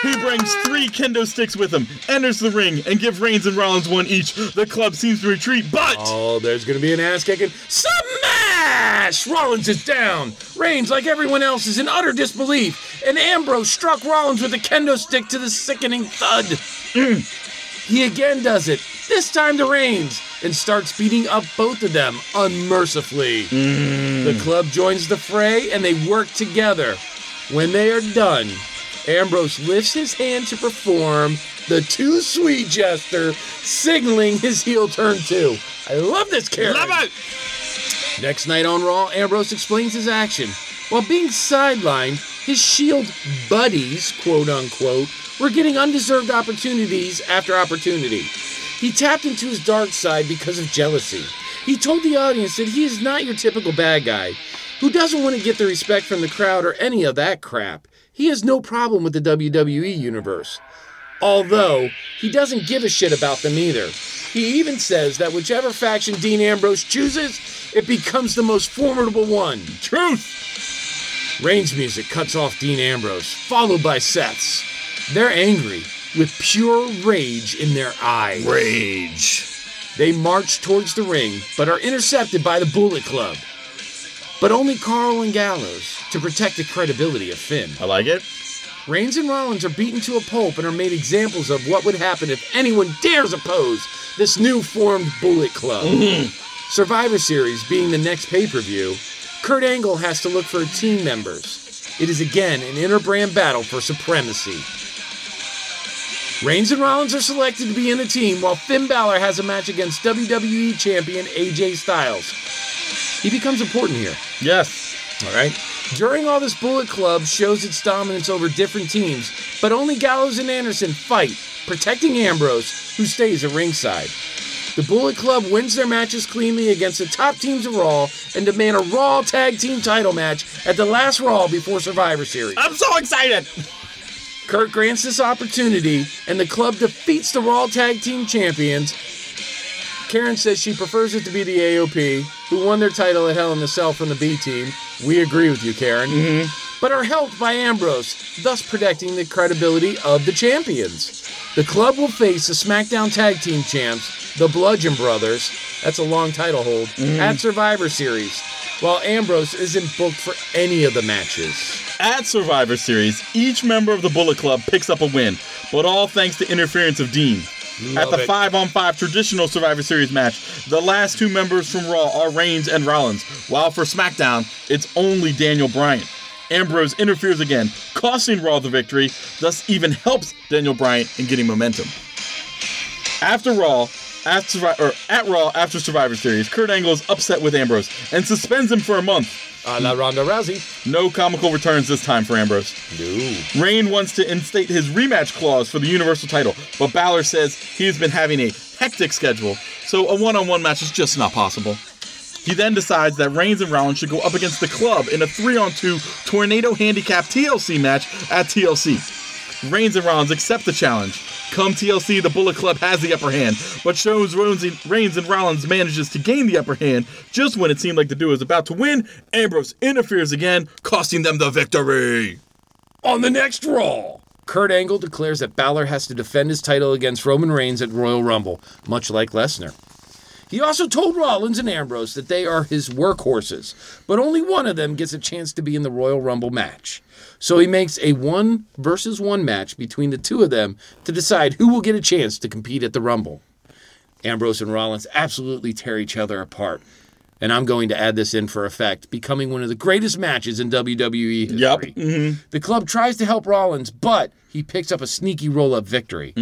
S3: He brings three kendo sticks with him, enters the ring, and give Reigns and Rollins one each. The club seems to retreat, but
S2: Oh, there's going to be an ass kicking. Smash! Rollins is down. Reigns, like everyone else, is in utter disbelief. And Ambrose struck Rollins with a kendo stick to the sickening thud. Mm. He again does it, this time to Reigns, and starts beating up both of them unmercifully. The club joins the fray and they work together. When they are done, Ambrose lifts his hand to perform the too sweet gesture, signaling his heel turn too. I love this character.
S3: Love it!
S2: Next night on Raw, Ambrose explains his action. While being sidelined, his Shield E buddies, quote unquote, were getting undeserved opportunities after opportunity. He tapped into his dark side because of jealousy. He told the audience that he is not your typical bad guy who doesn't want to get the respect from the crowd or any of that crap. He has no problem with the WWE universe although he doesn't give a shit about them either. He even says that whichever faction Dean Ambrose chooses, it becomes the most formidable one.
S3: Truth!
S2: Reigns' music cuts off Dean Ambrose, followed by Seth's. They're angry, with pure rage in their eyes.
S3: Rage.
S2: They march towards the ring, but are intercepted by the Bullet Club. But only Carl and Gallows to protect the credibility of Finn.
S3: I like it.
S2: Reigns and Rollins are beaten to a pulp and are made examples of what would happen if anyone dares oppose this new formed Bullet Club. Survivor Series being the next pay per view, Kurt Angle has to look for team members. It is again an interbrand battle for supremacy. Reigns and Rollins are selected to be in a team while Finn Balor has a match against WWE champion AJ Styles. He becomes important here.
S3: Yes.
S2: All right. During all this, Bullet Club shows its dominance over different teams, but only Gallows and Anderson fight, protecting Ambrose, who stays at ringside. The Bullet Club wins their matches cleanly against the top teams of Raw and demand a Raw Tag Team title match at the last Raw before Survivor Series.
S3: I'm so excited!
S2: Kurt grants this opportunity, and the club defeats the Raw Tag Team Champions. Karen says she prefers it to be the AOP, who won their title at Hell in a Cell from the B Team. We agree with you, Karen. But are helped by Ambrose, thus protecting the credibility of the champions. The club will face the SmackDown Tag Team Champs, the Bludgeon Brothers, that's a long title hold, at Survivor Series, while Ambrose isn't booked for any of the matches.
S3: At Survivor Series, each member of the Bullet Club picks up a win, but all thanks to interference of Dean. At the
S2: it.
S3: 5 on 5 traditional Survivor Series match, the last two members from Raw are Reigns and Rollins, while for SmackDown, it's only Daniel Bryan. Ambrose interferes again, costing Raw the victory, thus, even helps Daniel Bryan in getting momentum. After Raw, at, Survi- or at Raw after Survivor Series, Kurt Angle is upset with Ambrose and suspends him for a month.
S2: A la Ronda Rousey.
S3: No comical returns this time for Ambrose.
S2: No.
S3: Reign wants to instate his rematch clause for the Universal title, but Balor says he has been having a hectic schedule, so a one on one match is just not possible. He then decides that Reigns and Rollins should go up against the club in a 3 on 2 Tornado Handicap TLC match at TLC. Reigns and Rollins accept the challenge. Come TLC, the Bullet Club has the upper hand, but shows Rollins- Reigns and Rollins manages to gain the upper hand just when it seemed like the duo is about to win. Ambrose interferes again, costing them the victory.
S2: On the next Raw, Kurt Angle declares that Balor has to defend his title against Roman Reigns at Royal Rumble, much like Lesnar. He also told Rollins and Ambrose that they are his workhorses, but only one of them gets a chance to be in the Royal Rumble match. So he makes a one versus one match between the two of them to decide who will get a chance to compete at the Rumble. Ambrose and Rollins absolutely tear each other apart. And I'm going to add this in for effect, becoming one of the greatest matches in WWE history.
S3: Yep.
S2: The club tries to help Rollins, but he picks up a sneaky roll up victory.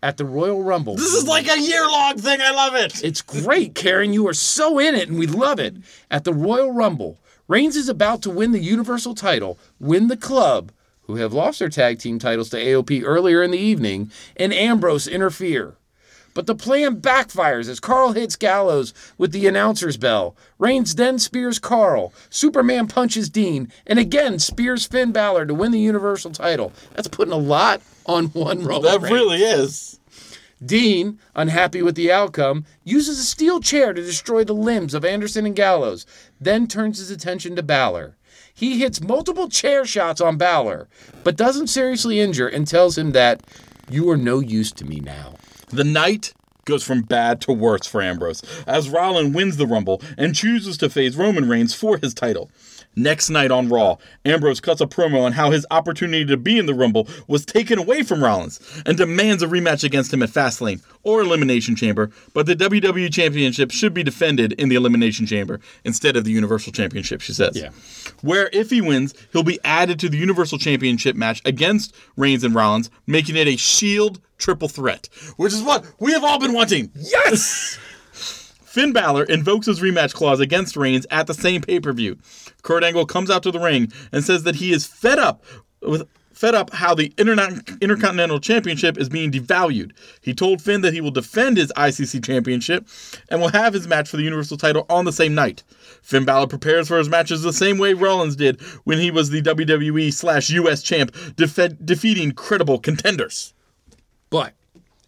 S2: At the Royal Rumble.
S3: This is like a year long thing. I love it.
S2: It's great, Karen. You are so in it, and we love it. At the Royal Rumble, Reigns is about to win the Universal title, win the club, who have lost their tag team titles to AOP earlier in the evening, and Ambrose interfere. But the plan backfires as Carl hits Gallows with the announcer's bell. Reigns then spears Carl. Superman punches Dean, and again spears Finn Balor to win the Universal title. That's putting a lot on one roll.
S3: That really is.
S2: Dean, unhappy with the outcome, uses a steel chair to destroy the limbs of Anderson and Gallows, then turns his attention to Balor. He hits multiple chair shots on Balor, but doesn't seriously injure and tells him that you are no use to me now.
S3: The night goes from bad to worse for Ambrose as Rollins wins the Rumble and chooses to face Roman Reigns for his title. Next night on Raw, Ambrose cuts a promo on how his opportunity to be in the Rumble was taken away from Rollins and demands a rematch against him at Fastlane or Elimination Chamber, but the WWE Championship should be defended in the Elimination Chamber instead of the Universal Championship, she says. Yeah. Where if he wins, he'll be added to the Universal Championship match against Reigns and Rollins, making it a Shield triple threat, which is what we have all been wanting.
S2: Yes!
S3: Finn Balor invokes his rematch clause against Reigns at the same pay per view. Kurt Angle comes out to the ring and says that he is fed up with fed up how the Interna- Intercontinental Championship is being devalued. He told Finn that he will defend his ICC Championship and will have his match for the Universal title on the same night. Finn Balor prepares for his matches the same way Rollins did when he was the WWE slash US champ, defe- defeating credible contenders.
S2: But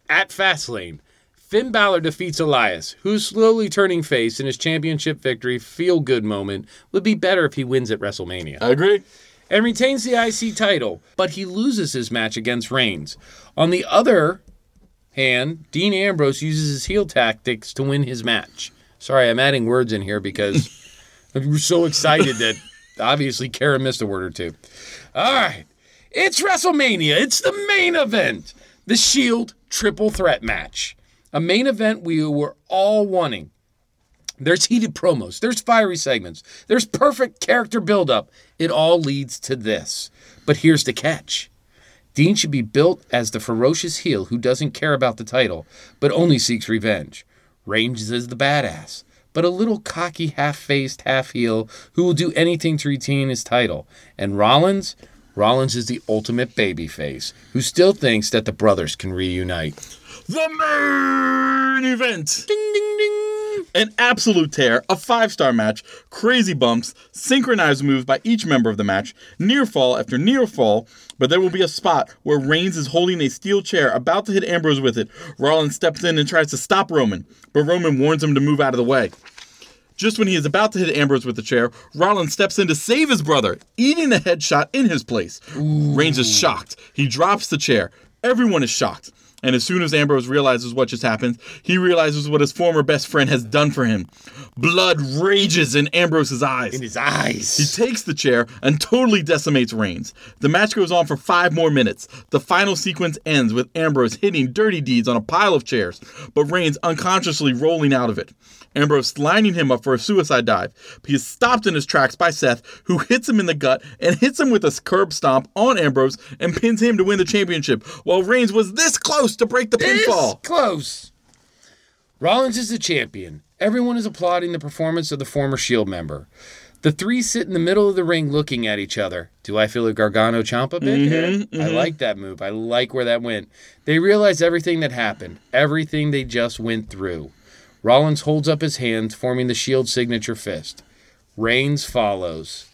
S2: at Fastlane, Finn Balor defeats Elias, who's slowly turning face in his championship victory feel good moment would be better if he wins at WrestleMania.
S3: I agree.
S2: and retains the IC title, but he loses his match against Reigns. On the other hand, Dean Ambrose uses his heel tactics to win his match. Sorry, I'm adding words in here because we're so excited that obviously Karen missed a word or two. All right, it's WrestleMania. It's the main event, the Shield triple threat match, a main event we were all wanting. There's heated promos. There's fiery segments. There's perfect character buildup. It all leads to this. But here's the catch Dean should be built as the ferocious heel who doesn't care about the title, but only seeks revenge. Reigns is the badass, but a little cocky, half faced, half heel who will do anything to retain his title. And Rollins? Rollins is the ultimate babyface who still thinks that the brothers can reunite.
S3: The main event.
S2: Ding, ding, ding.
S3: an absolute tear, a five star match, crazy bumps, synchronized moves by each member of the match, near fall after near fall. But there will be a spot where Reigns is holding a steel chair about to hit Ambrose with it. Rollins steps in and tries to stop Roman, but Roman warns him to move out of the way. Just when he is about to hit Ambrose with the chair, Rollins steps in to save his brother, eating a headshot in his place. Reigns is shocked. He drops the chair. Everyone is shocked. And as soon as Ambrose realizes what just happened, he realizes what his former best friend has done for him. Blood rages in Ambrose's eyes.
S2: His eyes.
S3: He takes the chair and totally decimates Reigns. The match goes on for five more minutes. The final sequence ends with Ambrose hitting dirty deeds on a pile of chairs, but Reigns unconsciously rolling out of it. Ambrose lining him up for a suicide dive. He is stopped in his tracks by Seth, who hits him in the gut and hits him with a curb stomp on Ambrose and pins him to win the championship, while Reigns was this close to break the
S2: This
S3: pinfall.
S2: close. Rollins is the champion. Everyone is applauding the performance of the former Shield member. The three sit in the middle of the ring looking at each other. Do I feel a Gargano Champa bit? here? I like that move. I like where that went. They realize everything that happened, everything they just went through. Rollins holds up his hand, forming the shield signature fist. Reigns follows.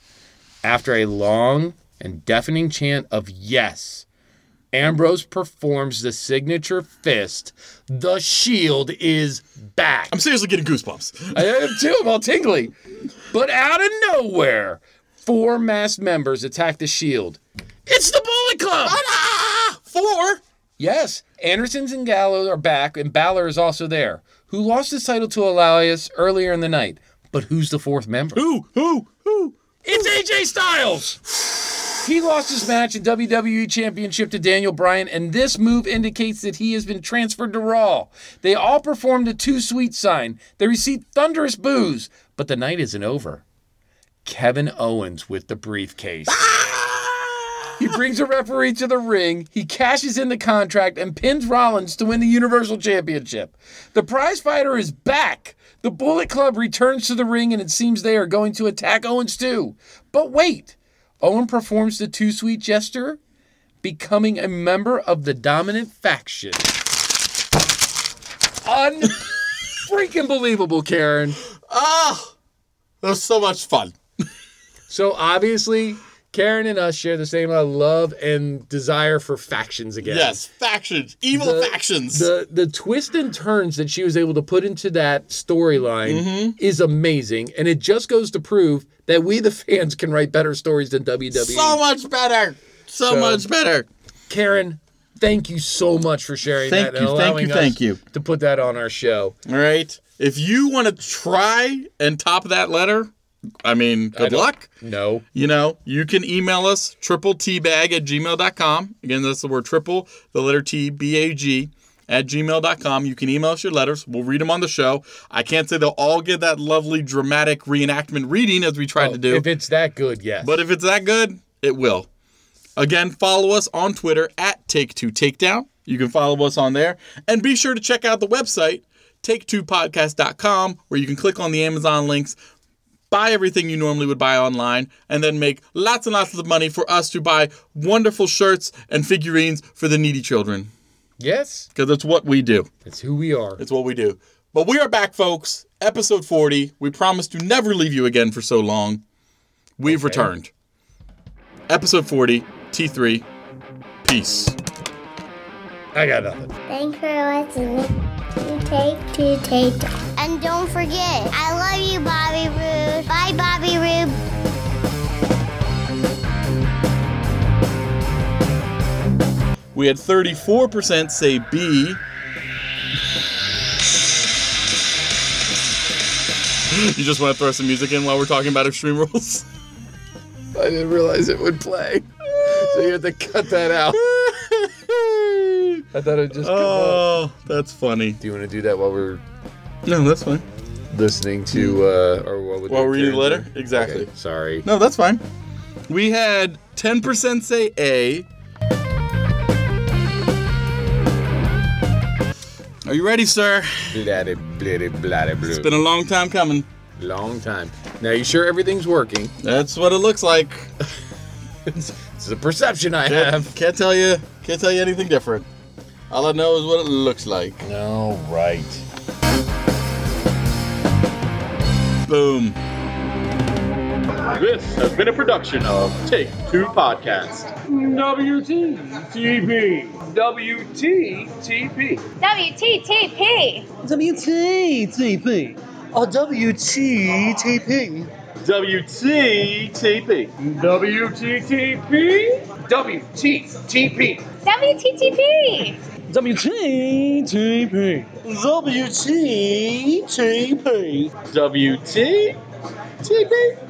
S2: After a long and deafening chant of yes, Ambrose performs the signature fist. The shield is back.
S3: I'm seriously getting goosebumps.
S2: I am too. I'm all tingly. But out of nowhere, four masked members attack the shield. It's the Bullet Club.
S3: Ah, four.
S2: Yes, Anderson's and Gallo are back, and Balor is also there, who lost his title to Elias earlier in the night. But who's the fourth member?
S3: Who? Who? Who?
S2: It's AJ Styles. He lost his match in WWE E Championship to Daniel Bryan, and this move indicates that he has been transferred to Raw. They all performed a two sweet sign. They received thunderous boos, but the night isn't over. Kevin Owens with the briefcase. He brings a referee to the ring. He cashes in the contract and pins Rollins to win the Universal Championship. The prize fighter is back. The Bullet Club returns to the ring and it seems they are going to attack Owens too. But wait, Owen performs the two sweet gesture, becoming a member of the dominant faction. Unfreaking believable, Karen.
S3: Ah, that was so much fun.
S2: So obviously, Karen and us share the same uh, love and desire for factions again.
S3: Yes, factions, evil
S2: The-
S3: factions.
S2: The the twists and turns that she was able to put into that storyline is amazing, and it just goes to prove that we the fans can write better stories than E. WWE.
S3: so much better. So, much better.
S2: Karen, thank you so much for sharing
S3: Thank
S2: that and
S3: you, thank
S2: allowing
S3: you,
S2: us
S3: thank you.
S2: to put that on our show.
S3: All right. If you want to try and top that letter, I mean, good
S2: don't-
S3: luck.
S2: No,
S3: You know, you can email us triple tbag at gmail.com. Again, that's the word triple, the letter T B A G at gmail.com. You can email us your letters. We'll read them on the show. I can't say they'll all get that lovely dramatic reenactment reading as we tried to do.
S2: Oh, if it's that good, yes.
S3: But if it's that good, it will. Again, follow us on Twitter at Take Two Takedown. You can follow us on there. And be sure to check out the website, take2podcast.com, where you can click on the Amazon links, buy everything you normally would buy online, and then make lots and lots of money for us to buy wonderful shirts and figurines for the needy children.
S2: yes,
S3: Because that's what we do.
S2: it's who we are.
S3: It's what we do. But we are back, folks. Episode 40. We promise to never leave you again for so long. We've returned. Episode 40, T3. Peace.
S2: I got nothing.
S6: Thanks for listening. You take, two take. And don't forget, I love you, Bobby Roode. Bye, Bobby Roode.
S3: We had 34% say B. You just want to throw some music in while we're talking about extreme rules?
S2: I didn't realize it would play, so you had to cut that out. I thought it just.
S3: oh, that's funny.
S2: do you want to do that while we're
S3: No, that's fine.
S2: listening to uh or what would
S3: While we're reading the letter? Exactly.
S2: sorry
S3: No, that's fine. We had 10% say A. Are you ready, sir?
S2: bloody bloody bloody blue
S3: It's been a long time coming.
S2: long time now you sure everything's working
S3: That's what it looks like.
S2: it's a perception i
S3: Can't,
S2: have
S3: can't tell you. Can't tell you anything different. All I know is what it looks like.
S2: all right
S3: Boom.
S1: This has been a production of Take Two Podcast.
S7: WTTP. WTTP.
S8: WTTP.
S7: WTTP. Or WTTP. WTTP. WTTP. WTTP.
S8: WTTP.
S7: WTTP. WTTP. WTTP.